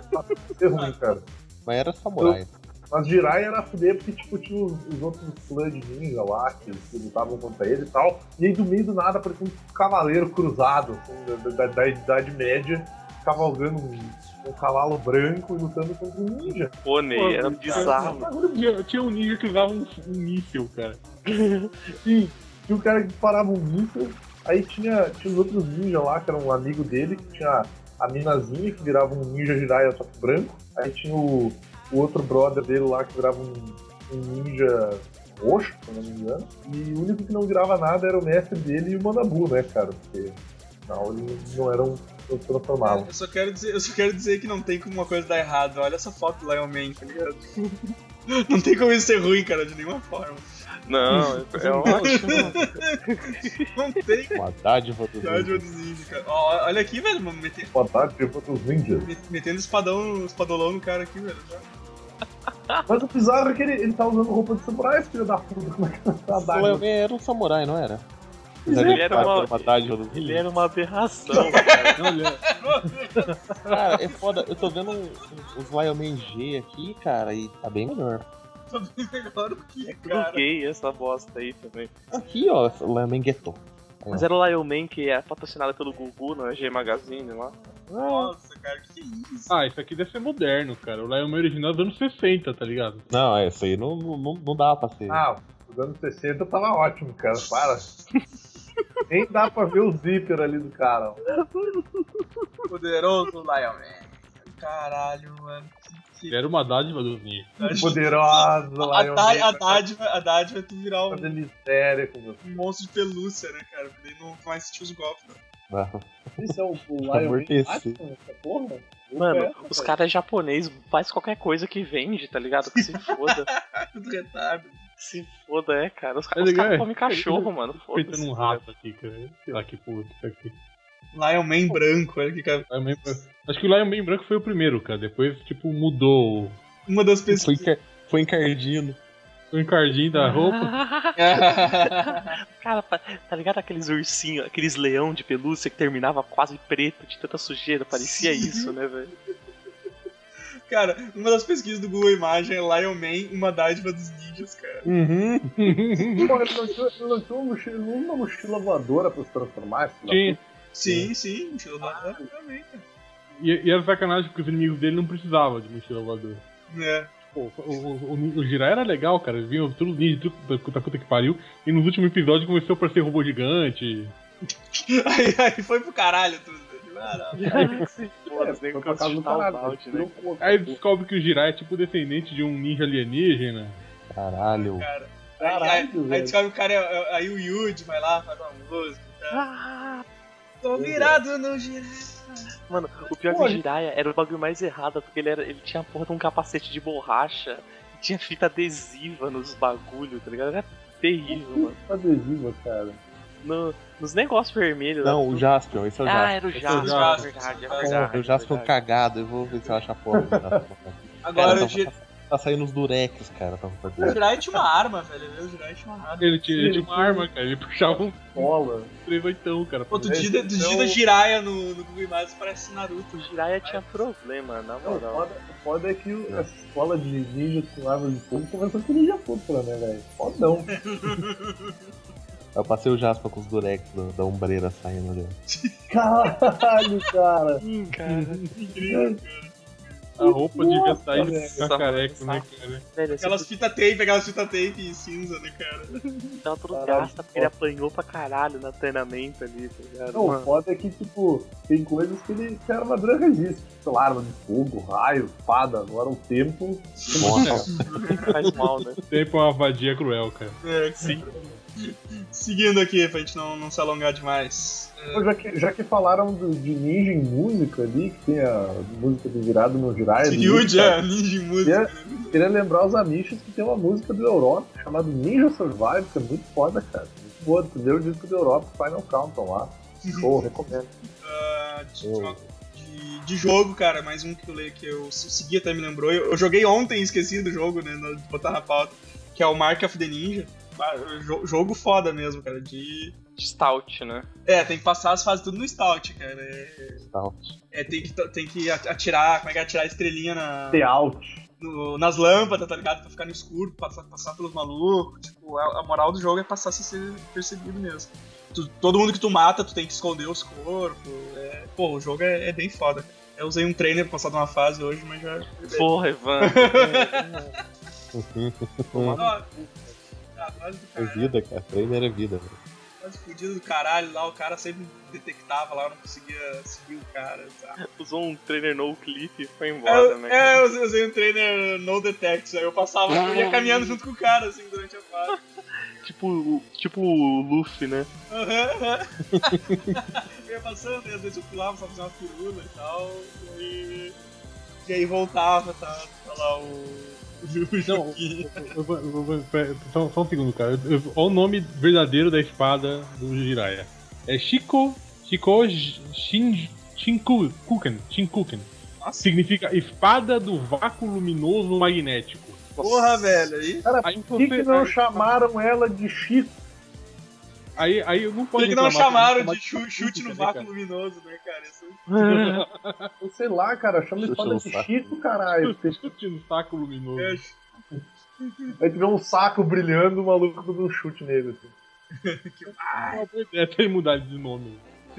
[SPEAKER 2] cara.
[SPEAKER 4] [laughs] Man, cara,
[SPEAKER 1] é ruim, cara.
[SPEAKER 3] Mas era samurai.
[SPEAKER 1] Mas Jiraiya era fuder porque, tipo, tinha os, os outros clãs de ninja lá que, que lutavam contra ele e tal. E aí, do meio do nada, parecia um cavaleiro cruzado, assim, da, da, da Idade Média, cavalgando um, um cavalo branco e lutando contra um ninja.
[SPEAKER 5] Pônei, era bizarro.
[SPEAKER 2] Tinha- Tinha um ninja que usava um, um míssil, cara.
[SPEAKER 1] Sim, tinha um cara que parava muito. Aí tinha, tinha os outros ninjas lá, que era um amigo dele, que tinha a minazinha, que virava um ninja Jiraiya só que branco. Aí tinha o, o outro brother dele lá, que virava um, um ninja roxo, se eu não me engano. E o único que não virava nada era o mestre dele e o Manabu, né, cara? Porque na hora eles não eram. não se transformavam.
[SPEAKER 4] eu só quero dizer, eu só quero dizer que não tem como uma coisa dar errado. Olha essa foto do Lion Man, tá ligado? [laughs] Não tem como isso ser ruim, cara, de nenhuma forma.
[SPEAKER 5] Não, é é ótimo.
[SPEAKER 4] Não tem
[SPEAKER 5] [laughs]
[SPEAKER 3] Uma dádiva do
[SPEAKER 4] verdade
[SPEAKER 3] mundo.
[SPEAKER 4] outros ninjas, cara. Ó, olha aqui, velho, mano, mete-
[SPEAKER 1] Boa tarde, eu contra os ninjas.
[SPEAKER 4] me- metendo espadão, espadolão no cara aqui, velho. [laughs]
[SPEAKER 1] Mas o bizarro é que ele, ele tá usando roupa de samurai, filho da puta. Como é que tá
[SPEAKER 3] O Lion Man era um samurai, não era?
[SPEAKER 5] Ele era uma-
[SPEAKER 3] dádiva do mundo.
[SPEAKER 5] Ele era uma aberração, cara.
[SPEAKER 3] Cara, é foda. Eu tô vendo um- um- os Lion Man G aqui, cara, e tá bem melhor.
[SPEAKER 4] Agora o que é,
[SPEAKER 5] Eu
[SPEAKER 4] cara?
[SPEAKER 5] gay essa bosta aí também.
[SPEAKER 3] Aqui, ó, Lion Man Ghetto.
[SPEAKER 5] Mas era o Lion Man que é patrocinado pelo Gugu, não é? G Magazine lá.
[SPEAKER 4] Nossa, cara, que que é isso?
[SPEAKER 2] Ah, isso aqui deve ser moderno, cara. O Lion Man original é dos anos 60, tá ligado?
[SPEAKER 3] Não, é, isso aí não, não, não- não dá pra ser.
[SPEAKER 1] Ah, os anos 60 tava ótimo, cara. Para. Nem dá pra ver o zíper ali do cara.
[SPEAKER 4] Poderoso Lion Man. Caralho, mano.
[SPEAKER 2] Ele era uma dádiva dos ninjas.
[SPEAKER 1] Poderosa,
[SPEAKER 4] [laughs] A,
[SPEAKER 1] Lion
[SPEAKER 4] dá- a
[SPEAKER 1] Man.
[SPEAKER 4] dádiva, a dádiva é tu virar um,
[SPEAKER 1] Fazer mistério com você.
[SPEAKER 4] um monstro de pelúcia, né, cara? Porque ele não vai sentir os golpes, não.
[SPEAKER 1] Isso é o, o
[SPEAKER 3] Lion Man Amortecer. Batman,
[SPEAKER 1] essa porra?
[SPEAKER 5] Mano, os caras é japonês, faz qualquer coisa que vende, tá
[SPEAKER 1] [laughs]
[SPEAKER 5] ligado? Que se foda.
[SPEAKER 4] Tudo retardo.
[SPEAKER 5] se foda, é, cara. Os,
[SPEAKER 2] Tá
[SPEAKER 5] os
[SPEAKER 2] ligado?
[SPEAKER 5] caras comem
[SPEAKER 2] [laughs]
[SPEAKER 5] cachorro, mano.
[SPEAKER 2] Feitando
[SPEAKER 5] Foda-se. né?
[SPEAKER 2] um rato aqui, cara. Sei lá que porra que tá aqui.
[SPEAKER 4] Lion Man branco, olha que cara.
[SPEAKER 2] Lion Man- Acho que o Lion Man branco foi o primeiro, cara. Depois, tipo, mudou o-
[SPEAKER 4] Uma das
[SPEAKER 3] Foi,
[SPEAKER 4] pessoas.
[SPEAKER 3] encar- foi encardido.
[SPEAKER 2] o encardinho da roupa.
[SPEAKER 5] Ah, Cara, pa- tá ligado aqueles ursinhos, aqueles leão de pelúcia que terminava quase preto de tanta sujeira? Parecia
[SPEAKER 4] Sim.
[SPEAKER 5] isso, né, velho?
[SPEAKER 4] [laughs] cara, uma das pesquisas do Google Imagem é Lion Man, uma dádiva dos ninjas, cara.
[SPEAKER 3] Uhum.
[SPEAKER 1] Porra, ele lançou, ele lançou uma, mochila, uma mochila voadora pra se transformar? esse filho
[SPEAKER 2] Tinha-
[SPEAKER 4] Sim, sim, mochila voadora também, cara.
[SPEAKER 2] E, e era sacanagem porque os inimigos dele não precisavam de mochila voadora.
[SPEAKER 4] É.
[SPEAKER 2] Pô, o, o, o, o Jiraiya era legal, cara. Eles vinham tudo ninja, tudo da, da puta que pariu. E nos últimos episódios começou a aparecer robô gigante.
[SPEAKER 4] Aí, aí foi pro caralho tudo. Caralho.
[SPEAKER 5] Foda,
[SPEAKER 1] da puta?
[SPEAKER 5] os negros
[SPEAKER 1] É, Foi pra casa do
[SPEAKER 5] chutar o
[SPEAKER 1] caralho.
[SPEAKER 5] balde,
[SPEAKER 1] tirou um
[SPEAKER 5] né?
[SPEAKER 1] o corpo.
[SPEAKER 2] Aí descobre que o Jiraiya é tipo descendente de um ninja alienígena.
[SPEAKER 3] Caralho.
[SPEAKER 4] Aí,
[SPEAKER 1] Caralho,
[SPEAKER 4] aí
[SPEAKER 1] velho.
[SPEAKER 4] descobre o cara, é- é- aí o Yuji vai lá, faz uma música. tá?
[SPEAKER 5] Ah,
[SPEAKER 4] Tô virado no girado.
[SPEAKER 5] mano, o pior é que o Jiraiya era o bagulho mais errado, porque ele, era, ele tinha a porra de um capacete de borracha, e tinha fita adesiva nos bagulhos, tá ligado? Era terrível, mano.
[SPEAKER 1] Adesiva, cara.
[SPEAKER 5] No- nos negócios vermelhos. lá,
[SPEAKER 3] Não, o Jaspion, esse é o
[SPEAKER 5] Ah,
[SPEAKER 3] Jaspion.
[SPEAKER 5] era o
[SPEAKER 2] é o
[SPEAKER 5] Jasper,
[SPEAKER 2] Jasper.
[SPEAKER 5] é verdade, é
[SPEAKER 4] Porra,
[SPEAKER 5] verdade.
[SPEAKER 3] Porra, o Jaspion
[SPEAKER 5] é verdade.
[SPEAKER 3] cagado, eu vou ver se eu acho a porra
[SPEAKER 5] [laughs]
[SPEAKER 3] do Jaspion.
[SPEAKER 4] Agora
[SPEAKER 3] Cara,
[SPEAKER 4] o Jiraiya
[SPEAKER 3] Tá saindo os durex, cara. Tá
[SPEAKER 4] o Jiraiya tinha uma arma, velho. é O Jiraiya tinha uma arma.
[SPEAKER 2] Ele tinha, ele tinha uma arma, cara. Ele puxava um
[SPEAKER 1] Bola.
[SPEAKER 2] trevoitão, cara.
[SPEAKER 4] Pô, tu
[SPEAKER 1] Mas
[SPEAKER 4] digita, tu digita
[SPEAKER 1] então-
[SPEAKER 4] Jiraiya no, no Google Imagens parece Naruto.
[SPEAKER 5] O Jiraiya tinha problema, na
[SPEAKER 1] Não, o
[SPEAKER 5] moral.
[SPEAKER 1] foda, o foda é que o- essa escola de ninjas com armas de fogo começou com ninja putra, né, velho? Fodão.
[SPEAKER 3] Eu passei o Jaspion com os durex da, da ombreira saindo ali.
[SPEAKER 1] Caralho, cara.
[SPEAKER 5] Sim, cara.
[SPEAKER 2] A roupa devia
[SPEAKER 1] Nossa,
[SPEAKER 2] sair
[SPEAKER 1] velho.
[SPEAKER 2] cacareco, né, cara?
[SPEAKER 5] Velho, esse
[SPEAKER 4] Aquelas fita tape, aquelas fita tape cinza, né, cara?
[SPEAKER 5] ele tava todo
[SPEAKER 1] Caralho,
[SPEAKER 5] gasta porque ele apanhou pra caralho no treinamento ali, tá ligado?
[SPEAKER 1] Não, o
[SPEAKER 5] Mano,
[SPEAKER 1] foda é que, tipo, tem coisas que, ele, que a armadura resiste. Sei lá, tipo, arma de fogo, raio, espada, agora o tempo.
[SPEAKER 3] Nossa,
[SPEAKER 5] [laughs] faz mal, né?
[SPEAKER 2] Tempo é uma vadia cruel, cara.
[SPEAKER 4] [laughs] É, sim. Seguindo aqui, pra gente não, não se alongar demais.
[SPEAKER 1] Então, já, que, já que falaram do- de ninja em música ali, que tem a música do virado no Jiraiya. do
[SPEAKER 4] Yuji
[SPEAKER 1] Ninja,
[SPEAKER 4] é ninja em música. né?
[SPEAKER 1] Queria lembrar os amichos que tem uma música do Europa chamada Ninja Survive, que é muito foda, cara. Muito boa, tu deu o disco do Europa, Final Countdown lá. Pô, recomendo.
[SPEAKER 4] Ah, de, de- de jogo, cara, mais um que eu leio que eu segui até me lembrou. Eu, eu joguei ontem e esqueci do jogo, né? na- De botar na pauta. que é o Mark of the Ninja. Ah, jo- Jogo foda mesmo, cara. De.
[SPEAKER 5] Stout, né?
[SPEAKER 4] É, tem que passar as fases tudo no Stout, cara. É, é, tem, que, tem que atirar, como é que é? Atirar a estrelinha na,
[SPEAKER 1] The Out.
[SPEAKER 4] no- nas lâmpadas, tá ligado? Pra ficar no escuro, passar, passar pelos malucos. Tipo, a, a moral do jogo é passar sem ser perseguido mesmo. Tu- todo mundo que tu mata, tu tem que esconder os corpos. é- pô, o jogo é, é bem foda. cara. Eu usei um trainer pra passar de uma fase hoje, mas já.
[SPEAKER 5] Porra, Evan.
[SPEAKER 1] Hum.
[SPEAKER 4] Ah, ah, quase do
[SPEAKER 3] É
[SPEAKER 4] caralho.
[SPEAKER 3] vida, cara. Trainer é vida. velho.
[SPEAKER 4] Mas fudido do caralho lá, o cara sempre detectava lá, eu não conseguia seguir o cara. tá? Sabe?
[SPEAKER 5] Usou um trainer no clip e foi embora,
[SPEAKER 4] Eu,
[SPEAKER 5] né?
[SPEAKER 4] é, eu usei- usei um trainer no detect, aí eu passava, eu ia caminhando junto com o cara, assim, durante a fase.
[SPEAKER 5] Tipo, o- tipo o Luffy, né?
[SPEAKER 4] Aham, aham. eu ia passando, e às vezes eu pulava só fazer uma firula e tal, e aí, e aí voltava, tá, tá lá o... o
[SPEAKER 2] Não,
[SPEAKER 4] joguinho.
[SPEAKER 2] Eu vou- eu vou- pera- Só, só um segundo, cara. Eu- eu- Olha o nome verdadeiro da espada do Jiraiya. É Shiko. Shiko J- Shin, Shinkuken. Shinkuken. Significa espada do vácuo luminoso magnético.
[SPEAKER 4] Porra, velho, aí...
[SPEAKER 1] Cara,
[SPEAKER 2] Aí
[SPEAKER 1] por que, que
[SPEAKER 2] você-
[SPEAKER 1] não
[SPEAKER 2] aí-
[SPEAKER 1] chamaram ela de Chico?
[SPEAKER 2] Aí, aí eu não
[SPEAKER 4] Por
[SPEAKER 2] posso
[SPEAKER 4] que que não
[SPEAKER 2] reclamar
[SPEAKER 4] chamaram
[SPEAKER 2] é que eu vou
[SPEAKER 4] de chu- chute no
[SPEAKER 2] né, cara?
[SPEAKER 4] vácuo
[SPEAKER 2] [laughs]
[SPEAKER 4] luminoso, né, cara? Isso
[SPEAKER 1] Sei lá, cara, chama
[SPEAKER 3] Deixa eu
[SPEAKER 1] espada de
[SPEAKER 3] lançar.
[SPEAKER 1] Chico, caralho.
[SPEAKER 2] Chute no saco luminoso.
[SPEAKER 4] é
[SPEAKER 1] Aí tu vê um saco brilhando, o maluco dando um chute nele. Assim.
[SPEAKER 2] É uma boa ideia ele mudar de nome.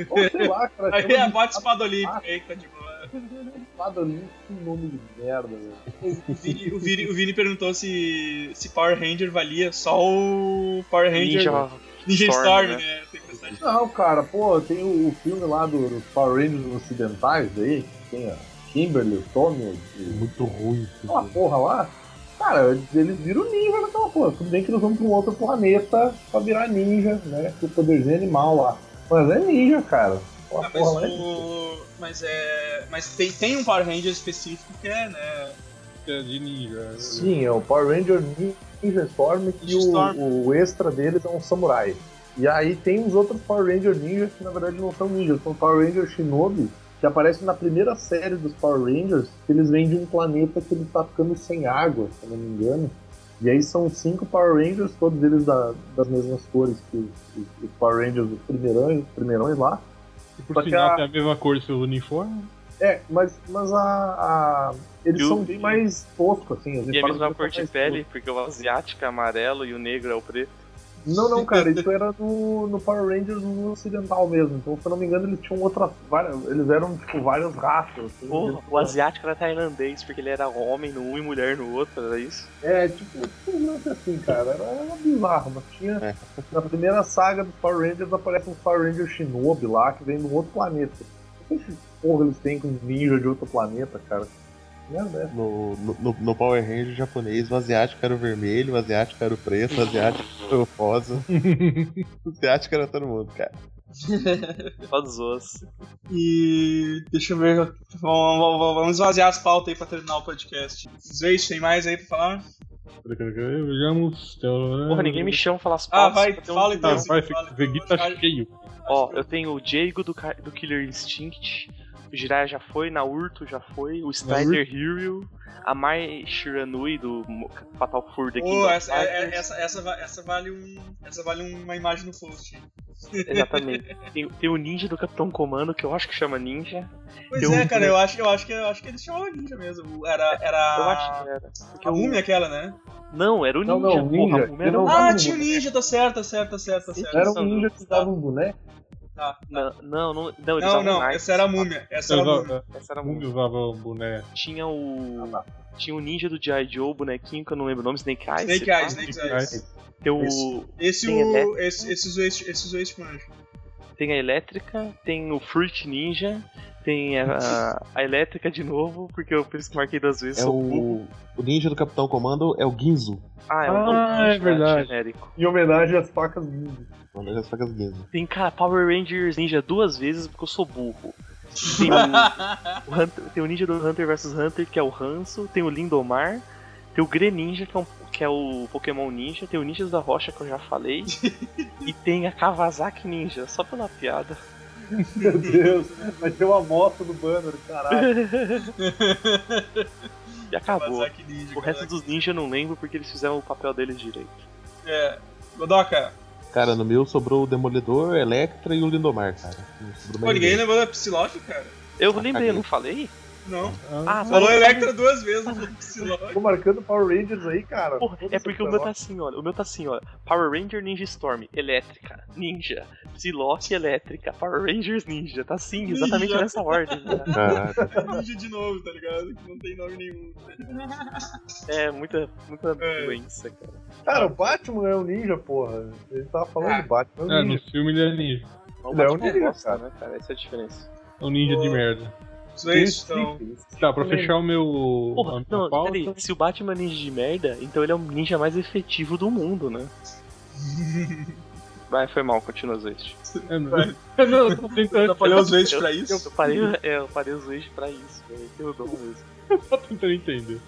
[SPEAKER 1] Ou sei lá, cara,
[SPEAKER 4] Aí é,
[SPEAKER 1] chama
[SPEAKER 4] bota espada olímpica aí que tá de boa.
[SPEAKER 1] de espada ali, que um nome de merda, né? velho.
[SPEAKER 4] O Vini, o Vini- o Vini perguntou se, se Power Ranger valia só o Power Ranger Ninja, Storm, né? Tempestade.
[SPEAKER 1] Não, cara, pô, tem o, o filme lá do- dos Power Rangers Ocidentais aí, que tem a Kimberly, o Tommy, e
[SPEAKER 3] Muito ruim.
[SPEAKER 1] aquela porra lá. Cara, eles viram ninja naquela porra. Tudo bem que eles vão pra um outro planeta pra virar ninja, né? Com o poderzinho animal lá. Mas é ninja, cara. Aquela
[SPEAKER 4] Ah, mas
[SPEAKER 1] porra lá é
[SPEAKER 4] o- mas é. Mas tem, tem um Power Ranger específico que é, né?
[SPEAKER 2] Que é de ninja.
[SPEAKER 1] Sim, é o Power Ranger Ninja Storm e
[SPEAKER 4] Ninja Storm.
[SPEAKER 1] o, o extra deles é um samurai. E aí tem uns outros Power Ranger Ninja que na verdade não são ninjas, são Power Ranger Shinobi, que aparecem na primeira série dos Power Rangers, que eles vêm de um planeta que ele tá ficando sem água, se eu não me engano. E aí são cinco Power Rangers, todos eles da- das mesmas cores que os, os- os Power Rangers dos primeirões, primeirões lá.
[SPEAKER 2] E por
[SPEAKER 1] Só que
[SPEAKER 2] sinal
[SPEAKER 1] a-
[SPEAKER 2] tem a mesma cor de seus uniformes.
[SPEAKER 1] É, mas, mas a, a- eles
[SPEAKER 5] E o-
[SPEAKER 1] são bem mais toscos, assim. os
[SPEAKER 5] E a
[SPEAKER 1] uniformes
[SPEAKER 5] mesma
[SPEAKER 1] são
[SPEAKER 5] cor de
[SPEAKER 1] mais
[SPEAKER 5] pele, porque o asiático é amarelo e o negro é o preto.
[SPEAKER 1] Não, não,
[SPEAKER 5] [laughs]
[SPEAKER 1] cara, isso era no, no Power Rangers no ocidental mesmo. Então, se eu não me engano, eles tinham outras. várias- eles eram, tipo, várias raças. assim.
[SPEAKER 5] Porra, o asiático era tailandês, porque ele era homem num e mulher no outro, era isso?
[SPEAKER 1] É, tipo, tipo, um lance assim, cara. Era, era bizarro, mas tinha.
[SPEAKER 3] É.
[SPEAKER 1] Na primeira saga dos Power Rangers aparece um Power Ranger Shinobi lá, que vem de um outro planeta. Não sei se porra eles têm com ninja de outro planeta, cara. Não, né?
[SPEAKER 3] No, no, no Power Ranger japonês, o asiático era o vermelho, o asiático era o preto, o asiático era o
[SPEAKER 5] [laughs]
[SPEAKER 3] rosa. o asiático era todo mundo, cara.
[SPEAKER 5] Só dos ossos.
[SPEAKER 4] E. Deixa eu ver. Vamos, vamos- vamos esvaziar as pautas aí pra terminar o podcast. Zeus, tem mais aí pra falar?
[SPEAKER 2] Vejamos.
[SPEAKER 1] Uhum.
[SPEAKER 5] Porra, ninguém me chama pra falar as
[SPEAKER 4] Ah,
[SPEAKER 5] pautas.
[SPEAKER 4] vai,
[SPEAKER 5] pra ter um
[SPEAKER 4] fala
[SPEAKER 2] Não,
[SPEAKER 4] então.
[SPEAKER 2] Tá, vai, esse esse aqui tá cheio.
[SPEAKER 5] Ó, eu tenho o Diego do, Ca- do Killer Instinct, o Jiraiya já foi, Naurto já foi, o Snyder Hero, a Mai Shiranui do Mo- Fatal Fur The King
[SPEAKER 4] Pô,
[SPEAKER 5] of
[SPEAKER 4] essa, é-
[SPEAKER 5] Fighters.
[SPEAKER 4] é- essa, essa, va- essa vale um. Essa vale uma imagem no post.
[SPEAKER 5] Exatamente.
[SPEAKER 4] [laughs]
[SPEAKER 5] Tem, tem o Ninja do Capitão Comando, que eu acho que chama Ninja.
[SPEAKER 4] Pois
[SPEAKER 5] Eu-
[SPEAKER 4] é, cara, eu acho, eu acho que eu acho que eles chamavam ninja mesmo. Era. era...
[SPEAKER 5] Eu acho que era. Porque
[SPEAKER 4] a
[SPEAKER 5] o-
[SPEAKER 4] múmia aquela, né?
[SPEAKER 5] Não, era o Ninja.
[SPEAKER 1] Não, não,
[SPEAKER 5] porra,
[SPEAKER 1] Ninja.
[SPEAKER 5] a múmia era
[SPEAKER 1] Não,
[SPEAKER 5] um-
[SPEAKER 4] Ah,
[SPEAKER 1] múmia.
[SPEAKER 4] tinha o ninja, tá certo, tá certo, tá certo, tá certo.
[SPEAKER 1] Era
[SPEAKER 5] Não,
[SPEAKER 1] um ninja que dava um boneco.
[SPEAKER 4] Tá, tá.
[SPEAKER 5] Não, não, não, não, eles
[SPEAKER 4] Não,
[SPEAKER 5] usavam
[SPEAKER 4] não,
[SPEAKER 5] knife.
[SPEAKER 4] essa era a múmia. Essa era a múmia. Ah, tá.
[SPEAKER 2] O
[SPEAKER 5] Essa era a
[SPEAKER 2] mundo
[SPEAKER 5] múmia.
[SPEAKER 2] usava um boné.
[SPEAKER 5] Tinha o. Tinha o ninja do G.I. Joe, bonequinho, que eu não lembro o nome, Snake Eyes.
[SPEAKER 4] Snake
[SPEAKER 5] sei lá.
[SPEAKER 4] Eyes, Snake Eyes.
[SPEAKER 5] Tem o.
[SPEAKER 1] É Isso.
[SPEAKER 4] Esse
[SPEAKER 5] Tem
[SPEAKER 4] o. Esse, esses dois esses dois manjam.
[SPEAKER 5] Tem a elétrica, tem o Fruit Ninja, tem a, a elétrica de novo, porque eu por isso que marquei duas vezes.
[SPEAKER 3] É
[SPEAKER 5] sou burro.
[SPEAKER 3] o, o ninja do Capitão Comando é o Ginzo.
[SPEAKER 5] Ah, é, um
[SPEAKER 2] Ah,
[SPEAKER 5] Fruit
[SPEAKER 2] é
[SPEAKER 5] Ninja
[SPEAKER 2] verdade.
[SPEAKER 5] genérico.
[SPEAKER 1] Em homenagem às facas ninja.
[SPEAKER 3] Uma das facas Ginzo.
[SPEAKER 5] Tem, cara, Power Rangers Ninja duas vezes porque eu sou burro. Tem o, o Hunter- tem o Ninja do Hunter vs Hunter, que é o Hanso, tem o Lindomar, tem o Greninja, que é, um- que é o Pokémon Ninja, tem o
[SPEAKER 1] [laughs]
[SPEAKER 5] Ninjas da Rocha, que eu já falei, e tem a Kawasaki Ninja, só pela piada.
[SPEAKER 1] [laughs] Meu Deus, vai ter uma moto no banner, caralho.
[SPEAKER 5] [laughs] E acabou.
[SPEAKER 4] Kawasaki Ninja,
[SPEAKER 5] O resto
[SPEAKER 4] Godoka.
[SPEAKER 5] dos ninjas eu não lembro porque eles fizeram o papel deles direito.
[SPEAKER 4] É. Godoka,
[SPEAKER 3] Cara, no meu sobrou o Demolidor, Electra e o Lindomar, cara. Não sobrou
[SPEAKER 4] pô,
[SPEAKER 3] mais
[SPEAKER 4] ninguém lembrou da Psylocke, cara?
[SPEAKER 5] Eu
[SPEAKER 3] Ah,
[SPEAKER 5] lembrei, eu não
[SPEAKER 3] caguei.
[SPEAKER 5] falei?
[SPEAKER 4] Não.
[SPEAKER 5] Ah,
[SPEAKER 4] Falou
[SPEAKER 5] sabe-
[SPEAKER 4] Electra duas vezes, não falou Psylocke. [laughs]
[SPEAKER 1] Tô marcando Power Rangers aí, cara.
[SPEAKER 5] Porra, é porque o meu tá assim, olha. O meu tá assim, olha. Power Ranger Ninja Storm, elétrica, ninja, Psylocke elétrica, Power Rangers ninja. Tá assim, exatamente
[SPEAKER 4] Ninja.
[SPEAKER 5] nessa ordem. né? cara.
[SPEAKER 3] Caraca. [laughs]
[SPEAKER 4] Ninja de novo, tá ligado? Que não tem nome nenhum.
[SPEAKER 5] É, muita, muita
[SPEAKER 4] É.
[SPEAKER 5] doença, cara.
[SPEAKER 1] Cara, o Batman é um ninja, porra. Ele tava falando
[SPEAKER 4] Ah.
[SPEAKER 1] do Batman.
[SPEAKER 2] É,
[SPEAKER 1] um
[SPEAKER 2] no
[SPEAKER 1] ninja.
[SPEAKER 2] filme ele é ninja.
[SPEAKER 5] Não,
[SPEAKER 1] Ele é um
[SPEAKER 5] Batman
[SPEAKER 1] ninja,
[SPEAKER 5] gosta,
[SPEAKER 1] cara.
[SPEAKER 5] né, cara? Essa é a diferença.
[SPEAKER 2] É um ninja de merda.
[SPEAKER 4] Isso é isso, então.
[SPEAKER 2] Tá, pra fechar o meu. a
[SPEAKER 5] Porra,
[SPEAKER 2] minha
[SPEAKER 5] não,
[SPEAKER 2] pauta,
[SPEAKER 5] peraí. Se o Batman é ninja de merda, então ele é o ninja mais efetivo do mundo,
[SPEAKER 4] [laughs]
[SPEAKER 5] né? Vai, foi mal, continua Zwist.
[SPEAKER 2] é, não, [laughs] não, eu tô tentando,
[SPEAKER 4] Atrapalhou os vezes
[SPEAKER 5] Eu-
[SPEAKER 4] pra isso?
[SPEAKER 5] Eu parei, é, eu parei o Zwist pra isso, velho. Eu dou mesmo.
[SPEAKER 2] tô tentando entender.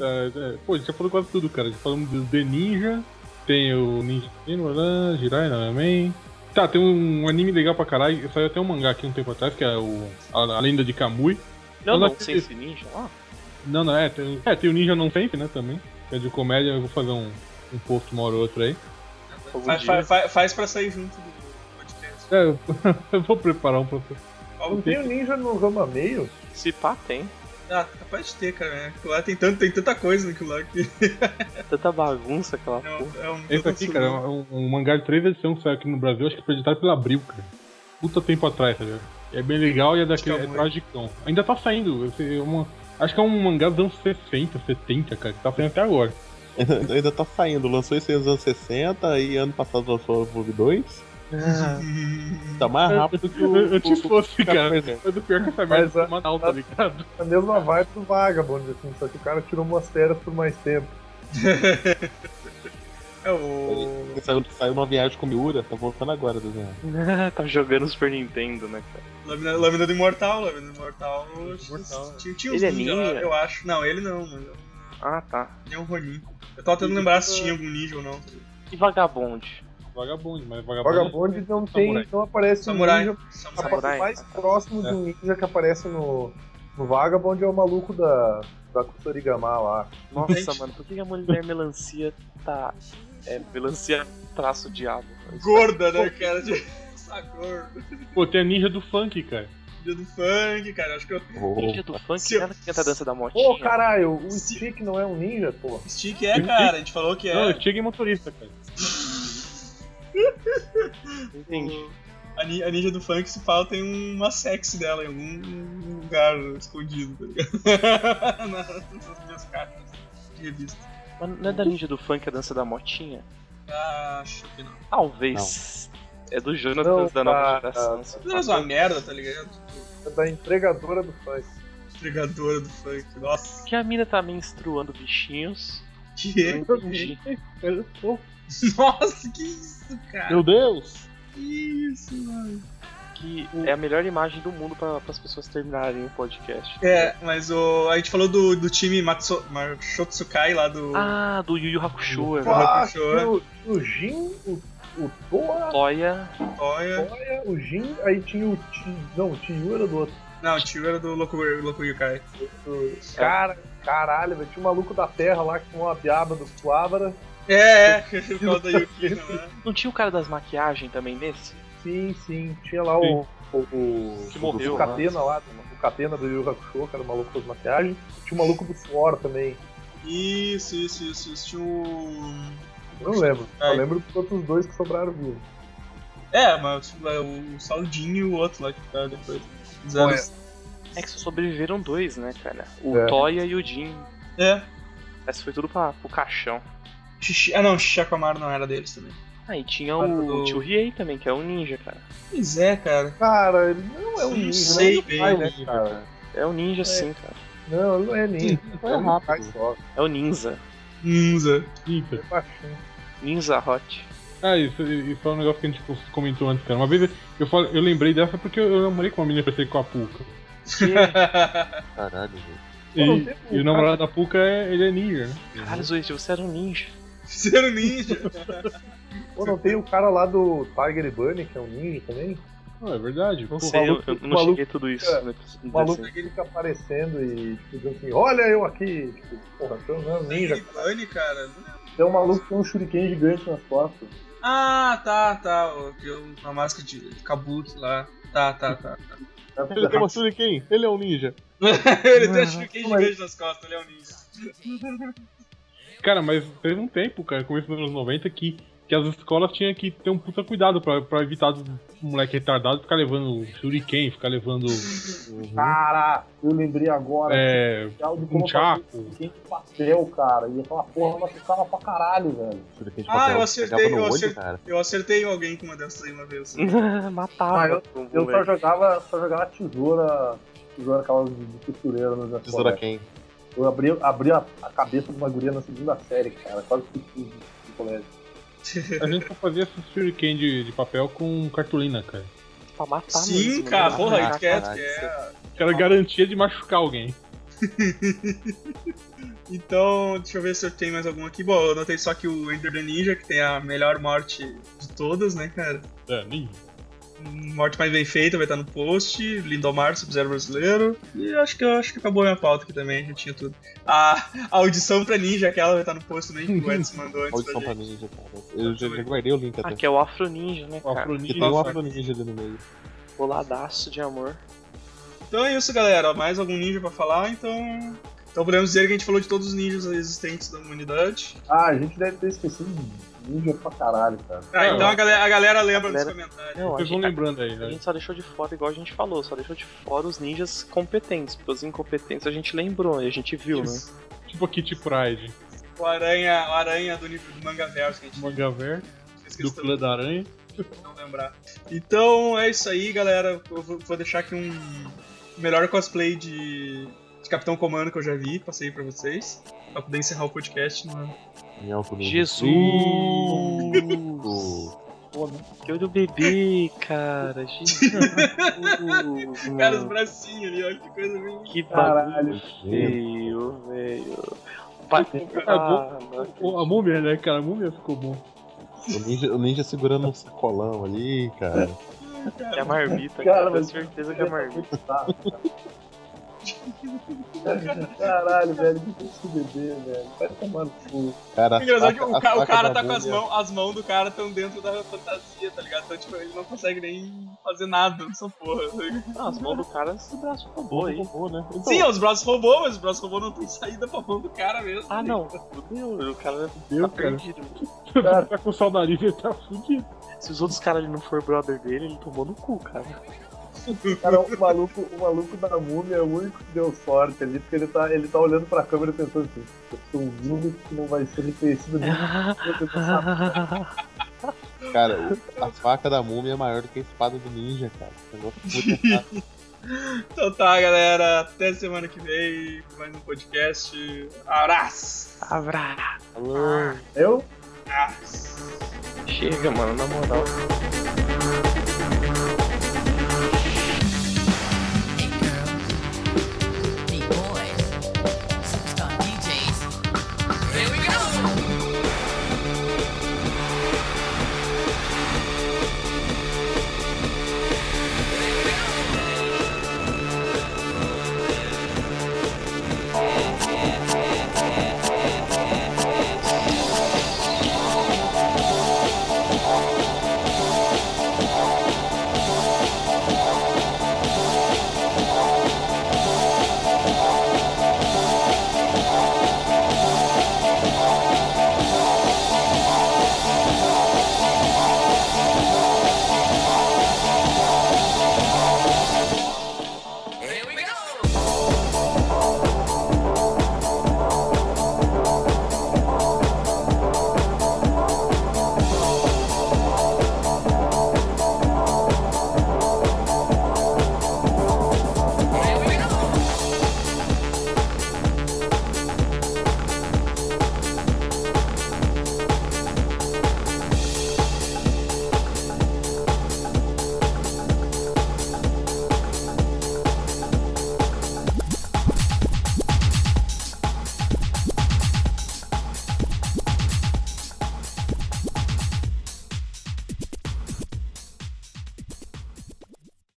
[SPEAKER 2] É, é, pô, a gente já falou quase tudo, cara. Já falamos do The Ninja, tem o Ninja Kinoran, Jirai Nanamen. Tá, tem um anime legal pra caralho. Saiu até um mangá aqui um tempo atrás, que é o A, a Lenda de Kamui.
[SPEAKER 5] Não,
[SPEAKER 2] Eu não
[SPEAKER 5] não, sem
[SPEAKER 2] acredito.
[SPEAKER 5] esse ninja lá.
[SPEAKER 2] Não, não, é. Tem, é, tem o Ninja Não Sempre, né, também. Que é de comédia, eu vou fazer um, um post uma hora ou outra aí.
[SPEAKER 5] algum
[SPEAKER 4] Faz,
[SPEAKER 5] dia.
[SPEAKER 4] faz, faz- faz pra sair junto do podcast.
[SPEAKER 2] É, eu, [laughs] eu vou preparar um pra
[SPEAKER 4] Algo
[SPEAKER 1] Não tem um ninja no Rama Meio?
[SPEAKER 5] Se pá, tem.
[SPEAKER 4] Ah, capaz de ter, cara. Né? Lá tem, tanto, tem tanta coisa naquilo lá que.
[SPEAKER 5] Tanta bagunça aquela
[SPEAKER 4] É
[SPEAKER 5] porra. [laughs]
[SPEAKER 4] um, é um,
[SPEAKER 2] Esse aqui, cara, é um, um mangá de três edições que saiu aqui no Brasil, acho que foi editado pela Abril, cara. Puta tempo atrás, tá ligado? É bem legal e é daquele. É
[SPEAKER 1] um-
[SPEAKER 4] Calma aí.
[SPEAKER 2] tragicão. Ainda tá saindo. esse é uma- acho que é um mangá dos anos 60, 70, cara, que tá saindo até agora.
[SPEAKER 3] Ainda, ainda tá saindo. Lançou esse nos anos 60, aí ano passado lançou o Volume 2.
[SPEAKER 4] Ah.
[SPEAKER 3] Tá mais rápido que o.
[SPEAKER 2] Eu te
[SPEAKER 3] o-
[SPEAKER 2] fosse,
[SPEAKER 3] o-
[SPEAKER 2] cara.
[SPEAKER 3] Pois é.
[SPEAKER 2] Mas o pior é que essa merda
[SPEAKER 1] Mas, ah,
[SPEAKER 2] é Manaus, tá ligado?
[SPEAKER 1] A mesma vibe do Vagabond, assim, só que o cara tirou umas férias por mais tempo.
[SPEAKER 4] É o.
[SPEAKER 3] Saiu, saiu numa viagem com o Miura, tá voltando agora, desenho.
[SPEAKER 5] tá jogando Super Nintendo, né, cara?
[SPEAKER 4] Lâmina, lâmina do Imortal, Lâmina do Imortal.
[SPEAKER 5] Imortal,
[SPEAKER 4] Tinha, tinha uns
[SPEAKER 5] Ele é
[SPEAKER 4] ninja lá,
[SPEAKER 5] ninja?
[SPEAKER 4] eu acho. Não, ele não, mano.
[SPEAKER 5] Ah, tá.
[SPEAKER 4] Ele é um Ronin. Eu tava tentando lembrar se tinha algum ninja ou não.
[SPEAKER 5] E Vagabond?
[SPEAKER 2] Vagabundo, mas é vagabundo.
[SPEAKER 1] Vagabond não tem,
[SPEAKER 2] Samurai.
[SPEAKER 1] não aparece um
[SPEAKER 4] Samurai.
[SPEAKER 1] ninja.
[SPEAKER 4] Samurai.
[SPEAKER 5] Samurai.
[SPEAKER 1] O mais próximo de um ninja que aparece no, no Vagabond é o maluco da, da Kutorigama lá.
[SPEAKER 5] Nossa,
[SPEAKER 4] Gente.
[SPEAKER 5] mano, por que a mulher melancia tá. É, melancia traço diabo?
[SPEAKER 4] Gorda, né, cara? De... Essa cor.
[SPEAKER 2] Pô, tem a ninja do funk, cara.
[SPEAKER 4] Dia do funk, cara. Acho que é eu.
[SPEAKER 5] Ninja do funk,
[SPEAKER 4] Se-
[SPEAKER 5] ela que canta a dança da motinha.
[SPEAKER 1] Ô, caralho, o
[SPEAKER 4] Sim.
[SPEAKER 1] Stick não é um ninja, pô.
[SPEAKER 4] Stick é, cara. A gente falou que
[SPEAKER 2] Não,
[SPEAKER 4] é.
[SPEAKER 2] eu cheguei motorista, cara.
[SPEAKER 5] Entendi.
[SPEAKER 4] A, ni- a ninja do funk se fala tem uma sexy dela em algum lugar escondido, tá ligado? [laughs] Nas minhas cartas de revista.
[SPEAKER 5] Mas não é da ninja do funk a dança da motinha?
[SPEAKER 4] Ah, acho que não.
[SPEAKER 5] Talvez. É do Jonas
[SPEAKER 1] Não,
[SPEAKER 5] da nova
[SPEAKER 1] tá,
[SPEAKER 5] geração.
[SPEAKER 1] tá.
[SPEAKER 5] se
[SPEAKER 4] Mas é
[SPEAKER 5] pá.
[SPEAKER 4] uma merda, tá ligado?
[SPEAKER 1] É da entregadora do funk.
[SPEAKER 4] Entregadora do funk. Nossa,
[SPEAKER 5] Que a mina tá menstruando bichinhos. Eu
[SPEAKER 4] que.
[SPEAKER 5] não entendi.
[SPEAKER 4] [laughs]
[SPEAKER 2] É,
[SPEAKER 4] Nossa, que isso, cara?
[SPEAKER 3] Meu Deus!
[SPEAKER 4] Que isso, mano.
[SPEAKER 5] Que é a melhor imagem do mundo pra, pras pessoas terminarem o podcast.
[SPEAKER 4] É, mas o. A gente falou do, do time Matsu... Mashotsukai lá do.
[SPEAKER 5] Ah, do Yu Yu Hakusho, é verdade.
[SPEAKER 1] Ah,
[SPEAKER 4] puxou,
[SPEAKER 1] tinha o, o Jin, o, o Toa, né?
[SPEAKER 5] Toya.
[SPEAKER 4] Toya.
[SPEAKER 1] o Jin, aí tinha o Ti. Não, o Tinho era do outro.
[SPEAKER 4] Não, o tio era do Loco, Loco Yukai.
[SPEAKER 1] do- Cara, caralho, velho. Tinha um maluco da terra lá que tomou a biaba do Suabra.
[SPEAKER 4] É, é, por causa da Yukina, né?
[SPEAKER 5] Não tinha o cara das maquiagens também nesse?
[SPEAKER 1] Sim, sim. Tinha lá o. O, o,
[SPEAKER 5] Que morreu,
[SPEAKER 1] o Catena lá, o Catena do Yu Hakusho, que era o maluco das maquiagens. Tinha o maluco do Suor também.
[SPEAKER 4] Isso, isso, isso, isso. Tinha o.
[SPEAKER 1] Eu não lembro. Só
[SPEAKER 4] Ai.
[SPEAKER 1] lembro dos outros dois que sobraram vivos.
[SPEAKER 4] É, mas tipo, é o Saudinho e o outro lá que tá depois. Dos anos-
[SPEAKER 5] É que só sobreviveram dois, né, cara? O
[SPEAKER 1] É.
[SPEAKER 5] Toya e o Jin.
[SPEAKER 4] É.
[SPEAKER 5] Mas foi tudo pra, pro caixão.
[SPEAKER 4] Xixi- Ah não, Shishakamaru não era deles também.
[SPEAKER 5] Ah, e tinha
[SPEAKER 4] Ah,
[SPEAKER 5] o,
[SPEAKER 4] do-
[SPEAKER 5] tio Riei também, que é um ninja, cara.
[SPEAKER 4] Pois é, cara.
[SPEAKER 1] Cara, ele não é um
[SPEAKER 4] Não
[SPEAKER 1] ninja.
[SPEAKER 4] sei,
[SPEAKER 1] ele é um
[SPEAKER 4] bem,
[SPEAKER 1] ninja, cara.
[SPEAKER 5] É um ninja sim, cara.
[SPEAKER 1] Não, ele não é ninja.
[SPEAKER 3] Foi
[SPEAKER 1] é um
[SPEAKER 3] rápido.
[SPEAKER 1] cai só.
[SPEAKER 5] É o Ninja.
[SPEAKER 4] Ninja.
[SPEAKER 2] Ninja.
[SPEAKER 1] É baixinho.
[SPEAKER 5] Ninja Hot.
[SPEAKER 2] Ah, isso, isso é um negócio que a gente comentou antes, cara. Uma vez eu, falo, eu lembrei dessa porque eu namorei com uma menina pra ser com a Puka.
[SPEAKER 3] Caralho, gente.
[SPEAKER 2] E,
[SPEAKER 1] Pô, não tem
[SPEAKER 2] e o
[SPEAKER 1] um
[SPEAKER 2] namorado da Puka é, ele é ninja, né?
[SPEAKER 5] Caralho, Zoichi, você era um ninja.
[SPEAKER 4] Fizeram ninja.
[SPEAKER 1] Pô, não tem o cara lá do Tiger e Bunny, que é um ninja também?
[SPEAKER 2] Ah, é verdade.
[SPEAKER 5] Não
[SPEAKER 2] pô.
[SPEAKER 5] sei, eu,
[SPEAKER 1] maluco-
[SPEAKER 5] eu não
[SPEAKER 1] maluco-
[SPEAKER 5] cheguei tudo isso.
[SPEAKER 1] é,
[SPEAKER 5] né?
[SPEAKER 1] O maluco é que ele fica aparecendo e tipo, dizendo assim, olha eu aqui. Tipo, porra, tu não é um ninja.
[SPEAKER 4] Bunny, cara.
[SPEAKER 1] Tem um maluco com um shuriken gigante nas costas.
[SPEAKER 4] Ah, tá, tá. ó, Criou uma máscara de kabuki lá. Tá, tá,
[SPEAKER 3] [laughs]
[SPEAKER 4] tá. tá.
[SPEAKER 3] Ele tem uma Shuriken, ele é um ninja.
[SPEAKER 4] ele tem um shuriken gigante nas costas, ele é um ninja.
[SPEAKER 2] Cara, mas teve um tempo, cara, começo dos anos 90, que, que as escolas tinham que ter um puta cuidado pra, pra evitar do moleque retardado ficar levando shuriken, ficar levando
[SPEAKER 1] Cara, eu lembrei agora.
[SPEAKER 2] é,
[SPEAKER 1] especial de
[SPEAKER 2] um
[SPEAKER 1] como
[SPEAKER 2] tchaco.
[SPEAKER 1] fazer shuriken de papel, cara. E aquela porra machucava pra caralho, velho.
[SPEAKER 3] Shuriken de
[SPEAKER 4] Ah,
[SPEAKER 3] papel,
[SPEAKER 4] eu acertei,
[SPEAKER 3] pegava no
[SPEAKER 4] eu
[SPEAKER 3] olho,
[SPEAKER 4] acertei.
[SPEAKER 3] cara.
[SPEAKER 4] Eu acertei alguém com uma dessas aí uma vez.
[SPEAKER 5] assim. [laughs] Matava.
[SPEAKER 1] Ah,
[SPEAKER 5] o
[SPEAKER 1] Eu só
[SPEAKER 5] moleque.
[SPEAKER 1] jogava, só jogava tesoura, tesoura aquela de, de costureira no Japão.
[SPEAKER 3] Tesoura
[SPEAKER 1] velho.
[SPEAKER 3] quem?
[SPEAKER 1] Eu abri, abri a, a cabeça de uma guria na segunda série, cara. Quase que fiz no colégio.
[SPEAKER 2] A gente só fazia esses shuriken de, de papel com cartolina, cara.
[SPEAKER 5] Pra
[SPEAKER 3] tá
[SPEAKER 5] matar
[SPEAKER 4] Sim,
[SPEAKER 5] mesmo, né?
[SPEAKER 4] cara, porra,
[SPEAKER 5] Caraca,
[SPEAKER 4] tu quer, tu
[SPEAKER 5] caralho,
[SPEAKER 4] quer.
[SPEAKER 2] Que era garantia de machucar alguém.
[SPEAKER 4] Então, deixa eu ver se eu tenho mais algum aqui. Bom, eu notei só que o Ender the Ninja, que tem a melhor morte de todas, né, cara?
[SPEAKER 2] É, ninja.
[SPEAKER 4] Hum, Morte mais bem feita, vai estar no post. Lindomar, Sub-Zero brasileiro. E acho que, acho que acabou a minha pauta aqui também, já tinha tudo. A, a audição pra ninja, aquela vai estar no post também, que o Edson mandou antes pra
[SPEAKER 3] Audição
[SPEAKER 4] gente.
[SPEAKER 3] pra ninja, cara. Eu já, já guardei o link
[SPEAKER 5] Ah,
[SPEAKER 3] até.
[SPEAKER 5] que é o Afro Ninja, né,
[SPEAKER 2] O
[SPEAKER 5] cara?
[SPEAKER 2] afro
[SPEAKER 3] Porque
[SPEAKER 2] ninja.
[SPEAKER 3] tem um Afro Ninja ali no meio.
[SPEAKER 5] Boladaço de amor.
[SPEAKER 4] Então é isso, galera. Mais algum ninja pra falar? Então. Então podemos dizer que a gente falou de todos os ninjas existentes da humanidade.
[SPEAKER 1] Ah, a gente deve ter esquecido de ninja pra caralho, cara.
[SPEAKER 4] Ah,
[SPEAKER 2] É,
[SPEAKER 4] então
[SPEAKER 2] ó.
[SPEAKER 4] a galera, a galera lembra
[SPEAKER 5] A
[SPEAKER 4] dos
[SPEAKER 5] galera-
[SPEAKER 4] comentários.
[SPEAKER 5] Não, a
[SPEAKER 2] Vocês vão
[SPEAKER 5] gente, tá-
[SPEAKER 2] lembrando aí,
[SPEAKER 5] a
[SPEAKER 2] né?
[SPEAKER 5] gente só deixou de fora, igual a gente falou, só deixou de fora os ninjas competentes, porque os incompetentes a gente lembrou e a gente viu, né?
[SPEAKER 2] Tipo a Kitty Pride,
[SPEAKER 4] O aranha, o aranha do nível do manga verso que a gente
[SPEAKER 2] manga verde,
[SPEAKER 4] fez
[SPEAKER 2] do
[SPEAKER 4] questão
[SPEAKER 2] clã da aranha.
[SPEAKER 4] de não lembrar. Então é isso aí, galera. Eu vou vou deixar aqui um melhor cosplay de, de Capitão Comando que eu já vi, passei pra vocês. Pra poder encerrar o podcast no
[SPEAKER 3] Em alto nível.
[SPEAKER 5] Jesus! Que olho bebê, cara. Jesus!
[SPEAKER 4] Cara, os
[SPEAKER 5] mano.
[SPEAKER 4] bracinhos ali, olha que coisa bem.
[SPEAKER 5] que
[SPEAKER 1] Caralho.
[SPEAKER 5] bagulho feio, velho. Vai
[SPEAKER 2] Ah,
[SPEAKER 5] ah, mano.
[SPEAKER 2] Pô, a múmia, né, cara? A múmia ficou bom.
[SPEAKER 3] O ninja, o ninja segurando um sacolão ali, cara.
[SPEAKER 5] É a marmita,
[SPEAKER 1] Cara,
[SPEAKER 5] cara. Tenho
[SPEAKER 1] mas-
[SPEAKER 5] certeza que é a marmita.
[SPEAKER 1] Tá, cara. Caralho, velho, que tem esse bebê, velho. Vai tomar no cu.
[SPEAKER 3] cara a
[SPEAKER 4] Engraçado que
[SPEAKER 3] saca-
[SPEAKER 4] o,
[SPEAKER 3] a
[SPEAKER 4] ca- o
[SPEAKER 3] saca
[SPEAKER 4] cara
[SPEAKER 3] da é
[SPEAKER 4] tá com as
[SPEAKER 3] agulha.
[SPEAKER 4] mãos, as mãos do cara estão dentro da fantasia, tá ligado? Então, tipo, ele não consegue nem fazer nada nessa porra. tá ligado?
[SPEAKER 5] Ah, as mãos do cara, esse braço tá robô aí.
[SPEAKER 3] Robô, né? Então,
[SPEAKER 4] Sim, é os braços robô, mas os braços robô não tem saída pra mão do cara mesmo.
[SPEAKER 5] Ah, não. Fudeu, o cara tá
[SPEAKER 2] Deu, cara.
[SPEAKER 5] perdido.
[SPEAKER 2] Ele [laughs] tá com saudade, ele tá fudido.
[SPEAKER 5] Se os outros caras ali não for brother dele, ele tomou no cu, cara. [laughs]
[SPEAKER 1] Cara, o maluco, o maluco da múmia é o único que deu sorte ali, porque ele tá, ele tá olhando pra câmera e pensando assim, eu sou o único que não vai ser reconhecido nem dessa
[SPEAKER 3] Cara, o- a faca da múmia é maior do que a espada do ninja, cara. O negócio muito errado.
[SPEAKER 4] Então tá, galera. Até semana que vem com mais um podcast. Abraço!
[SPEAKER 5] Avra.
[SPEAKER 3] Falou.
[SPEAKER 1] Eu
[SPEAKER 4] Abraço.
[SPEAKER 5] Chega, mano, na moral.